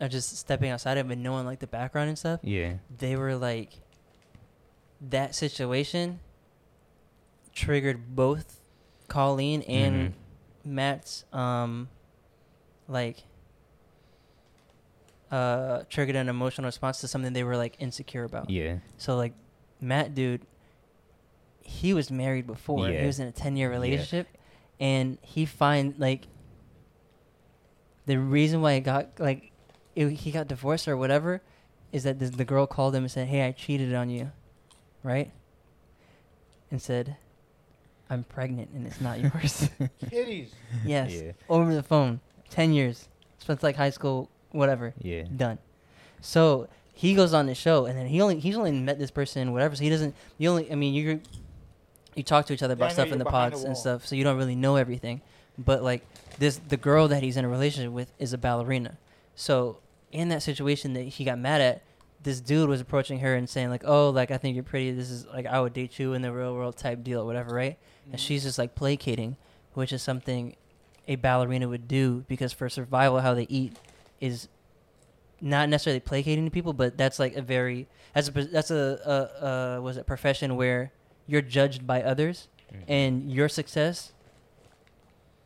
[SPEAKER 2] or just stepping outside of it, and knowing like the background and stuff,
[SPEAKER 3] yeah,
[SPEAKER 2] they were like, that situation triggered both Colleen and
[SPEAKER 3] Mhm.
[SPEAKER 2] Matt's um, like. Uh, triggered an emotional response to something they were like insecure about.
[SPEAKER 3] yeah.
[SPEAKER 2] So like Matt dude, he was married before.
[SPEAKER 3] Yeah.
[SPEAKER 2] He was in a ten year
[SPEAKER 3] Yeah.
[SPEAKER 2] relationship and he find like the reason why it got like it, he got divorced or whatever is that this, the girl called him and said, "Hey, I cheated on you." Right? And said, "I'm pregnant and it's not yours."
[SPEAKER 4] Kitties.
[SPEAKER 2] yes.
[SPEAKER 3] Yeah.
[SPEAKER 2] Over the phone. 10 years. Spent like high school whatever
[SPEAKER 3] Yeah.
[SPEAKER 2] done. So he goes on the show, and then he only he's only met this person, whatever. So he doesn't. You only, I mean, you you talk to each other
[SPEAKER 4] Yeah,
[SPEAKER 2] about
[SPEAKER 4] I know,
[SPEAKER 2] stuff in
[SPEAKER 4] you're
[SPEAKER 2] the
[SPEAKER 4] behind
[SPEAKER 2] pods
[SPEAKER 4] the
[SPEAKER 2] and
[SPEAKER 4] wall.
[SPEAKER 2] stuff, so you don't really know everything. But like this, the girl that he's in a relationship with is a ballerina. So in that situation that he got mad at, this dude was approaching her and saying like, "Oh, like I think you're pretty. This is like I would date you in the real world type deal, whatever, right?"
[SPEAKER 3] Mm-hmm.
[SPEAKER 2] And she's just like placating, which is something a ballerina would do because for survival, how they eat is not necessarily placating to people, but that's like a very that's a that's a, a, a was it profession where you're judged by others,
[SPEAKER 3] Mm-hmm.
[SPEAKER 2] and your success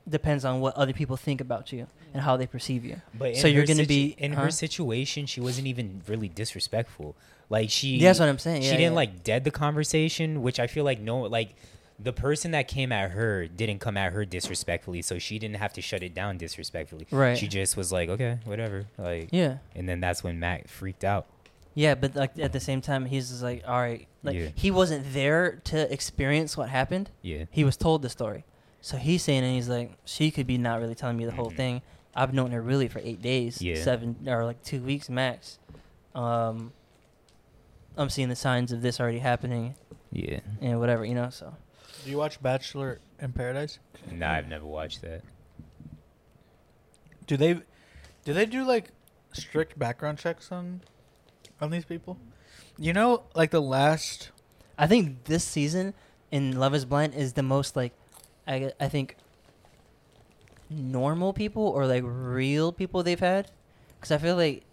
[SPEAKER 2] depends on what other people think about you and how they perceive you.
[SPEAKER 3] But
[SPEAKER 2] so
[SPEAKER 3] in
[SPEAKER 2] you're
[SPEAKER 3] her
[SPEAKER 2] going to be
[SPEAKER 3] situ- in
[SPEAKER 2] huh?
[SPEAKER 3] her situation. She wasn't even really disrespectful. Like she,
[SPEAKER 2] Yeah, that's what I'm saying.
[SPEAKER 3] she
[SPEAKER 2] Yeah,
[SPEAKER 3] didn't
[SPEAKER 2] yeah.
[SPEAKER 3] like dead the conversation, which I feel like no, like the person that came at her didn't come at her disrespectfully, so she didn't have to shut it down disrespectfully.
[SPEAKER 2] Right.
[SPEAKER 3] She just was like, okay, whatever. Like,
[SPEAKER 2] Yeah,
[SPEAKER 3] and then that's when Matt freaked out.
[SPEAKER 2] yeah, but like at the same time, he's just like, all right, like
[SPEAKER 3] Yeah.
[SPEAKER 2] he wasn't there to experience what happened.
[SPEAKER 3] Yeah.
[SPEAKER 2] He was told the story, so he's saying, and he's like, she could be not really telling me the whole
[SPEAKER 3] Mhm.
[SPEAKER 2] thing. I've known her really for eight days,
[SPEAKER 3] Yeah.
[SPEAKER 2] seven or like two weeks max. Um, I'm seeing the signs of this already happening
[SPEAKER 3] Yeah.
[SPEAKER 2] and whatever, you know. So
[SPEAKER 4] Do you watch Bachelor in Paradise?
[SPEAKER 3] Nah, I've never watched that.
[SPEAKER 4] Do they do they do like strict background checks on on these people? You know, like the last
[SPEAKER 2] I think this season in Love Is Blind is the most like, I I think normal people or like real people they've had, because I feel like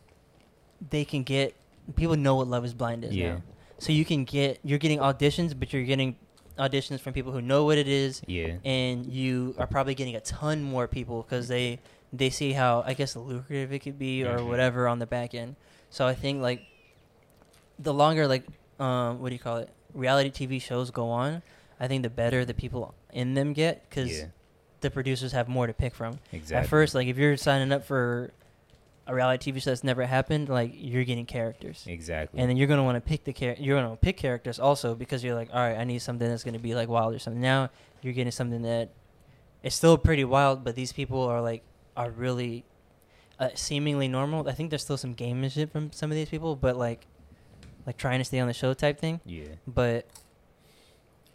[SPEAKER 2] they can get people know what Love Is Blind is
[SPEAKER 3] Yeah.
[SPEAKER 2] now, so you can get you're getting auditions, but you're getting auditions from people who know what it is,
[SPEAKER 3] Yeah.
[SPEAKER 2] and you are probably getting a ton more people because they they see how I guess lucrative it could be or
[SPEAKER 3] Mhm.
[SPEAKER 2] whatever on the back end. So I think like the longer like um what do you call it reality TV shows go on, I think the better the people in them get because
[SPEAKER 3] yeah.
[SPEAKER 2] the producers have more to pick from.
[SPEAKER 3] Exactly.
[SPEAKER 2] At first, like if you're signing up for a reality TV show that's never happened, like you're getting characters.
[SPEAKER 3] Exactly.
[SPEAKER 2] And then you're gonna want to pick the char- you're gonna pick characters also because you're like, all right, I need something that's gonna be like wild or something. Now you're getting something that it's still pretty wild, but these people are like are really uh, seemingly normal. I think there's still some gamemanship from some of these people, but like like trying to stay on the show type thing.
[SPEAKER 3] yeah.
[SPEAKER 2] But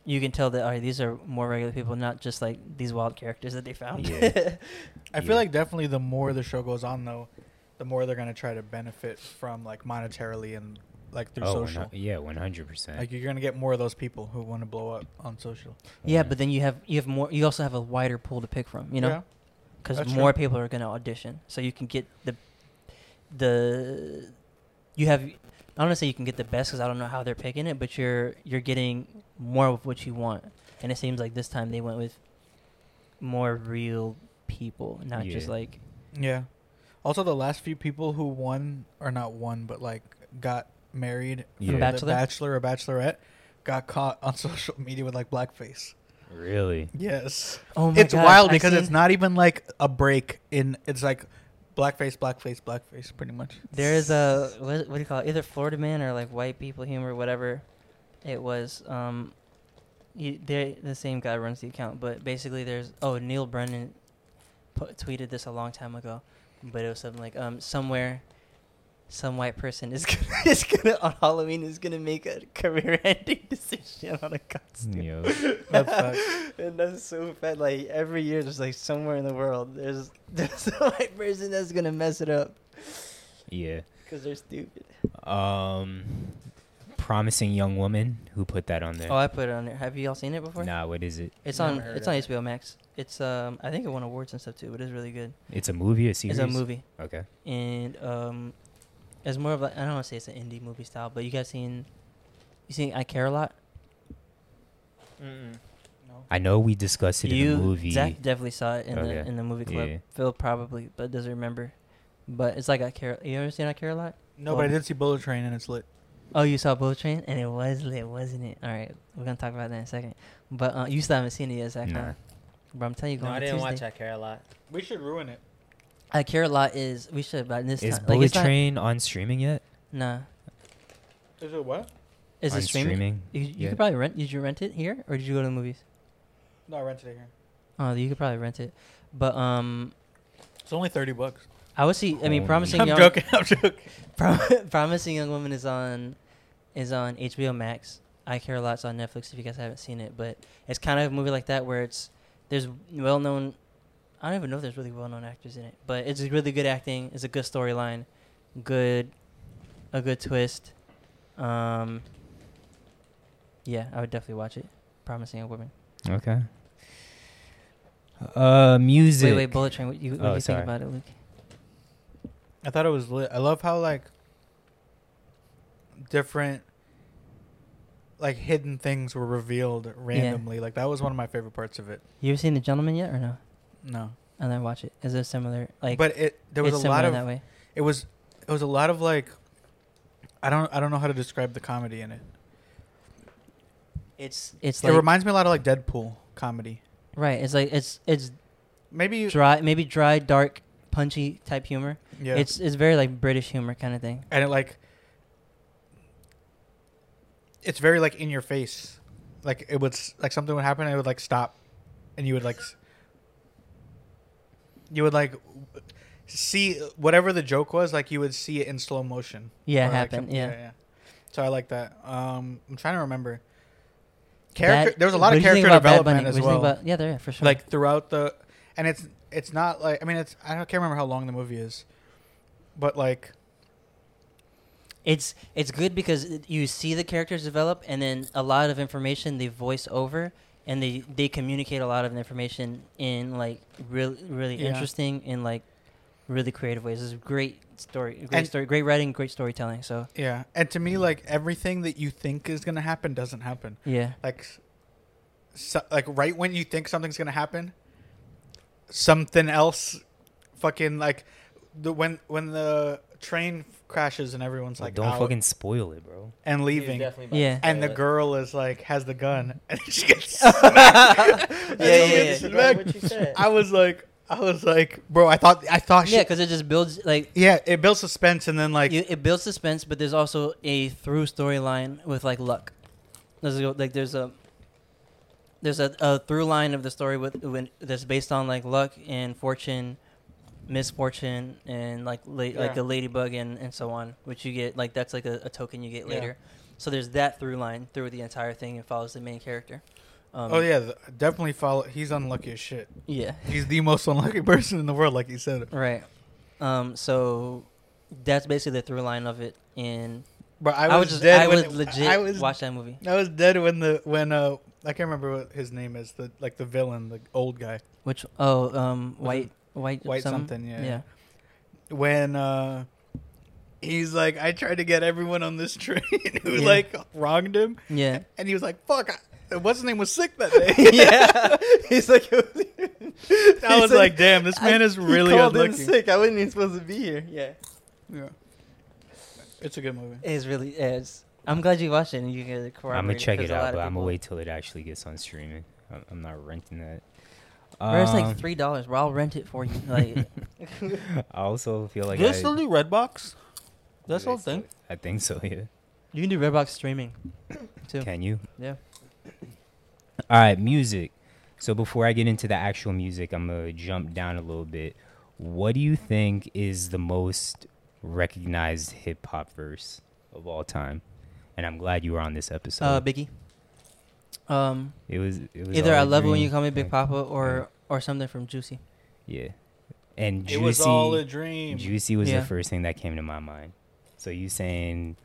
[SPEAKER 2] you can tell that all right, these are more regular people, not just like these wild characters that they found.
[SPEAKER 3] Yeah.
[SPEAKER 4] I
[SPEAKER 3] Yeah.
[SPEAKER 4] feel like definitely the more the show goes on, though, the more they're gonna try to benefit from like monetarily and like through
[SPEAKER 3] Oh,
[SPEAKER 4] social.
[SPEAKER 3] one hu- yeah, one hundred percent.
[SPEAKER 4] Like you're gonna get more of those people who want to blow up on social.
[SPEAKER 2] yeah, but then you have you have more. You also have a wider pool to pick from. You know.
[SPEAKER 4] Yeah.
[SPEAKER 2] because
[SPEAKER 4] That's
[SPEAKER 2] more people are going to audition, so you can get the the you have. I don't want to say you can get the best because I don't know how they're picking it, but you're you're getting more of what you want, and it seems like this time they went with more real people, not just
[SPEAKER 3] Yeah.
[SPEAKER 2] like
[SPEAKER 4] Yeah. Also, the last few people who won, or not won, but like got married
[SPEAKER 3] Yeah.
[SPEAKER 4] from
[SPEAKER 2] Bachelor?
[SPEAKER 4] the Bachelor or Bachelorette, got caught on social media with like blackface.
[SPEAKER 3] really,
[SPEAKER 4] Yes.
[SPEAKER 2] oh my
[SPEAKER 4] it's
[SPEAKER 2] gosh,
[SPEAKER 4] wild
[SPEAKER 2] I
[SPEAKER 4] because it's
[SPEAKER 2] seen-
[SPEAKER 4] not even like a break in. It's like blackface, blackface, blackface, pretty much.
[SPEAKER 2] There is a what, what do you call it? Either Florida man or like white people humor, whatever it was. Um, you, they the same guy runs the account, but basically there's oh Neil Brennan put, tweeted this a long time ago, but it was something like um somewhere. Some white person is gonna, is gonna on Halloween is gonna make a career-ending decision on a costume,
[SPEAKER 3] Yo,
[SPEAKER 4] That's facts.
[SPEAKER 2] and that's so bad. Like every year, there's like somewhere in the world, there's there's a white person that's gonna mess it up
[SPEAKER 3] yeah.
[SPEAKER 2] because they're stupid.
[SPEAKER 3] Um, promising young woman who put that on there.
[SPEAKER 2] Oh, I put it on there. Have you all seen it before?
[SPEAKER 3] nah, what is it?
[SPEAKER 2] It's
[SPEAKER 1] Never
[SPEAKER 2] on.
[SPEAKER 1] heard
[SPEAKER 2] It's
[SPEAKER 1] of
[SPEAKER 2] on
[SPEAKER 1] it.
[SPEAKER 2] HBO Max. It's um. I think it won awards and stuff too. But it's really good.
[SPEAKER 3] It's a movie. A series.
[SPEAKER 2] It's a movie,
[SPEAKER 3] Okay.
[SPEAKER 2] and um, it's more of like I don't want to say it's an indie movie style, but you guys seen, you seen I Care a Lot.
[SPEAKER 1] Mm-mm.
[SPEAKER 3] I know we discussed it
[SPEAKER 2] you
[SPEAKER 3] in the movie.
[SPEAKER 2] Zach definitely saw it in the
[SPEAKER 3] Okay.
[SPEAKER 2] in the movie club.
[SPEAKER 3] Yeah.
[SPEAKER 2] Phil probably, but doesn't remember. But it's like I Care. You ever seen I Care a Lot?
[SPEAKER 4] No, but I did see Bullet Train and it's lit.
[SPEAKER 2] Oh, you saw Bullet Train, and it was lit, wasn't it? All right, we're gonna talk about that in a second. But uh, you still haven't seen it yet, Zach. huh?
[SPEAKER 3] Nah.
[SPEAKER 2] But I'm telling you,
[SPEAKER 1] No,
[SPEAKER 2] going
[SPEAKER 1] I
[SPEAKER 2] on
[SPEAKER 1] didn't
[SPEAKER 2] Tuesday.
[SPEAKER 1] watch I Care a Lot.
[SPEAKER 4] We should ruin it.
[SPEAKER 2] I Care a Lot is we should about this
[SPEAKER 3] Is
[SPEAKER 2] time.
[SPEAKER 3] Bullet
[SPEAKER 2] like, it's not-
[SPEAKER 3] Train on streaming yet?
[SPEAKER 2] Nah.
[SPEAKER 4] Is it what?
[SPEAKER 2] Is
[SPEAKER 3] on
[SPEAKER 2] it streaming? You, you
[SPEAKER 3] Yeah.
[SPEAKER 2] could probably rent. Did you rent it here, or did you go to the movies?
[SPEAKER 4] No, I rented it here.
[SPEAKER 2] Oh, you could probably rent it. But um,
[SPEAKER 4] It's only thirty bucks.
[SPEAKER 2] I would see. I mean,
[SPEAKER 3] Holy-
[SPEAKER 2] promising
[SPEAKER 4] Oh, I'm
[SPEAKER 2] young,
[SPEAKER 4] joking. I'm joking.
[SPEAKER 2] Prom- promising young woman is on, is on HBO Max. I care a lot's on Netflix. If you guys haven't seen it, but it's kind of a movie like that where it's there's well known. I don't even know if there's really well known actors in it, but it's really good acting. It's a good storyline, good, a good twist. Um, yeah, I would definitely watch it. Promising young woman.
[SPEAKER 3] Okay. Uh, music.
[SPEAKER 2] Wait, wait, Bullet Train. What you, what
[SPEAKER 3] Oh,
[SPEAKER 2] do you
[SPEAKER 3] sorry.
[SPEAKER 2] think about it, Luke?
[SPEAKER 4] I thought it was lit. I love how like different like hidden things were revealed randomly. Like that was one of my favorite parts of it.
[SPEAKER 2] You ever seen The Gentleman yet, or no?
[SPEAKER 4] No.
[SPEAKER 2] And then watch it. Is it similar? Like,
[SPEAKER 4] but it there was
[SPEAKER 2] it's
[SPEAKER 4] a lot
[SPEAKER 2] similar
[SPEAKER 4] of
[SPEAKER 2] that way.
[SPEAKER 4] it was it was a lot of like I don't I don't know how to describe the comedy in it.
[SPEAKER 2] It's it's
[SPEAKER 4] it
[SPEAKER 2] like
[SPEAKER 4] reminds me a lot of like Deadpool comedy.
[SPEAKER 2] right. It's like it's it's
[SPEAKER 4] Maybe you,
[SPEAKER 2] dry, maybe dry, dark, punchy type humor.
[SPEAKER 4] yeah.
[SPEAKER 2] It's it's very like British humor kind of thing.
[SPEAKER 4] and it like it's very like in your face like it would s- like something would happen and it would like stop and you would like s- you would like w- see whatever the joke was like you would see it in slow motion
[SPEAKER 2] Yeah, it
[SPEAKER 4] Or, like,
[SPEAKER 2] happened,
[SPEAKER 4] some-
[SPEAKER 2] yeah.
[SPEAKER 4] so i like that um i'm trying to remember character
[SPEAKER 2] Bad-
[SPEAKER 4] there was a lot
[SPEAKER 2] what
[SPEAKER 4] of
[SPEAKER 2] do you think
[SPEAKER 4] character
[SPEAKER 2] about Bad
[SPEAKER 4] development
[SPEAKER 2] Bunny?
[SPEAKER 4] as
[SPEAKER 2] What do you think
[SPEAKER 4] well
[SPEAKER 2] about- yeah, there yeah, for sure.
[SPEAKER 4] like throughout the and it's it's not like i mean it's i don't can't remember how long the movie is but like
[SPEAKER 2] it's it's good because it- you see the characters develop, and then a lot of information they voice over, and they they communicate a lot of information in like really really
[SPEAKER 4] Yeah.
[SPEAKER 2] interesting and like really creative ways. It's a great story, great
[SPEAKER 4] And-
[SPEAKER 2] story, great writing, great storytelling. So
[SPEAKER 4] Yeah, and to me, like everything that you think is gonna happen doesn't happen.
[SPEAKER 2] yeah,
[SPEAKER 4] Like, s- so, like right when you think something's gonna happen, something else, fucking like the when when the train crashes and everyone's like,
[SPEAKER 3] don't
[SPEAKER 4] out
[SPEAKER 3] fucking spoil it, bro.
[SPEAKER 4] and
[SPEAKER 1] He was
[SPEAKER 4] leaving.
[SPEAKER 1] definitely about to
[SPEAKER 2] Yeah.
[SPEAKER 1] spoil
[SPEAKER 4] And the
[SPEAKER 1] it.
[SPEAKER 4] girl is like has the gun and she gets.
[SPEAKER 2] yeah, yeah,
[SPEAKER 1] This
[SPEAKER 2] yeah.
[SPEAKER 1] is right what you said.
[SPEAKER 4] I was like, I was like, bro, I thought, I thought, she,
[SPEAKER 2] Yeah, because it just builds like
[SPEAKER 4] yeah, it builds suspense and then like,
[SPEAKER 2] you, it builds suspense, but there's also a through storyline with like luck. There's a, like there's a there's a, a through line of the story with when that's based on like luck and fortune, misfortune, and like la-
[SPEAKER 4] Yeah.
[SPEAKER 2] like the ladybug and and so on, which you get like that's like a, a token you get
[SPEAKER 4] Yeah.
[SPEAKER 2] later. So there's that through line through the entire thing and follows the main character. Um,
[SPEAKER 4] oh yeah, th- definitely follow. He's unlucky as shit.
[SPEAKER 2] yeah.
[SPEAKER 4] He's the most unlucky person in the world, like he said.
[SPEAKER 2] Right. Um, so that's basically the through line of it. And
[SPEAKER 4] But I
[SPEAKER 2] I,
[SPEAKER 4] was,
[SPEAKER 2] was, just,
[SPEAKER 4] dead.
[SPEAKER 2] I
[SPEAKER 4] when
[SPEAKER 2] would
[SPEAKER 4] it-
[SPEAKER 2] legit
[SPEAKER 4] I was,
[SPEAKER 2] watch that movie.
[SPEAKER 4] I was dead when the when uh I can't remember what his name is the like the villain the old guy
[SPEAKER 2] Which oh um white white
[SPEAKER 4] White
[SPEAKER 2] something,
[SPEAKER 4] something, yeah.
[SPEAKER 2] yeah
[SPEAKER 4] when uh he's like I tried to get everyone on this train who
[SPEAKER 2] Yeah.
[SPEAKER 4] like wronged him
[SPEAKER 2] yeah
[SPEAKER 4] and he was like fuck I, what's his name was sick that day yeah
[SPEAKER 6] He's like,
[SPEAKER 4] I was like damn this man is really
[SPEAKER 6] he called
[SPEAKER 4] unlucky
[SPEAKER 6] him sick. I wasn't even supposed to be here. Yeah.
[SPEAKER 4] Yeah. it's a good movie
[SPEAKER 2] it's really is. I'm glad you watched it and you can corroborate.
[SPEAKER 3] I'm gonna check
[SPEAKER 2] 'cause
[SPEAKER 3] it
[SPEAKER 2] a lot
[SPEAKER 3] out,
[SPEAKER 2] of
[SPEAKER 3] but I'm
[SPEAKER 2] people-
[SPEAKER 3] gonna wait till it actually gets on streaming. I'm, I'm not renting that.
[SPEAKER 2] Bro, it's
[SPEAKER 3] Um,
[SPEAKER 2] like three dollars. Well, I'll rent it for you. Like
[SPEAKER 3] I also feel like
[SPEAKER 6] Do they
[SPEAKER 3] I-
[SPEAKER 6] still do Redbox? That's the
[SPEAKER 3] I
[SPEAKER 6] whole
[SPEAKER 3] think so.
[SPEAKER 6] thing.
[SPEAKER 3] I think so. Yeah.
[SPEAKER 2] you can do Redbox streaming too.
[SPEAKER 3] Can you?
[SPEAKER 2] Yeah.
[SPEAKER 3] All right, music. So before I get into the actual music, I'm gonna jump down a little bit. What do you think is the most recognized hip hop verse of all time? And I'm glad you were on this episode.
[SPEAKER 2] Uh, Biggie. Um,
[SPEAKER 3] it was it was
[SPEAKER 2] either
[SPEAKER 3] all
[SPEAKER 2] I
[SPEAKER 3] a
[SPEAKER 2] love it when
[SPEAKER 3] dream.
[SPEAKER 2] you call me Big
[SPEAKER 3] Yeah.
[SPEAKER 2] Papa or or something from Juicy.
[SPEAKER 3] Yeah, and Juicy
[SPEAKER 4] it was all a dream
[SPEAKER 3] Juicy was
[SPEAKER 2] Yeah.
[SPEAKER 3] the first thing that came to my mind. So you saying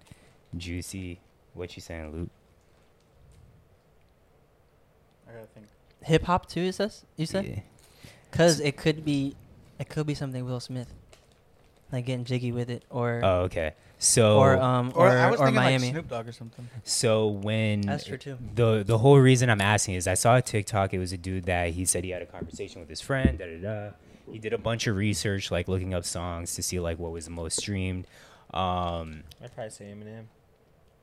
[SPEAKER 3] Juicy? What you saying, Luke?
[SPEAKER 4] I gotta think
[SPEAKER 2] Hip hop too, is this you said?
[SPEAKER 3] Yeah.
[SPEAKER 2] Cause it could be, it could be something Will Smith, like getting jiggy with it, or
[SPEAKER 3] Oh, okay. So
[SPEAKER 2] or um or,
[SPEAKER 4] or, I
[SPEAKER 2] or,
[SPEAKER 4] was thinking
[SPEAKER 2] Miami.
[SPEAKER 4] like Snoop Dogg or something
[SPEAKER 3] So when
[SPEAKER 2] That's true, too.
[SPEAKER 3] The the whole reason I'm asking is I saw a TikTok. It was a dude that he said he had a conversation with his friend. Da da da. He did a bunch of research, like looking up songs to see like what was the most streamed. Um,
[SPEAKER 1] I'd probably say Eminem.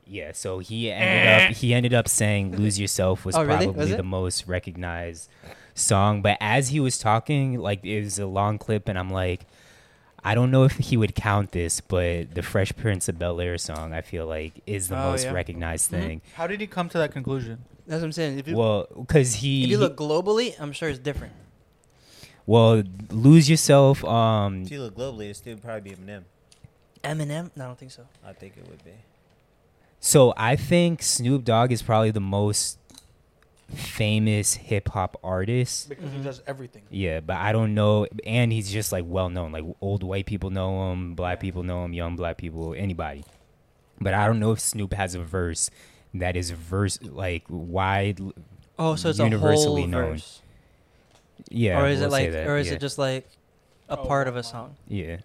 [SPEAKER 3] yeah, so he ended up he ended up saying "Lose Yourself" was
[SPEAKER 2] Oh, really?
[SPEAKER 3] probably
[SPEAKER 2] Was it?
[SPEAKER 3] the most recognized song. But as he was talking, like it was a long clip, and I'm like, I don't know if he would count this, but the Fresh Prince of Bel Air song, I feel like, is the
[SPEAKER 4] Oh,
[SPEAKER 3] most
[SPEAKER 4] yeah.
[SPEAKER 3] recognized
[SPEAKER 2] Mhm.
[SPEAKER 3] thing.
[SPEAKER 4] how did he come to that conclusion
[SPEAKER 2] That's what I'm saying. If you
[SPEAKER 3] Well, because he,
[SPEAKER 2] if you look globally, I'm sure it's different.
[SPEAKER 3] well lose yourself. Um,
[SPEAKER 1] If you look globally, it'd still probably be Eminem.
[SPEAKER 2] Eminem? No, I don't think so.
[SPEAKER 1] I think it would be.
[SPEAKER 3] so I think Snoop Dogg is probably the most famous hip hop artist.
[SPEAKER 4] because he does everything
[SPEAKER 3] Yeah, but I don't know, and he's just like well known. Like old white people know him, black people know him, young black people, anybody. But I don't know if Snoop has a verse that is verse like wide.
[SPEAKER 2] Oh, so it's
[SPEAKER 3] Universally
[SPEAKER 2] a whole
[SPEAKER 3] known.
[SPEAKER 2] verse,
[SPEAKER 3] Yeah,
[SPEAKER 2] or is it
[SPEAKER 3] we'll say
[SPEAKER 2] like,
[SPEAKER 3] that,
[SPEAKER 2] or is
[SPEAKER 3] yeah.
[SPEAKER 2] it just like a
[SPEAKER 4] Oh,
[SPEAKER 2] part of
[SPEAKER 4] wow.
[SPEAKER 2] a song?
[SPEAKER 3] Yeah,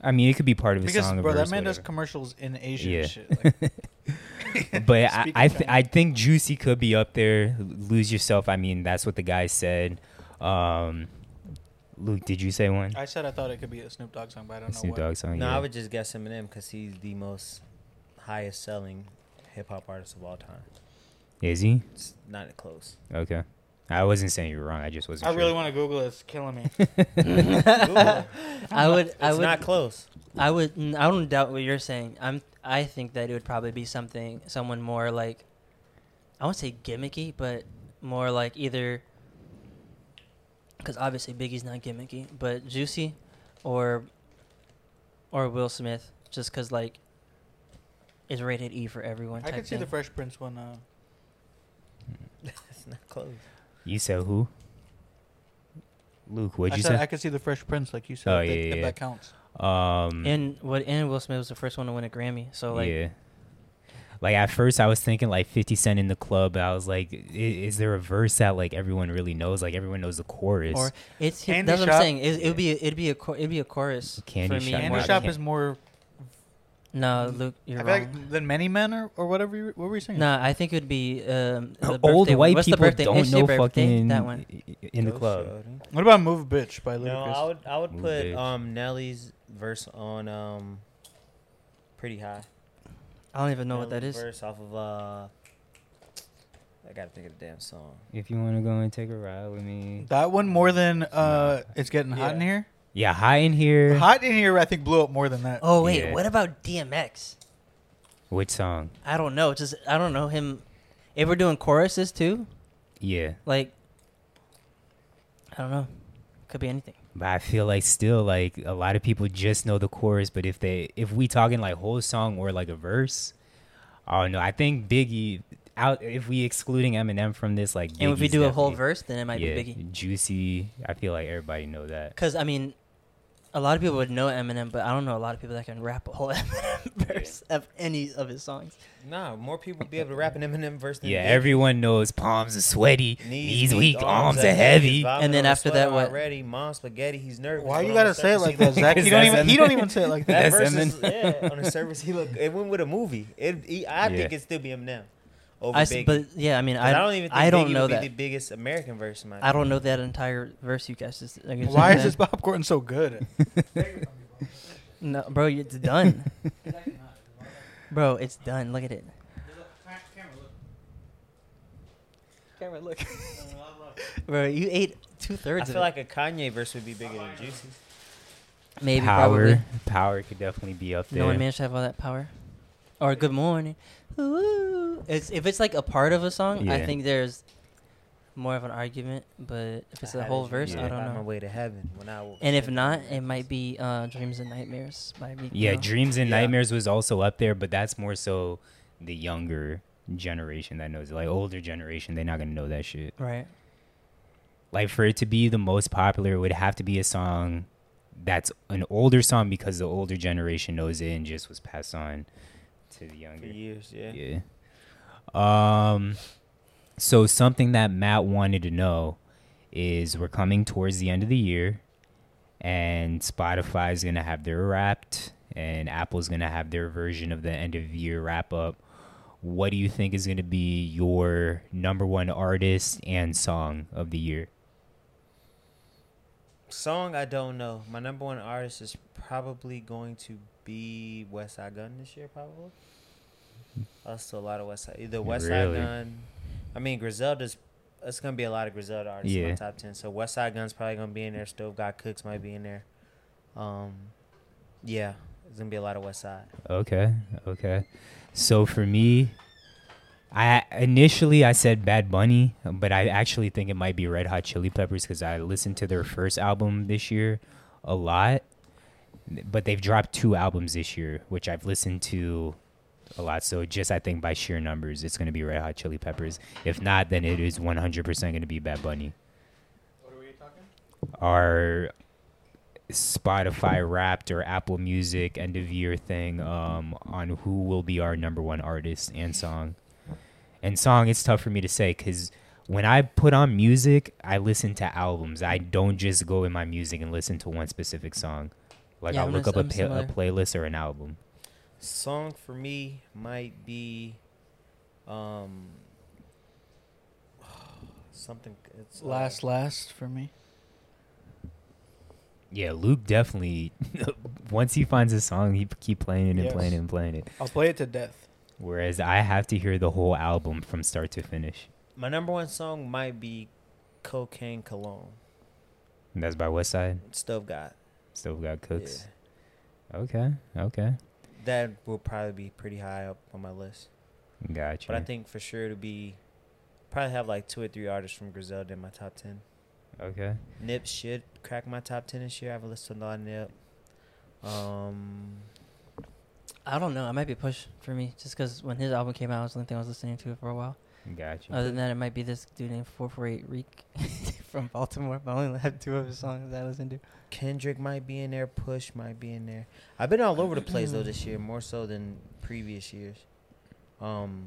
[SPEAKER 3] I mean it could be part of a
[SPEAKER 4] because
[SPEAKER 3] song. a
[SPEAKER 4] bro, that
[SPEAKER 3] verse,
[SPEAKER 4] man does
[SPEAKER 3] whatever.
[SPEAKER 4] commercials in Asia
[SPEAKER 3] Yeah.
[SPEAKER 4] and shit. Like,
[SPEAKER 3] but I
[SPEAKER 4] Speaking
[SPEAKER 3] I, th-
[SPEAKER 4] Chinese.
[SPEAKER 3] I think Juicy could be up there. Lose yourself. I mean, that's what the guy said. Um, Luke, did you say one?
[SPEAKER 4] I said I thought it could be a Snoop Dogg song, but I don't know
[SPEAKER 3] Snoop
[SPEAKER 4] what.
[SPEAKER 3] Dogg song.
[SPEAKER 1] No,
[SPEAKER 3] Oh, yeah.
[SPEAKER 1] I would just guess Eminem because he's the most highest selling hip hop artist of all time.
[SPEAKER 3] Is he
[SPEAKER 1] It's not close.
[SPEAKER 3] okay? I wasn't saying you were wrong. I just wasn't.
[SPEAKER 4] I really
[SPEAKER 3] sure.
[SPEAKER 4] want to Google it. It's killing me.
[SPEAKER 2] I would, I
[SPEAKER 1] It's
[SPEAKER 2] would,
[SPEAKER 1] not close.
[SPEAKER 2] I would, n- I don't doubt what you're saying. I'm, I think that it would probably be something, someone more like, I won't say gimmicky, but more like either, because obviously Biggie's not gimmicky, but Juicy, or, or Will Smith, just because like, it's rated E for everyone.
[SPEAKER 4] I
[SPEAKER 2] type
[SPEAKER 4] could see
[SPEAKER 2] thing.
[SPEAKER 4] the Fresh Prince one. Uh,
[SPEAKER 1] It's not close.
[SPEAKER 3] You said who? Luke,
[SPEAKER 4] I
[SPEAKER 3] what'd you
[SPEAKER 4] said
[SPEAKER 3] say?
[SPEAKER 4] I could see the Fresh Prince, like you said.
[SPEAKER 3] Oh,
[SPEAKER 4] if, that-
[SPEAKER 3] yeah,
[SPEAKER 4] if
[SPEAKER 3] yeah.
[SPEAKER 4] that counts.
[SPEAKER 3] um,
[SPEAKER 2] And what? And Will Smith was the first one to win a Grammy. So like,
[SPEAKER 3] yeah. Like at first, I was thinking like Fifty Cent in the club. I was like, I- is there a verse that like everyone really knows? Like everyone knows the chorus.
[SPEAKER 2] or it's
[SPEAKER 4] Candy
[SPEAKER 2] that's what I'm
[SPEAKER 4] Shop.
[SPEAKER 2] saying. It, it'd be a, it'd be a chor- it'd be a chorus
[SPEAKER 3] Candy
[SPEAKER 2] for me.
[SPEAKER 3] Shop.
[SPEAKER 4] Candy
[SPEAKER 2] more
[SPEAKER 3] I
[SPEAKER 4] Shop
[SPEAKER 2] than-
[SPEAKER 3] can't-
[SPEAKER 4] is more.
[SPEAKER 2] no, Luke, you're
[SPEAKER 4] I feel
[SPEAKER 2] wrong.
[SPEAKER 4] like than many men or, or whatever. You, what were you saying?
[SPEAKER 2] no, I think it would be um, the
[SPEAKER 3] Old
[SPEAKER 2] birthday one.
[SPEAKER 3] white
[SPEAKER 2] What's
[SPEAKER 3] people
[SPEAKER 2] the birthday?
[SPEAKER 3] don't
[SPEAKER 2] It's your
[SPEAKER 3] know
[SPEAKER 2] birthday?
[SPEAKER 3] fucking
[SPEAKER 2] that one.
[SPEAKER 3] in the
[SPEAKER 1] Go,
[SPEAKER 3] club.
[SPEAKER 1] Shorty.
[SPEAKER 4] What about Move Bitch by
[SPEAKER 1] No,
[SPEAKER 4] Ludacris?
[SPEAKER 1] I would I would
[SPEAKER 3] Move
[SPEAKER 1] put
[SPEAKER 3] Bitch.
[SPEAKER 1] um Nelly's verse um, on um pretty high.
[SPEAKER 2] I don't even know what that
[SPEAKER 1] That
[SPEAKER 2] is.
[SPEAKER 1] Verse off of uh, I gotta think of the damn song.
[SPEAKER 3] If you want to go and take a ride with me.
[SPEAKER 4] That one more than uh, it's getting hot in here.
[SPEAKER 3] Yeah, high in here.
[SPEAKER 4] Hot in here, I think blew up more than that.
[SPEAKER 2] Oh wait,
[SPEAKER 3] Yeah.
[SPEAKER 2] what about DMX?
[SPEAKER 3] Which song?
[SPEAKER 2] I don't know. It's Just I don't know him. If we're doing choruses too,
[SPEAKER 3] Yeah.
[SPEAKER 2] like I don't know, could be anything.
[SPEAKER 3] But I feel like still like a lot of people just know the chorus, but if they if we talking like whole song or like a verse, I don't know. I think Biggie out if we excluding Eminem from this, like
[SPEAKER 2] and if we
[SPEAKER 3] Biggie's
[SPEAKER 2] do a whole
[SPEAKER 3] definitely-
[SPEAKER 2] verse, then it might
[SPEAKER 3] yeah,
[SPEAKER 2] be Biggie.
[SPEAKER 3] Juicy. I feel like everybody know that.
[SPEAKER 2] Because I mean, a lot of people would know Eminem, but I don't know a lot of people that can rap a whole Eminem verse of any of his songs.
[SPEAKER 1] Nah, more people be able to rap an Eminem verse. Than
[SPEAKER 3] Yeah,
[SPEAKER 1] Biggie.
[SPEAKER 3] everyone knows palms are sweaty, knees, weak, arms, are
[SPEAKER 1] he's
[SPEAKER 3] heavy.
[SPEAKER 1] vibing
[SPEAKER 2] And then
[SPEAKER 1] on the
[SPEAKER 2] after that,
[SPEAKER 1] sweater
[SPEAKER 2] what?
[SPEAKER 1] Already, mom spaghetti. He's nervous.
[SPEAKER 4] Why
[SPEAKER 1] but
[SPEAKER 4] you
[SPEAKER 1] on
[SPEAKER 4] gotta
[SPEAKER 1] the
[SPEAKER 4] say it
[SPEAKER 1] surface,
[SPEAKER 4] like
[SPEAKER 1] he
[SPEAKER 4] that,
[SPEAKER 1] look-
[SPEAKER 4] Zach? He don't even he don't even say it like
[SPEAKER 1] That
[SPEAKER 4] that.
[SPEAKER 3] That's
[SPEAKER 1] verse is,
[SPEAKER 3] Eminem.
[SPEAKER 1] yeah, on the surface, he look. It went with a movie. It, he, I
[SPEAKER 3] Yeah.
[SPEAKER 1] think it'd still be Eminem over
[SPEAKER 2] I s-
[SPEAKER 1] Biggie.
[SPEAKER 2] but yeah, I mean,
[SPEAKER 1] 'Cause
[SPEAKER 2] I,
[SPEAKER 1] I don't even. Think
[SPEAKER 2] I
[SPEAKER 1] Biggie
[SPEAKER 2] don't
[SPEAKER 1] would
[SPEAKER 2] know
[SPEAKER 1] be
[SPEAKER 2] that.
[SPEAKER 1] the biggest American verse. In my
[SPEAKER 2] I don't know that entire verse you guys just. like, it's
[SPEAKER 4] Why is
[SPEAKER 2] Eminem.
[SPEAKER 4] this popcorn so good?
[SPEAKER 2] No, bro, it's done. bro, it's done. Look at it.
[SPEAKER 6] Camera, look.
[SPEAKER 2] Bro, you ate two
[SPEAKER 1] I
[SPEAKER 2] thirds of
[SPEAKER 1] feel
[SPEAKER 2] it.
[SPEAKER 1] like a Kanye verse would be bigger than Juicy's.
[SPEAKER 2] Maybe
[SPEAKER 3] power,
[SPEAKER 2] probably.
[SPEAKER 3] power could definitely be up there.
[SPEAKER 2] No one man should have all that power. Or good morning. Ooh. It's if it's like a part of a song, I
[SPEAKER 3] Yeah.
[SPEAKER 2] think there's more of an argument. But if it's a
[SPEAKER 1] had
[SPEAKER 2] whole
[SPEAKER 1] a
[SPEAKER 2] verse,
[SPEAKER 1] dream
[SPEAKER 2] I
[SPEAKER 1] about
[SPEAKER 2] don't
[SPEAKER 1] My
[SPEAKER 2] know.
[SPEAKER 1] way to heaven when I woke
[SPEAKER 2] And
[SPEAKER 1] up
[SPEAKER 2] if
[SPEAKER 1] in
[SPEAKER 2] not,
[SPEAKER 1] the
[SPEAKER 2] it
[SPEAKER 1] morning.
[SPEAKER 2] might be uh, Dreams and Nightmares by Meek
[SPEAKER 3] Yeah,
[SPEAKER 2] Mill.
[SPEAKER 3] Dreams and
[SPEAKER 1] Yeah.
[SPEAKER 3] Nightmares was also up there, but that's more so the younger generation that knows it. Like older generation, they're not gonna know that shit.
[SPEAKER 2] right.
[SPEAKER 3] Like for it to be the most popular, it would have to be a song that's an older song because the older generation knows it and just was passed on to the
[SPEAKER 1] for
[SPEAKER 3] younger.
[SPEAKER 1] years. Yeah.
[SPEAKER 3] Yeah. Um so something that Matt wanted to know is we're coming towards the end of the year and Spotify is going to have their wrapped and Apple's going to have their version of the end of year wrap up. What do you think is going to be your number one artist and song of the year?
[SPEAKER 1] Song I don't know. My number one artist is probably going to be West Side Gun this year. Probably. Us to a lot of West Side. Either West
[SPEAKER 3] Really?
[SPEAKER 1] Side Gun. I mean Griselda's. It's gonna be a lot of Griselda artists in
[SPEAKER 3] Yeah.
[SPEAKER 1] my top ten. So West Side Gun's probably gonna be in there. Stove God Cooks might be in there. Um, yeah, it's gonna be a lot of West Side.
[SPEAKER 3] Okay. Okay. So for me, I initially I said Bad Bunny, but I actually think it might be Red Hot Chili Peppers because I listened to their first album this year a lot. But they've dropped two albums this year, which I've listened to a lot. So just I think by sheer numbers, it's going to be Red Hot Chili Peppers. If not, then it is 100% going to be Bad Bunny. Our Spotify Wrapped or Apple Music end of year thing um, on who will be our number one artist and song. And song, it's tough for me to say because when I put on music, I listen to albums. I don't just go in my music and listen to one specific song. Like
[SPEAKER 2] Yeah,
[SPEAKER 3] I'll
[SPEAKER 2] I'm
[SPEAKER 3] look
[SPEAKER 2] the
[SPEAKER 3] up a,
[SPEAKER 2] s- I'm
[SPEAKER 3] pa- a
[SPEAKER 2] similar.
[SPEAKER 3] playlist or an album.
[SPEAKER 1] Song for me might be um something it's uh,
[SPEAKER 4] last, last for me.
[SPEAKER 3] Yeah, Luke definitely. once he finds a song, he p- keep playing it and
[SPEAKER 4] Yes.
[SPEAKER 3] playing it and playing it.
[SPEAKER 4] I'll play it to death.
[SPEAKER 3] Whereas I have to hear the whole album from start to finish.
[SPEAKER 1] my number one song might be Cocaine Cologne.
[SPEAKER 3] And that's by Westside.
[SPEAKER 1] Stove God.
[SPEAKER 3] Still got
[SPEAKER 1] Yeah.
[SPEAKER 3] cooks. Okay. Okay.
[SPEAKER 1] That will probably be pretty high up on my list.
[SPEAKER 3] Gotcha.
[SPEAKER 1] But I think for sure it'll be probably have like two or three artists from Griselda in my top ten.
[SPEAKER 3] okay.
[SPEAKER 1] Nip should crack my top ten this year. I haven't listened to a lot of Nip. Um
[SPEAKER 2] I don't know. It might be a push for me just because when his album came out, it was the only thing I was listening to for a while.
[SPEAKER 3] Gotcha.
[SPEAKER 2] Other than that, it might be this dude named 448 Reek from Baltimore. But I only have two of his songs that I listen to.
[SPEAKER 1] Kendrick might be in there. Push might be in there. I've been all over the place though this year, more so than previous years. Um,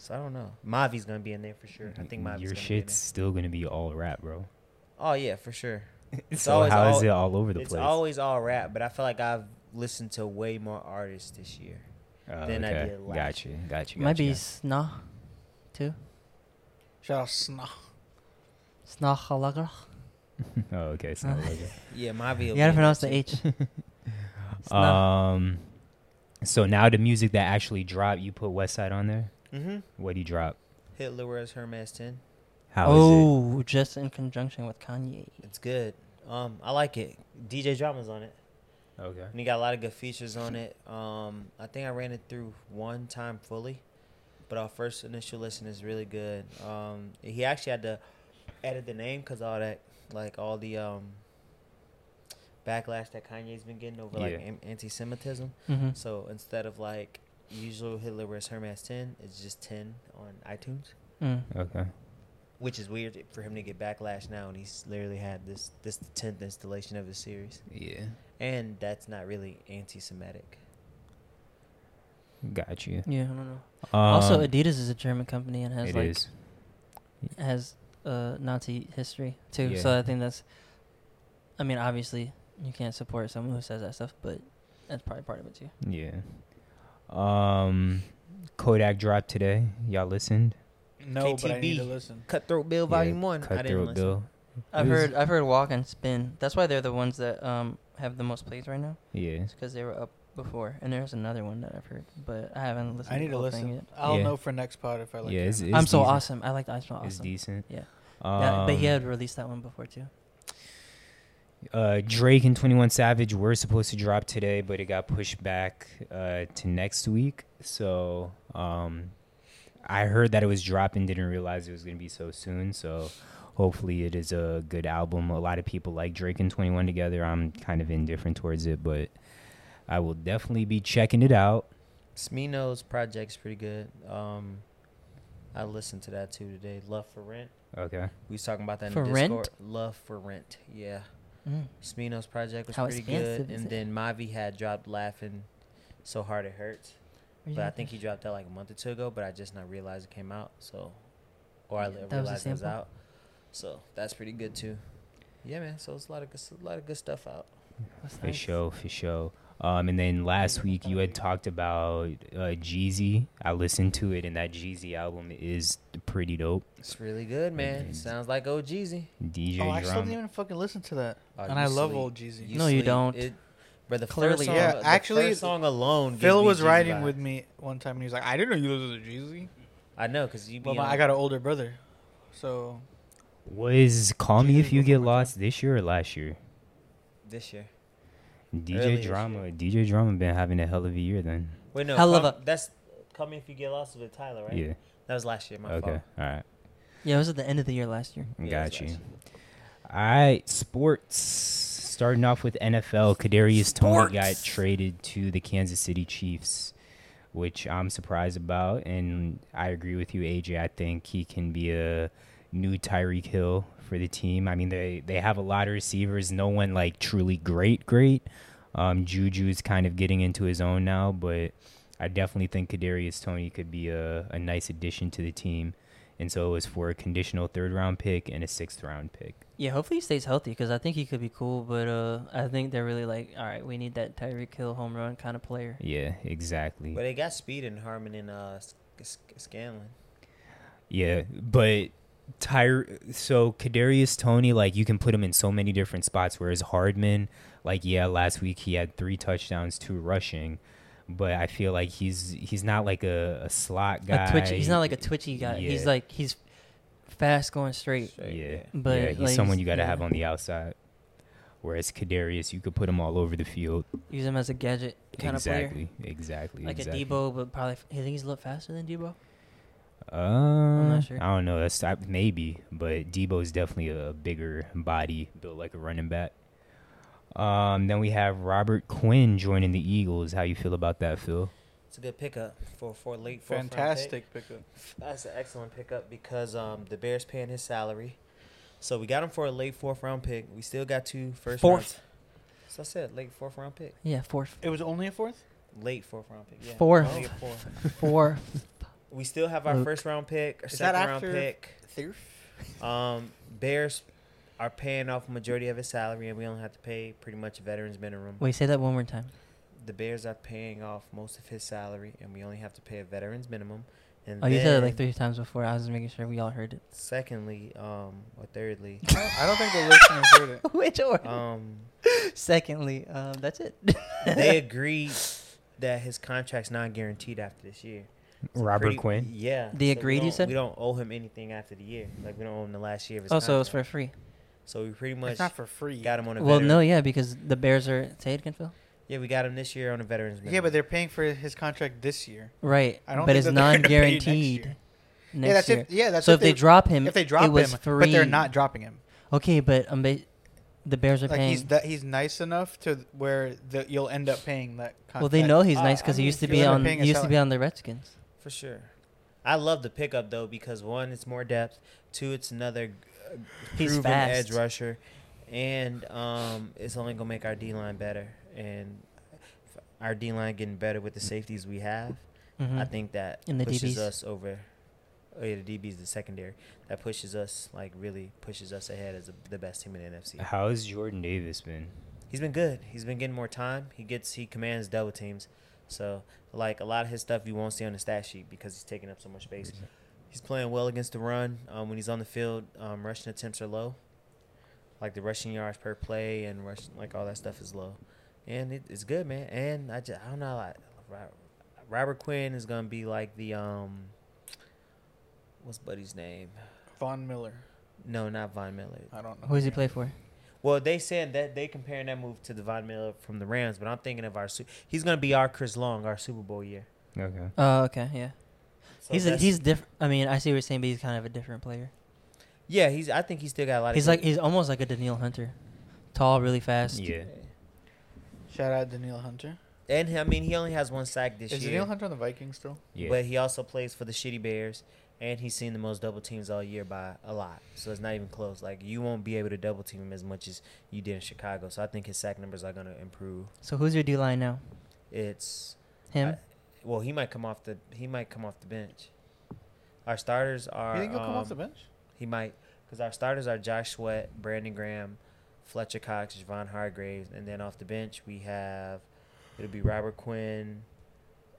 [SPEAKER 1] so I don't know. Mavi's gonna be in there for sure. I think Mavi's
[SPEAKER 3] your
[SPEAKER 1] gonna
[SPEAKER 3] shit's still gonna be all rap, bro.
[SPEAKER 1] be in there. Oh yeah, for sure.
[SPEAKER 3] so how
[SPEAKER 1] always all-
[SPEAKER 3] is it all over the
[SPEAKER 1] it's
[SPEAKER 3] place?
[SPEAKER 1] always all rap, but I feel like I've listened to way more artists this year.
[SPEAKER 3] Oh,
[SPEAKER 1] than I
[SPEAKER 3] okay.
[SPEAKER 1] did last
[SPEAKER 3] Gotcha. Gotcha.
[SPEAKER 2] might be
[SPEAKER 3] gotcha.
[SPEAKER 2] Snah, too.
[SPEAKER 4] Shout out Snah.
[SPEAKER 2] Snah Halagrach.
[SPEAKER 3] oh, okay. It's not
[SPEAKER 2] Uh,
[SPEAKER 3] like it.
[SPEAKER 1] Yeah, Mavi. will be
[SPEAKER 2] You
[SPEAKER 1] in
[SPEAKER 2] gotta
[SPEAKER 1] there
[SPEAKER 3] Uh,
[SPEAKER 2] pronounce the
[SPEAKER 1] too.
[SPEAKER 2] H. Snah.
[SPEAKER 3] Um, So now the music that actually dropped, you put West Side on there.
[SPEAKER 1] Mm-hmm.
[SPEAKER 3] What do you drop?
[SPEAKER 1] Hitler wears Hermes 10.
[SPEAKER 3] How is it?
[SPEAKER 2] oh, just in conjunction with Kanye.
[SPEAKER 1] It's good. Um, I like it. DJ Drama's on it.
[SPEAKER 3] Okay.
[SPEAKER 1] And he got a lot of good features on it. Um, I think I ran it through one time fully, but our first initial listen is really good. Um, he actually had to edit the name because all that, like all the um, backlash that Kanye's been getting over like
[SPEAKER 3] Yeah.
[SPEAKER 1] an- anti-Semitism.
[SPEAKER 2] Mm-hmm.
[SPEAKER 1] So instead of like usual Hitler wears Hermes ten, it's just ten on iTunes,
[SPEAKER 2] Mm.
[SPEAKER 3] Okay.
[SPEAKER 1] which is weird for him to get backlash now. And he's literally had this this the tenth installation of his series,
[SPEAKER 3] Yeah.
[SPEAKER 1] and that's not really anti-Semitic.
[SPEAKER 3] Got you.
[SPEAKER 2] Yeah, I don't know.
[SPEAKER 3] Um,
[SPEAKER 2] also, Adidas is a German company and has
[SPEAKER 3] it
[SPEAKER 2] like
[SPEAKER 3] is.
[SPEAKER 2] has uh, Nazi history too.
[SPEAKER 3] Yeah.
[SPEAKER 2] So I think that's. I mean, obviously, you can't support someone who says that stuff, but that's probably part of it too.
[SPEAKER 3] Yeah. Um, Kodak dropped today. Y'all listened?
[SPEAKER 4] No, but I need to
[SPEAKER 1] KTB.
[SPEAKER 4] listen.
[SPEAKER 1] Cutthroat Bill
[SPEAKER 3] Yeah,
[SPEAKER 1] Volume One. I didn't
[SPEAKER 3] Cutthroat
[SPEAKER 1] listen.
[SPEAKER 3] Bill.
[SPEAKER 2] I've
[SPEAKER 3] It was-
[SPEAKER 2] heard I've heard Walk and Spin. That's why they're the ones that um have the most plays right now.
[SPEAKER 3] Yeah.
[SPEAKER 2] It's because they were up before, and there's another one that I've heard, but I haven't listened.
[SPEAKER 4] I
[SPEAKER 2] to
[SPEAKER 4] need
[SPEAKER 2] the
[SPEAKER 4] to
[SPEAKER 2] whole thing
[SPEAKER 4] listen.
[SPEAKER 2] yet.
[SPEAKER 4] I'll
[SPEAKER 3] Yeah.
[SPEAKER 4] know for next pod if I like
[SPEAKER 3] yeah.
[SPEAKER 4] it. Oh,
[SPEAKER 3] It's, it's
[SPEAKER 2] I'm so
[SPEAKER 3] decent.
[SPEAKER 2] awesome. I like I smell
[SPEAKER 3] It's
[SPEAKER 2] awesome.
[SPEAKER 3] decent.
[SPEAKER 2] Yeah.
[SPEAKER 3] Um,
[SPEAKER 2] Yeah, but he had released that one before too.
[SPEAKER 3] uh, Drake and 21 Savage were supposed to drop today, but it got pushed back uh, to next week. So um, I heard that it was dropping, didn't realize it was going to be so soon. So hopefully it is a good album. A lot of people like Drake and 21 together. I'm kind of indifferent towards it, but I will definitely be checking it out.
[SPEAKER 1] Smino's project's pretty good. Um, I listened to that too today. Love for Rent.
[SPEAKER 3] Okay.
[SPEAKER 1] We was talking about that
[SPEAKER 2] For
[SPEAKER 1] in
[SPEAKER 2] Rent?
[SPEAKER 1] Discord. Love for Rent. Yeah.
[SPEAKER 2] Mm.
[SPEAKER 1] Smino's project was
[SPEAKER 2] How
[SPEAKER 1] pretty
[SPEAKER 2] expensive
[SPEAKER 1] good,
[SPEAKER 2] is
[SPEAKER 1] and
[SPEAKER 2] it?
[SPEAKER 1] then Mavi had dropped laughing so hard it hurts.
[SPEAKER 2] Where'd you
[SPEAKER 1] But I
[SPEAKER 2] get
[SPEAKER 1] think
[SPEAKER 2] that?
[SPEAKER 1] he dropped that like a month or two ago. But I just not realized it came out. So, or I
[SPEAKER 2] Yeah,
[SPEAKER 1] li-
[SPEAKER 2] that was a
[SPEAKER 1] realized it was
[SPEAKER 2] sample?
[SPEAKER 1] out. So that's pretty good too. Yeah, man. So it's a lot of good, s- a lot of good stuff out.
[SPEAKER 2] That's
[SPEAKER 3] For
[SPEAKER 2] nice.
[SPEAKER 3] sure, for sure. Um, and then last week you had talked about uh, Jeezy. I listened to it, and that Jeezy album is pretty dope.
[SPEAKER 1] It's really good, man.
[SPEAKER 3] Mhm.
[SPEAKER 1] Sounds like old Jeezy.
[SPEAKER 3] DJ
[SPEAKER 4] Oh, I
[SPEAKER 3] Drama.
[SPEAKER 4] still didn't even fucking listen to that.
[SPEAKER 1] Oh,
[SPEAKER 4] and
[SPEAKER 1] you
[SPEAKER 4] I love
[SPEAKER 1] sleep.
[SPEAKER 4] old Jeezy.
[SPEAKER 2] No, you don't.
[SPEAKER 1] But the
[SPEAKER 2] Clearly
[SPEAKER 1] first song,
[SPEAKER 2] you Yeah,
[SPEAKER 1] the
[SPEAKER 4] actually,
[SPEAKER 1] first song alone. gives
[SPEAKER 4] Phil
[SPEAKER 1] me
[SPEAKER 4] was
[SPEAKER 1] Jeezy
[SPEAKER 4] riding
[SPEAKER 1] vibes.
[SPEAKER 4] with me one time, and he was like, "I didn't know you listened to Jeezy."
[SPEAKER 1] I know, cause you. Be
[SPEAKER 4] Well, my, I
[SPEAKER 1] on-
[SPEAKER 4] got an older brother, so
[SPEAKER 3] Was Call Me If
[SPEAKER 4] Jeezy
[SPEAKER 3] You
[SPEAKER 4] was
[SPEAKER 3] Get
[SPEAKER 4] number two.
[SPEAKER 3] Lost this year or last year?
[SPEAKER 1] this year.
[SPEAKER 3] DJ
[SPEAKER 1] Earlier this
[SPEAKER 3] Drama. DJ Drama been having a hell of a year then.
[SPEAKER 1] Wait, no.
[SPEAKER 2] Hell of
[SPEAKER 1] come, that's come if you get lost with Tyler, right?
[SPEAKER 3] Yeah.
[SPEAKER 1] That was last year. My
[SPEAKER 3] okay.
[SPEAKER 1] fault.
[SPEAKER 3] All right.
[SPEAKER 2] Yeah, it was at the end of the year last year.
[SPEAKER 1] Yeah, that's
[SPEAKER 3] Got you.
[SPEAKER 1] last
[SPEAKER 3] All right. Sports. Starting off with NFL, Kadarius Tony got traded to the Kansas City Chiefs, which I'm surprised about, and I agree with you, AJ. I think he can be a new Tyreek Hill for the team. I mean, they they have a lot of receivers. No one like truly great, great. Um, Juju is kind of getting into his own now, but I definitely think Kadarius Tony could be a, a nice addition to the team. And so it was for a conditional third round pick and a sixth round pick.
[SPEAKER 2] Yeah, hopefully he stays healthy because I think he could be cool. But uh, I think they're really like, all right, we need that Tyreek Hill home run kind of player.
[SPEAKER 3] Yeah, exactly.
[SPEAKER 1] But they got Speed and Harmon and uh, Sc- Sc- Scanlon.
[SPEAKER 3] Yeah, but Tyre. So Kadarius Tony, like you can put him in so many different spots. Whereas Hardman, like yeah, last week he had three touchdowns, two rushing, but I feel like he's he's not like a, a slot guy.
[SPEAKER 2] A twitchy. He's not like a twitchy guy. He's
[SPEAKER 3] Yeah.
[SPEAKER 2] like he's fast going straight.
[SPEAKER 3] Yeah,
[SPEAKER 1] Straight, yeah.
[SPEAKER 2] But,
[SPEAKER 3] yeah, he's
[SPEAKER 2] like,
[SPEAKER 3] someone you got to
[SPEAKER 2] yeah.
[SPEAKER 3] have on the outside. Whereas Kadarius, you could put him all over the field.
[SPEAKER 2] Use him as a gadget kind of player.
[SPEAKER 3] exactly, exactly,
[SPEAKER 2] Like
[SPEAKER 3] exactly.
[SPEAKER 2] a Debo, but probably f- you think he's a little faster than Debo.
[SPEAKER 3] Uh,
[SPEAKER 2] not sure.
[SPEAKER 3] I don't know. That's I, maybe, but Debo is definitely a bigger body, built like a running back. Um, then we have Robert Quinn joining the Eagles. How you feel about that, Phil?
[SPEAKER 1] It's a good pickup for for late. fourth round pick.
[SPEAKER 4] fantastic pickup.
[SPEAKER 1] That's an excellent pickup because um, the Bears paying his salary, so we got him for a late fourth round pick. We still got two first rounds.
[SPEAKER 2] Fourth.
[SPEAKER 1] So I said late fourth round pick,
[SPEAKER 2] Yeah, fourth.
[SPEAKER 4] It was only a fourth.
[SPEAKER 1] late fourth round pick. Yeah,
[SPEAKER 2] Fourth.
[SPEAKER 1] only a fourth.
[SPEAKER 2] Four.
[SPEAKER 1] We still have our
[SPEAKER 2] Luke.
[SPEAKER 1] first round pick, our
[SPEAKER 4] Is that
[SPEAKER 1] second round
[SPEAKER 4] after-
[SPEAKER 1] pick.
[SPEAKER 4] Third.
[SPEAKER 1] Um, Bears are paying off majority of his salary, and we only have to pay pretty much veterans minimum.
[SPEAKER 2] Wait, say that one more time.
[SPEAKER 1] The Bears are paying off most of his salary, and we only have to pay a veterans minimum. And
[SPEAKER 2] Oh, you said it like
[SPEAKER 1] then,
[SPEAKER 2] three times before. I was just making sure we all heard it.
[SPEAKER 1] Secondly, um, or thirdly,
[SPEAKER 4] I don't think the listeners heard it.
[SPEAKER 2] Which order?
[SPEAKER 1] um,
[SPEAKER 2] Secondly, um, that's it.
[SPEAKER 1] they agreed that his contract's not guaranteed after this year. It's
[SPEAKER 3] Robert
[SPEAKER 1] pretty-
[SPEAKER 3] Quinn?
[SPEAKER 1] Yeah.
[SPEAKER 2] They
[SPEAKER 1] we
[SPEAKER 2] agreed, you
[SPEAKER 1] don't-
[SPEAKER 2] said?
[SPEAKER 1] We don't owe him anything after the year. Like, we don't owe him the last year of his
[SPEAKER 2] Oh, so it's for
[SPEAKER 1] contract.
[SPEAKER 2] free.
[SPEAKER 1] So we pretty much
[SPEAKER 4] It's not for free.
[SPEAKER 1] got him on a
[SPEAKER 2] Well,
[SPEAKER 1] veteran-
[SPEAKER 2] no, yeah, because the Bears are Tate can fill.
[SPEAKER 1] Yeah, we got him this year on a veterans
[SPEAKER 4] Yeah,
[SPEAKER 1] minimum.
[SPEAKER 4] but they're paying for his contract this year.
[SPEAKER 2] Right,
[SPEAKER 4] I don't
[SPEAKER 2] but
[SPEAKER 4] think
[SPEAKER 2] it's
[SPEAKER 4] that they're gonna pay you next
[SPEAKER 2] non-guaranteed.
[SPEAKER 4] year.
[SPEAKER 2] Next
[SPEAKER 4] yeah, that's
[SPEAKER 2] year.
[SPEAKER 4] if yeah, that's
[SPEAKER 2] so if they, drop him,
[SPEAKER 4] if they drop
[SPEAKER 2] it was
[SPEAKER 4] him,
[SPEAKER 2] free.
[SPEAKER 4] but they're not dropping him.
[SPEAKER 2] Okay, but um, ba- the Bears are
[SPEAKER 4] Like
[SPEAKER 2] paying.
[SPEAKER 4] he's that he's nice enough to where the, you'll end up paying that. Contract.
[SPEAKER 2] well, they know he's
[SPEAKER 1] Uh,
[SPEAKER 2] nice
[SPEAKER 1] I
[SPEAKER 2] because he
[SPEAKER 1] mean,
[SPEAKER 2] used to
[SPEAKER 4] if you
[SPEAKER 2] be
[SPEAKER 4] end up
[SPEAKER 2] on.
[SPEAKER 4] paying
[SPEAKER 2] He
[SPEAKER 4] a
[SPEAKER 2] used to be
[SPEAKER 4] salary-
[SPEAKER 2] on the Redskins.
[SPEAKER 1] For sure. I love the pickup though because one, it's more depth. Two, it's another uh,
[SPEAKER 2] He's
[SPEAKER 1] proven
[SPEAKER 2] fast.
[SPEAKER 1] edge rusher, and um, it's only gonna make our D line better. And f- our D line getting better with the safeties we have,
[SPEAKER 2] Mhm.
[SPEAKER 1] I think that
[SPEAKER 2] And the
[SPEAKER 1] pushes
[SPEAKER 2] DBs.
[SPEAKER 1] us over. Oh yeah, the DBs, the secondary that pushes us like really pushes us ahead as the best team in the NFC.
[SPEAKER 3] How's Jordan Davis been?
[SPEAKER 1] He's been good. He's been getting more time. He gets he commands double teams. So like a lot of his stuff you won't see on the stat sheet because he's taking up so much space. He's playing well against the run. Um, when he's on the field, um, rushing attempts are low. Like the rushing yards per play and rush like all that stuff is low, and it, it's good, man. And I just I don't know. Like, Ro- Robert Quinn is gonna be like the um. What's Buddy's name?
[SPEAKER 4] Von Miller.
[SPEAKER 1] No, not Von Miller.
[SPEAKER 4] I don't know.
[SPEAKER 2] Who does he play for?
[SPEAKER 1] Well, they saying that they comparing that move to Devon Miller from the Rams, but I'm thinking of our. Su- he's gonna be our Chris Long, our Super Bowl year.
[SPEAKER 3] Okay.
[SPEAKER 2] Oh, okay, yeah.
[SPEAKER 1] So
[SPEAKER 2] he's a,
[SPEAKER 1] that's-
[SPEAKER 2] he's different. I mean, I see what you're saying, but he's kind of a different player.
[SPEAKER 1] yeah. He's I think he's still got a lot. of
[SPEAKER 2] He's like
[SPEAKER 1] good-
[SPEAKER 2] he's almost like a Daniil Hunter, tall, really fast.
[SPEAKER 3] Yeah.
[SPEAKER 4] Shout out Daniel Hunter.
[SPEAKER 1] and he- I mean he only has one sack this
[SPEAKER 4] Is
[SPEAKER 1] year,
[SPEAKER 4] Daniel Hunter on the Vikings still?
[SPEAKER 3] Yeah.
[SPEAKER 1] but he also plays for the shitty Bears, and he's seen the most double teams all year by a lot. So it's not even close. Like you won't be able to double team him as much as you did in Chicago. So I think his sack numbers are gonna improve.
[SPEAKER 2] So who's your D line now?
[SPEAKER 1] It's
[SPEAKER 2] Him.
[SPEAKER 1] I- well, he might come off the he might come off the bench. Our starters are.
[SPEAKER 4] you think he'll come off
[SPEAKER 1] um,
[SPEAKER 4] the bench?
[SPEAKER 1] He might, because our starters are Josh Sweat, Brandon Graham, Fletcher Cox, Javon Hargraves, and then off the bench we have it'll be Robert Quinn,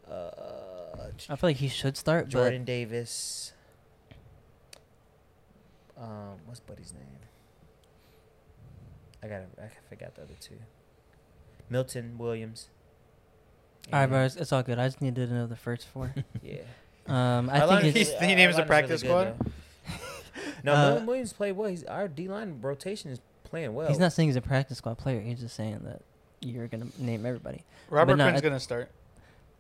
[SPEAKER 1] uh,
[SPEAKER 2] I, feel like he should start,
[SPEAKER 1] Jordan Davis. Um, what's Buddy's name? I got I forgot the other two. Milton Williams.
[SPEAKER 2] but all right,
[SPEAKER 1] And-
[SPEAKER 2] bro, it's, it's all good. I just needed to know the first four.
[SPEAKER 1] Yeah.
[SPEAKER 2] Um,
[SPEAKER 1] Our
[SPEAKER 2] I
[SPEAKER 1] line
[SPEAKER 2] think
[SPEAKER 1] is
[SPEAKER 2] it's,
[SPEAKER 4] He's-
[SPEAKER 1] really-
[SPEAKER 4] he
[SPEAKER 1] our
[SPEAKER 4] names the
[SPEAKER 1] line is
[SPEAKER 4] practice
[SPEAKER 1] good, though. no,
[SPEAKER 2] Uh,
[SPEAKER 1] Milton Williams played well. He's, our D line rotation is playing well.
[SPEAKER 2] he's not saying he's a practice squad player. He's just saying that you're gonna name everybody.
[SPEAKER 4] Robert
[SPEAKER 2] no, I-
[SPEAKER 4] Quinn's gonna start.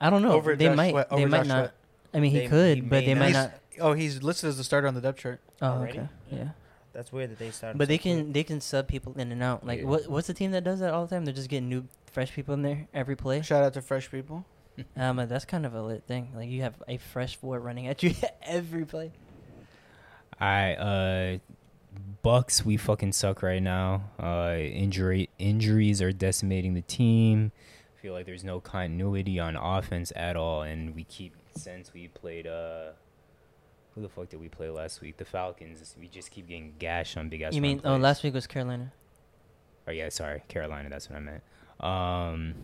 [SPEAKER 2] I don't know.
[SPEAKER 4] Over
[SPEAKER 2] they
[SPEAKER 4] Josh
[SPEAKER 2] might.
[SPEAKER 4] Sweat-
[SPEAKER 2] they
[SPEAKER 4] over
[SPEAKER 2] might
[SPEAKER 4] Josh
[SPEAKER 2] not.
[SPEAKER 4] Sweat.
[SPEAKER 2] I mean, he
[SPEAKER 1] They-
[SPEAKER 2] could,
[SPEAKER 1] he
[SPEAKER 2] but
[SPEAKER 1] may
[SPEAKER 2] they might
[SPEAKER 4] He's-
[SPEAKER 2] not.
[SPEAKER 4] Oh, he's listed as the starter on the depth chart.
[SPEAKER 2] Oh,
[SPEAKER 1] Already?
[SPEAKER 2] okay. Yeah.
[SPEAKER 1] That's weird that they started.
[SPEAKER 2] But they
[SPEAKER 1] so quick.
[SPEAKER 2] can they can sub people in and out. Like
[SPEAKER 3] Yeah.
[SPEAKER 2] what what's the team that does that all the time? They're just getting new fresh people in there every play.
[SPEAKER 4] Shout out to fresh people.
[SPEAKER 2] Um, uh, that's kind of a lit thing. Like you have a fresh forward running at you every play.
[SPEAKER 3] I uh Bucks we fucking suck right now. Uh injury injuries are decimating the team. I feel like there's no continuity on offense at all and we keep since we played uh who the fuck did we play last week? The Falcons. We just keep getting gashed on big ass.
[SPEAKER 2] you mean oh last week was Carolina.
[SPEAKER 3] Oh yeah, sorry, Carolina. That's what I meant. Um,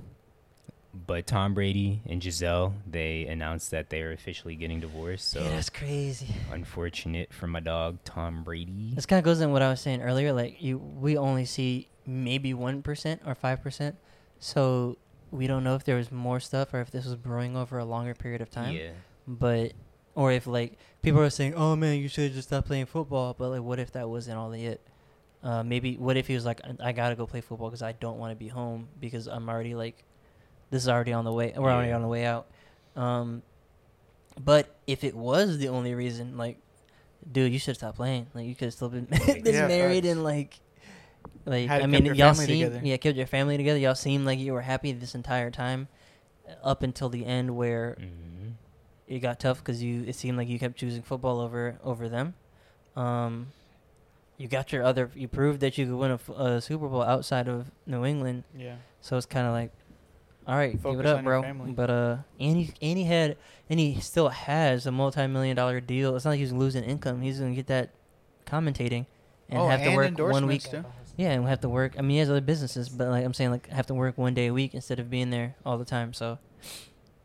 [SPEAKER 3] but Tom Brady and Giselle they announced that they are officially getting divorced. So
[SPEAKER 2] yeah, that's crazy.
[SPEAKER 3] unfortunate for my dog Tom Brady.
[SPEAKER 2] This kind of goes in what I was saying earlier. Like you, we only see maybe one percent or five percent, so we don't know if there was more stuff or if this was brewing over a longer period of time.
[SPEAKER 3] Yeah,
[SPEAKER 2] But or if like people are saying, "Oh man, you should just stop playing football," but like, what if that wasn't all it? Uh, maybe what if he was like, "I, I gotta go play football because I don't want to be home because I'm already like, this is already on the way. We're already
[SPEAKER 3] Yeah.
[SPEAKER 2] on the way out." Um, but if it was the only reason, like, dude, you should stop playing. Like, you could have still been, been
[SPEAKER 4] Yeah,
[SPEAKER 2] married
[SPEAKER 4] facts.
[SPEAKER 2] and like, like
[SPEAKER 4] Had
[SPEAKER 2] I
[SPEAKER 4] kept
[SPEAKER 2] mean,
[SPEAKER 4] your
[SPEAKER 2] y'all
[SPEAKER 4] family
[SPEAKER 2] seem
[SPEAKER 4] together.
[SPEAKER 2] yeah, kept your family together. Y'all seem like you were happy this entire time, uh, up until the end where
[SPEAKER 3] Mhm.
[SPEAKER 2] it got tough because you it seemed like you kept choosing football over over them. Um, you got your other you proved that you could win a, f- a Super Bowl outside of New England,
[SPEAKER 4] Yeah.
[SPEAKER 2] so it's kind of like, all right, give it
[SPEAKER 4] Focus
[SPEAKER 2] up,
[SPEAKER 4] on your
[SPEAKER 2] bro.
[SPEAKER 4] family.
[SPEAKER 2] But uh, and he and he had and he still has a multi-million dollar deal. It's not like he's losing income. He's gonna get that commentating and
[SPEAKER 4] oh,
[SPEAKER 2] have to
[SPEAKER 4] and
[SPEAKER 2] work one week.
[SPEAKER 4] endorsements Too.
[SPEAKER 2] Yeah, and have to work. I mean, he has other businesses, but like I'm saying, like have to work one day a week instead of being there all the time. So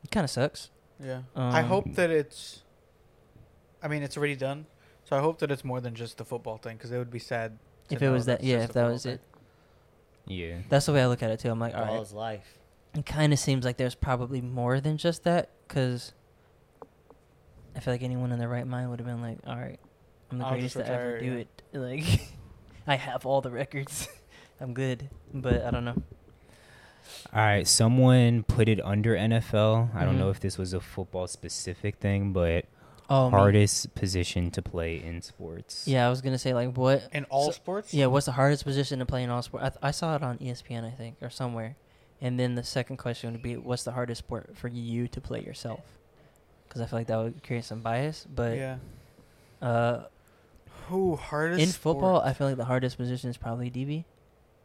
[SPEAKER 2] it kind of sucks.
[SPEAKER 4] Yeah. I
[SPEAKER 2] Um,
[SPEAKER 4] hope that it's. I mean, it's already done, so I hope that it's more than just the football thing, because it would be sad. to
[SPEAKER 2] If it
[SPEAKER 4] know
[SPEAKER 2] was that,
[SPEAKER 4] that's
[SPEAKER 2] yeah,
[SPEAKER 4] just
[SPEAKER 2] if that
[SPEAKER 4] the football
[SPEAKER 2] was
[SPEAKER 4] thing.
[SPEAKER 2] it,
[SPEAKER 3] yeah.
[SPEAKER 2] That's the way I look at it too. I'm like, all
[SPEAKER 1] all
[SPEAKER 2] right,
[SPEAKER 1] his life.
[SPEAKER 2] It kind of seems like there's probably more than just that, because I feel like anyone in their right mind would have been like, "All right, I'm the
[SPEAKER 4] I'll
[SPEAKER 2] greatest
[SPEAKER 4] just
[SPEAKER 2] to ever
[SPEAKER 4] retire,
[SPEAKER 2] do
[SPEAKER 4] yeah."
[SPEAKER 2] it. Like, I have all the records. I'm good." But I don't know.
[SPEAKER 3] All right, someone put it under NFL. I don't
[SPEAKER 2] Mhm.
[SPEAKER 3] know if this was a football specific thing, but
[SPEAKER 2] Oh, me.
[SPEAKER 3] hardest position to play in sports.
[SPEAKER 2] Yeah, I was gonna say like what
[SPEAKER 4] In all
[SPEAKER 2] so-
[SPEAKER 4] sports?
[SPEAKER 2] Yeah, what's the hardest position to play in all sports? I, th- I saw it on E ESPN, I think, or somewhere. And then the second question would be, what's the hardest sport for you to play yourself? Because I feel like that would create some bias. But
[SPEAKER 4] yeah.
[SPEAKER 2] uh,
[SPEAKER 4] Who hardest
[SPEAKER 2] in football,
[SPEAKER 4] sport-
[SPEAKER 2] I feel like the hardest position is probably DB.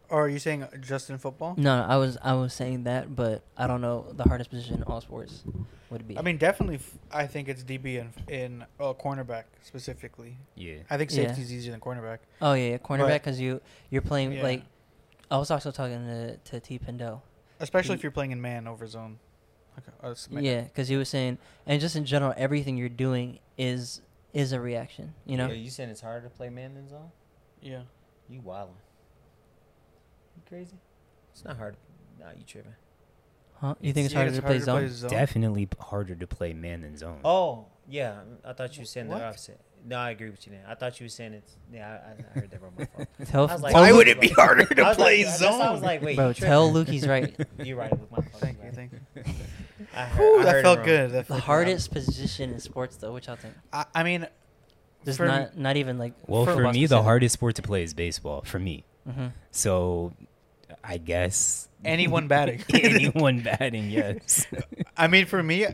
[SPEAKER 4] Or are you saying just in football?
[SPEAKER 2] No, no, I was I was saying that, but I don't know the hardest position in all sports would be.
[SPEAKER 4] I mean, definitely. F- I think it's DB in in uh, cornerback specifically.
[SPEAKER 3] Yeah.
[SPEAKER 4] I think
[SPEAKER 2] Yeah.
[SPEAKER 4] safety's easier than cornerback.
[SPEAKER 2] oh yeah, yeah cornerback because you you're playing
[SPEAKER 4] Yeah.
[SPEAKER 2] like. I was also talking to to T Pendel.
[SPEAKER 4] Especially if
[SPEAKER 2] Mm.
[SPEAKER 4] you're playing in man over zone. Like, uh, s- man-
[SPEAKER 2] Yeah, because he was saying, and just in general, everything you're doing is is a reaction. You know,
[SPEAKER 1] Yo, you saying it's harder to play man than zone?
[SPEAKER 4] Yeah.
[SPEAKER 1] You wildin'. You crazy? It's not hard. Nah, you tripping.
[SPEAKER 2] huh? You think
[SPEAKER 4] Yeah,
[SPEAKER 2] it's harder to play zone?
[SPEAKER 3] Definitely p- harder to play man than zone.
[SPEAKER 1] Oh yeah, I thought you were saying
[SPEAKER 4] What?
[SPEAKER 1] the opposite. No, I agree with you. Now I thought you were saying it's. Yeah, I, I heard that wrong. My fault.
[SPEAKER 2] Tell,
[SPEAKER 1] I was
[SPEAKER 2] tell,
[SPEAKER 1] like-
[SPEAKER 3] Why would it be harder
[SPEAKER 1] I
[SPEAKER 3] to
[SPEAKER 1] was
[SPEAKER 3] play
[SPEAKER 1] like, that's why
[SPEAKER 3] zone?
[SPEAKER 1] I was like, wait,
[SPEAKER 2] bro,
[SPEAKER 1] you
[SPEAKER 2] tell
[SPEAKER 1] tripping.
[SPEAKER 2] Luke he's right.
[SPEAKER 1] You're right. Luke, my fault.
[SPEAKER 4] Thank
[SPEAKER 1] You're
[SPEAKER 4] you.
[SPEAKER 1] right.
[SPEAKER 4] Thank you.
[SPEAKER 1] I heard,
[SPEAKER 4] Whew,
[SPEAKER 1] I
[SPEAKER 4] that
[SPEAKER 1] heard
[SPEAKER 4] felt
[SPEAKER 1] it wrong.
[SPEAKER 4] good. That
[SPEAKER 2] The
[SPEAKER 4] felt good.
[SPEAKER 2] hardest position in sports, though, which I think
[SPEAKER 4] I, I mean,
[SPEAKER 2] there's
[SPEAKER 4] For-
[SPEAKER 2] not not even like.
[SPEAKER 3] well, for
[SPEAKER 2] football
[SPEAKER 3] me, the
[SPEAKER 2] specific.
[SPEAKER 3] hardest sport to play is baseball. For me,
[SPEAKER 2] Mhm.
[SPEAKER 4] Uh,
[SPEAKER 3] so I guess
[SPEAKER 4] Anyone batting.
[SPEAKER 3] anyone batting, yes.
[SPEAKER 4] I mean, for me,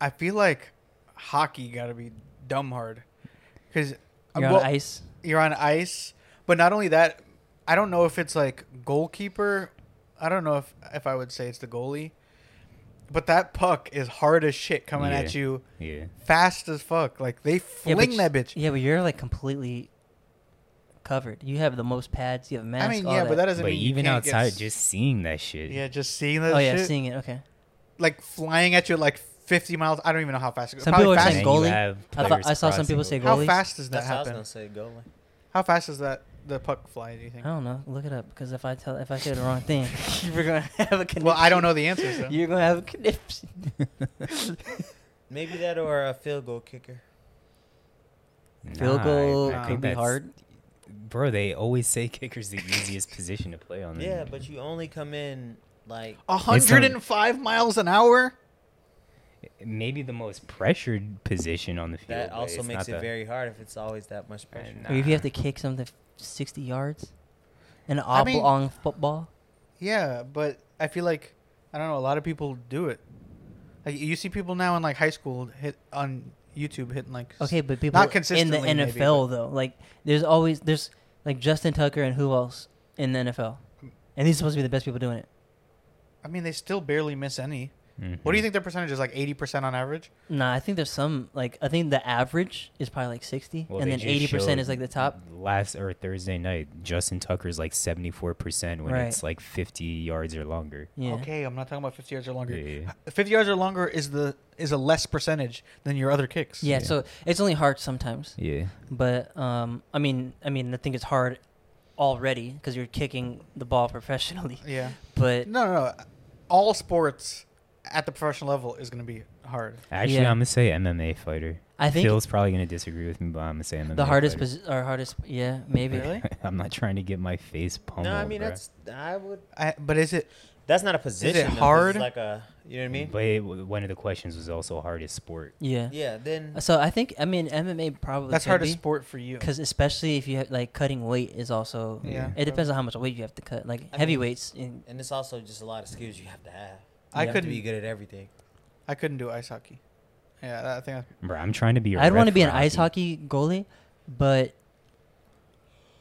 [SPEAKER 4] I feel like hockey got to be dumb hard because
[SPEAKER 2] You're on ice.
[SPEAKER 4] You're on ice, but not only that, I don't know if it's like goalkeeper. I don't know if if I would say it's the goalie, but that puck is hard as shit coming
[SPEAKER 3] Yeah.
[SPEAKER 4] at you
[SPEAKER 3] yeah,
[SPEAKER 4] fast as fuck. Like they
[SPEAKER 2] Yeah, but
[SPEAKER 4] fling
[SPEAKER 2] you-
[SPEAKER 4] that bitch.
[SPEAKER 2] Yeah, but you're like completely covered. You have the most pads. You have masks.
[SPEAKER 4] I mean,
[SPEAKER 2] all
[SPEAKER 4] yeah,
[SPEAKER 2] that.
[SPEAKER 4] but that doesn't
[SPEAKER 3] but
[SPEAKER 4] mean you
[SPEAKER 3] even
[SPEAKER 4] can't get
[SPEAKER 3] outside,
[SPEAKER 4] s-
[SPEAKER 3] just seeing that shit.
[SPEAKER 4] yeah, just seeing that.
[SPEAKER 2] Oh yeah,
[SPEAKER 4] shit,
[SPEAKER 2] seeing it. Okay.
[SPEAKER 4] like flying at you like 50 miles. I don't even know how fast. it goes.
[SPEAKER 2] Some
[SPEAKER 4] Probably
[SPEAKER 2] people are
[SPEAKER 4] fast-
[SPEAKER 3] And
[SPEAKER 2] saying
[SPEAKER 3] you
[SPEAKER 2] goalie.
[SPEAKER 3] have
[SPEAKER 2] I, thought,
[SPEAKER 3] players
[SPEAKER 2] I saw some
[SPEAKER 3] crossing
[SPEAKER 2] people
[SPEAKER 3] over.
[SPEAKER 2] say
[SPEAKER 4] How
[SPEAKER 2] goalies.
[SPEAKER 4] fast does that
[SPEAKER 1] That's what I was
[SPEAKER 4] happen?
[SPEAKER 1] gonna say. Goalie.
[SPEAKER 4] How fast does that the puck fly? Do you
[SPEAKER 2] I
[SPEAKER 4] think?
[SPEAKER 2] don't know. Look it up because if I tell if I say the wrong thing, you're gonna have a connection.
[SPEAKER 4] Well, I don't know the answer. So.
[SPEAKER 2] You're gonna have a connection.
[SPEAKER 1] Maybe that or a field goal kicker.
[SPEAKER 2] Field
[SPEAKER 3] Nah, I-
[SPEAKER 2] goal
[SPEAKER 3] I
[SPEAKER 4] could
[SPEAKER 2] could
[SPEAKER 3] think
[SPEAKER 2] be
[SPEAKER 3] that's-
[SPEAKER 2] hard.
[SPEAKER 3] Bro, they always say kicker's the easiest position to play on. the-
[SPEAKER 1] Yeah, but you only come in like.
[SPEAKER 3] Oh,
[SPEAKER 4] 105
[SPEAKER 2] um,
[SPEAKER 4] miles an hour.
[SPEAKER 3] maybe the most pressured position on the field.
[SPEAKER 1] That
[SPEAKER 3] but
[SPEAKER 1] also
[SPEAKER 3] it's
[SPEAKER 1] makes
[SPEAKER 3] not
[SPEAKER 1] it
[SPEAKER 3] the-
[SPEAKER 1] very hard if it's always that much pressure.
[SPEAKER 3] And,
[SPEAKER 2] Or if you have to
[SPEAKER 3] nah.
[SPEAKER 2] kick something f- 60 yards, an
[SPEAKER 4] I mean-
[SPEAKER 2] oblong football.
[SPEAKER 4] Yeah, but I feel like I don't know. A lot of people do it. Like you see people now in like high school hit on YouTube hitting like s-
[SPEAKER 2] Okay, but people in the
[SPEAKER 4] consistently,
[SPEAKER 2] NFL
[SPEAKER 4] maybe,
[SPEAKER 2] though, like there's always there's like Justin Tucker and who else in the NFL, and these are supposed to be the best people doing it.
[SPEAKER 4] I mean, they still barely miss any. What do
[SPEAKER 2] Mm-hmm.
[SPEAKER 4] you
[SPEAKER 3] Mhm.
[SPEAKER 4] think their percentage is? Like 80 percent on average.
[SPEAKER 2] Nah, I think there's some like I think the average is probably like 60,
[SPEAKER 3] Well,
[SPEAKER 2] and
[SPEAKER 3] they
[SPEAKER 2] then
[SPEAKER 3] just
[SPEAKER 2] 80 percent is
[SPEAKER 3] showed
[SPEAKER 2] like the top.
[SPEAKER 3] Last or Thursday night, Justin Tucker's like seventy four percent when
[SPEAKER 2] Right.
[SPEAKER 3] it's like fifty yards or longer.
[SPEAKER 2] Yeah.
[SPEAKER 4] Okay, I'm not talking about 50 yards or longer.
[SPEAKER 3] Yeah.
[SPEAKER 4] 50 yards or longer is the is a less percentage than your other kicks.
[SPEAKER 2] Yeah,
[SPEAKER 3] Yeah.
[SPEAKER 2] so it's only hard sometimes.
[SPEAKER 3] Yeah.
[SPEAKER 2] But um, I mean, I mean, I think it's hard already because you're kicking the ball professionally.
[SPEAKER 4] Yeah.
[SPEAKER 2] But
[SPEAKER 4] No, no, no. All sports at the professional level is going to be hard.
[SPEAKER 3] Actually,
[SPEAKER 2] Yeah.
[SPEAKER 3] I'm gonna say MMA fighter.
[SPEAKER 2] I think
[SPEAKER 3] Phil's probably gonna disagree with me, but I'm gonna say MMA.
[SPEAKER 2] the hardest
[SPEAKER 3] fighter.
[SPEAKER 2] posi- or hardest, yeah, maybe.
[SPEAKER 4] Really?
[SPEAKER 3] I'm not trying to get my face pummeled.
[SPEAKER 1] No, I mean
[SPEAKER 3] bruh.
[SPEAKER 1] that's I would.
[SPEAKER 4] I, but is it?
[SPEAKER 1] That's not a position. though, 'cause
[SPEAKER 4] hard?
[SPEAKER 1] It's like a. You know what I mean?
[SPEAKER 3] But it, one of the questions was also hardest sport.
[SPEAKER 2] Yeah.
[SPEAKER 1] yeah. Then
[SPEAKER 2] So I think I mean MMA probably
[SPEAKER 4] That's
[SPEAKER 2] could
[SPEAKER 4] hard to
[SPEAKER 2] be,
[SPEAKER 4] sport for you.
[SPEAKER 2] because especially if you have, like cutting weight is also
[SPEAKER 4] Yeah.
[SPEAKER 2] It depends on how much weight you have to cut. Like
[SPEAKER 1] mean-
[SPEAKER 2] heavyweights, in,
[SPEAKER 1] and it's also just a lot of skills you have to have.
[SPEAKER 4] I
[SPEAKER 1] You have to be
[SPEAKER 4] couldn't-
[SPEAKER 1] good at everything.
[SPEAKER 4] I couldn't do ice hockey. Yeah, that- I think
[SPEAKER 3] Bro, I'm trying to be. i
[SPEAKER 2] I'd want to be an ice hockey goalie, but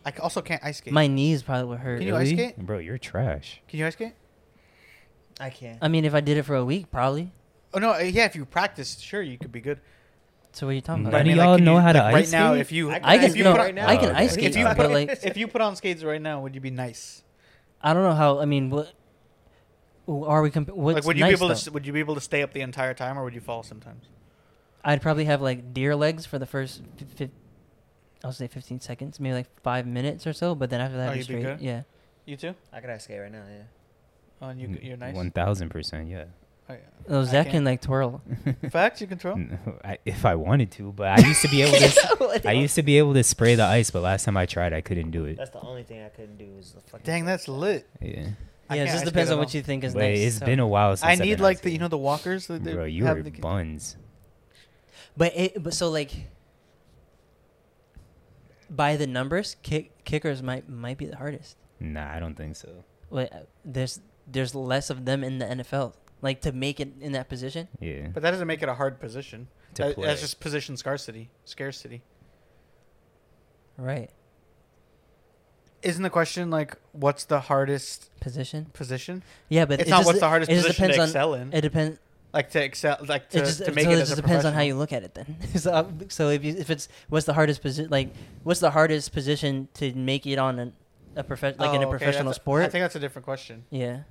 [SPEAKER 4] I, I c- also can't ice skate.
[SPEAKER 2] my knees probably would hurt.
[SPEAKER 4] Can you ice skate?
[SPEAKER 3] Bro, you're trash.
[SPEAKER 4] Can you ice skate?
[SPEAKER 1] I can't.
[SPEAKER 2] I mean, if I did it for a week, probably.
[SPEAKER 4] Oh no, uh, yeah. If you practice, sure, you could be good.
[SPEAKER 2] So what are you talking
[SPEAKER 3] None
[SPEAKER 2] about?
[SPEAKER 3] of
[SPEAKER 4] I mean, like,
[SPEAKER 3] y'all
[SPEAKER 4] can
[SPEAKER 3] know
[SPEAKER 4] you-
[SPEAKER 3] how to
[SPEAKER 4] like, right
[SPEAKER 3] ice
[SPEAKER 4] now.
[SPEAKER 3] skate?
[SPEAKER 4] If you,
[SPEAKER 1] I
[SPEAKER 2] I can
[SPEAKER 4] if you
[SPEAKER 2] no,
[SPEAKER 4] put on,
[SPEAKER 1] now.
[SPEAKER 2] I can
[SPEAKER 3] Oh,
[SPEAKER 2] ice
[SPEAKER 3] okay.
[SPEAKER 2] skate,
[SPEAKER 4] if you
[SPEAKER 2] but
[SPEAKER 4] put,
[SPEAKER 2] like
[SPEAKER 4] if you put on skates right now, would you be nice?
[SPEAKER 2] I don't know how. I mean, what w- are we? Comp- what's
[SPEAKER 4] like, would you
[SPEAKER 2] nice,
[SPEAKER 4] be able to?
[SPEAKER 2] though?
[SPEAKER 4] s- Would you be able to stay up the entire time, or would you fall sometimes?
[SPEAKER 2] I'd probably have like deer legs for the first, fi- fi- I'll say fifteen seconds, maybe like five minutes or so. But then after that,
[SPEAKER 4] Oh,
[SPEAKER 2] I'd be
[SPEAKER 4] you'd be
[SPEAKER 2] straight.
[SPEAKER 4] good?
[SPEAKER 2] Yeah.
[SPEAKER 4] You too.
[SPEAKER 1] I could ice skate right now. Yeah.
[SPEAKER 4] on you. You're nice.
[SPEAKER 3] One thousand percent, yeah.
[SPEAKER 4] Oh,
[SPEAKER 2] Oh,
[SPEAKER 4] I
[SPEAKER 2] Zach
[SPEAKER 4] can't-
[SPEAKER 2] can like twirl.
[SPEAKER 4] yeah. Facts, you control.
[SPEAKER 3] No, I, if I wanted to, but I used to be able to. I used to be able to spray the ice, but last time I tried, I couldn't do it.
[SPEAKER 1] That's the only thing I couldn't do is the fucking.
[SPEAKER 4] Dang, that's lit.
[SPEAKER 3] Yeah,
[SPEAKER 4] I
[SPEAKER 2] yeah, it
[SPEAKER 4] can't
[SPEAKER 2] just depends
[SPEAKER 4] ice skate
[SPEAKER 2] on
[SPEAKER 4] at
[SPEAKER 2] what
[SPEAKER 4] all.
[SPEAKER 2] you think is
[SPEAKER 3] but
[SPEAKER 2] nice.
[SPEAKER 3] it's
[SPEAKER 2] so-
[SPEAKER 3] been a while since
[SPEAKER 4] I
[SPEAKER 3] I've
[SPEAKER 4] need
[SPEAKER 3] been
[SPEAKER 4] like
[SPEAKER 3] ice
[SPEAKER 4] the you know the walkers that
[SPEAKER 3] skating.
[SPEAKER 4] they
[SPEAKER 3] bro, you
[SPEAKER 4] have
[SPEAKER 3] were
[SPEAKER 4] the-
[SPEAKER 3] buns.
[SPEAKER 2] But it, but so like, by the numbers, kick, kickers might might be the hardest.
[SPEAKER 3] Nah, I don't think so.
[SPEAKER 2] Like, uh, there's there's less of them in the NFL. Like to make it in that position.
[SPEAKER 3] Yeah,
[SPEAKER 4] But that doesn't make it a hard position.
[SPEAKER 3] to
[SPEAKER 4] That-
[SPEAKER 3] play.
[SPEAKER 4] That's just position scarcity. Scarcity.
[SPEAKER 2] Right.
[SPEAKER 4] Isn't the question like what's the hardest
[SPEAKER 2] Position.
[SPEAKER 4] position?
[SPEAKER 2] Yeah, but
[SPEAKER 4] It's
[SPEAKER 2] it
[SPEAKER 4] not
[SPEAKER 2] just-
[SPEAKER 4] what's the hardest
[SPEAKER 2] it just
[SPEAKER 4] position to
[SPEAKER 2] depends on-
[SPEAKER 4] excel in.
[SPEAKER 2] It depends.
[SPEAKER 4] Like to excel, like to,
[SPEAKER 2] it just,
[SPEAKER 4] to make
[SPEAKER 2] so
[SPEAKER 4] it,
[SPEAKER 2] it
[SPEAKER 4] as
[SPEAKER 2] just
[SPEAKER 4] a
[SPEAKER 2] depends on how
[SPEAKER 4] professional.
[SPEAKER 2] you look at it then so, uh, so if, you, if it's what's the hardest position like what's the hardest position to make it on an, a profe- like in a
[SPEAKER 4] Oh, okay,
[SPEAKER 2] professional
[SPEAKER 4] that's-
[SPEAKER 2] sport
[SPEAKER 4] I think that's a different question.
[SPEAKER 2] yeah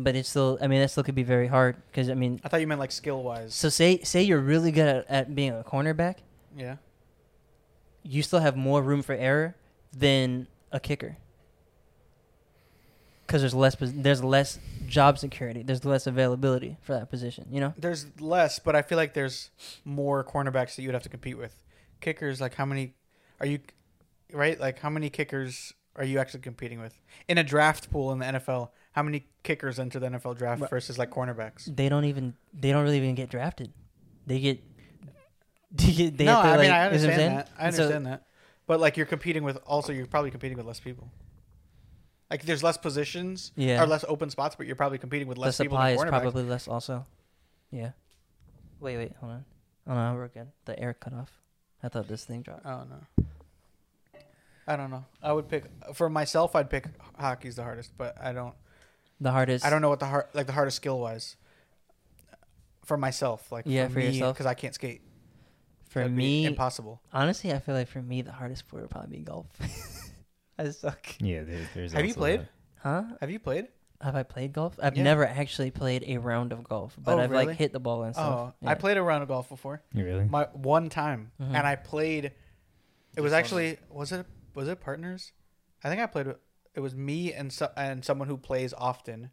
[SPEAKER 2] but it's still i mean that still could be very hard because i mean
[SPEAKER 4] I thought you meant like skill wise.
[SPEAKER 2] so say say you're really good at, at being a cornerback
[SPEAKER 4] Yeah.
[SPEAKER 2] you still have more room for error than a kicker because there's less pos- there's less job security there's less availability for that position you know
[SPEAKER 4] There's less, but I feel like there's more cornerbacks that you would have to compete with. Kickers, like how many are you right? Like how many kickers are you actually competing with? In a draft pool in the NFL, how many kickers enter the NFL draft
[SPEAKER 2] Right.
[SPEAKER 4] versus like cornerbacks?
[SPEAKER 2] they don't even they don't really even get drafted. They get they get they
[SPEAKER 4] no,
[SPEAKER 2] have to,
[SPEAKER 4] I
[SPEAKER 2] like,
[SPEAKER 4] mean
[SPEAKER 2] you know what
[SPEAKER 4] I
[SPEAKER 2] I'm
[SPEAKER 4] understand
[SPEAKER 2] saying?
[SPEAKER 4] that. I
[SPEAKER 2] And so-
[SPEAKER 4] understand that. But like you're competing with also you're probably competing with less people. Like there's less positions
[SPEAKER 2] Yeah.
[SPEAKER 4] or less open spots, but you're probably competing with
[SPEAKER 2] the
[SPEAKER 4] less people
[SPEAKER 2] supply
[SPEAKER 4] than
[SPEAKER 2] is
[SPEAKER 4] cornerbacks.
[SPEAKER 2] probably less also. Yeah. Wait, wait, hold on. Oh no, we're good. The air cut off. I thought this thing dropped.
[SPEAKER 4] I don't know. I don't know. I would pick for myself. I'd pick hockey's the hardest, but I don't.
[SPEAKER 2] The hardest
[SPEAKER 4] I don't know what the hard like the hardest skill was. For myself, like
[SPEAKER 2] Yeah, for yourself.
[SPEAKER 4] because I can't skate.
[SPEAKER 2] for
[SPEAKER 4] That'd be
[SPEAKER 2] me
[SPEAKER 4] impossible.
[SPEAKER 2] honestly I feel like for me the hardest sport would probably be golf. I suck.
[SPEAKER 3] yeah. There, there's
[SPEAKER 4] Have you
[SPEAKER 3] also
[SPEAKER 4] played?
[SPEAKER 3] that.
[SPEAKER 2] Huh?
[SPEAKER 4] Have you played?
[SPEAKER 2] Have I played golf? I've
[SPEAKER 4] Yeah.
[SPEAKER 2] never actually played a round of golf, but
[SPEAKER 4] Oh,
[SPEAKER 2] I've
[SPEAKER 4] really?
[SPEAKER 2] like hit the ball and
[SPEAKER 4] oh,
[SPEAKER 2] stuff.
[SPEAKER 4] I
[SPEAKER 2] Yeah.
[SPEAKER 4] played a round of golf before.
[SPEAKER 3] You really?
[SPEAKER 4] My one time,
[SPEAKER 3] Mm-hmm.
[SPEAKER 2] Mhm.
[SPEAKER 4] and I played. It was actually was it was it partners? I think I played. with- It was me and so, and someone who plays often,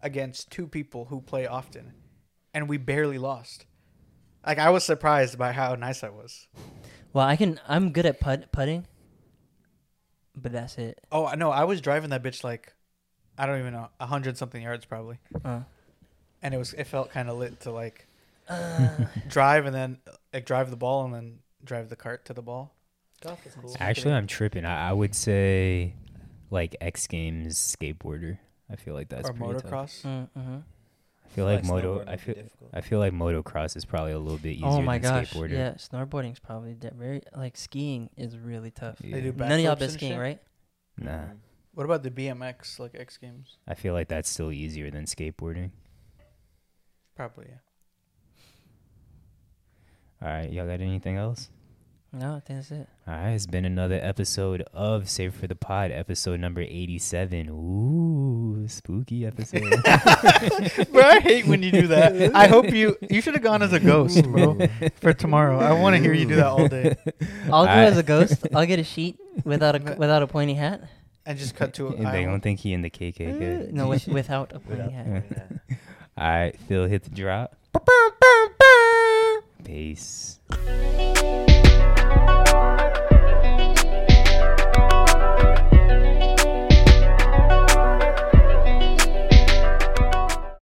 [SPEAKER 4] against two people who play often, and we barely lost. Like I was surprised by how nice I was.
[SPEAKER 2] Well, I can I'm good at putt putting. But that's it.
[SPEAKER 4] Oh I know I was driving that bitch like, I don't even know a hundred something yards probably,
[SPEAKER 2] Uh.
[SPEAKER 4] and it was it felt kind of lit to like,
[SPEAKER 2] Mm-hmm.
[SPEAKER 4] drive and then like drive the ball and then drive the cart to the ball.
[SPEAKER 1] Golf is cool.
[SPEAKER 3] Actually, I'm tripping. I, I would say, like X Games skateboarder. I feel like that's
[SPEAKER 4] or
[SPEAKER 3] pretty tough.
[SPEAKER 4] motocross.
[SPEAKER 2] Mm-hmm.
[SPEAKER 3] I feel like,
[SPEAKER 1] Like
[SPEAKER 3] moto.
[SPEAKER 1] snowboarding would
[SPEAKER 3] I
[SPEAKER 1] be
[SPEAKER 3] feel.
[SPEAKER 1] difficult.
[SPEAKER 3] I feel like motocross is probably a little bit easier
[SPEAKER 2] Oh my
[SPEAKER 3] than
[SPEAKER 2] gosh!
[SPEAKER 3] skateboarder.
[SPEAKER 2] Yeah, snowboarding's probably de- very like skiing is really tough.
[SPEAKER 3] Yeah.
[SPEAKER 4] They do
[SPEAKER 2] None of y'all
[SPEAKER 4] backflips
[SPEAKER 2] been
[SPEAKER 4] and
[SPEAKER 2] skiing,
[SPEAKER 4] shit?
[SPEAKER 2] right?
[SPEAKER 3] Nah,
[SPEAKER 4] What about the BMX like X Games?
[SPEAKER 3] I feel like that's still easier than skateboarding.
[SPEAKER 4] Probably yeah.
[SPEAKER 3] All right, y'all got anything else?
[SPEAKER 2] No, I think that's it.
[SPEAKER 3] All right, it's been another episode of Save for the Pod, episode number 87. Ooh, spooky episode.
[SPEAKER 4] bro, I hate when you do that. I hope you you should have gone as a ghost, bro, for tomorrow. I want to hear you do that all day
[SPEAKER 2] I'll go
[SPEAKER 3] I-
[SPEAKER 2] as a ghost. I'll get a sheet without a without a pointy hat.
[SPEAKER 4] and just cut to
[SPEAKER 3] And they don't think he in the KKK.
[SPEAKER 2] Eh, No, with, without a pointy
[SPEAKER 1] Without
[SPEAKER 2] hat.
[SPEAKER 1] doing that.
[SPEAKER 3] All right, Phil, hit the drop. Peace.
[SPEAKER 7] Thank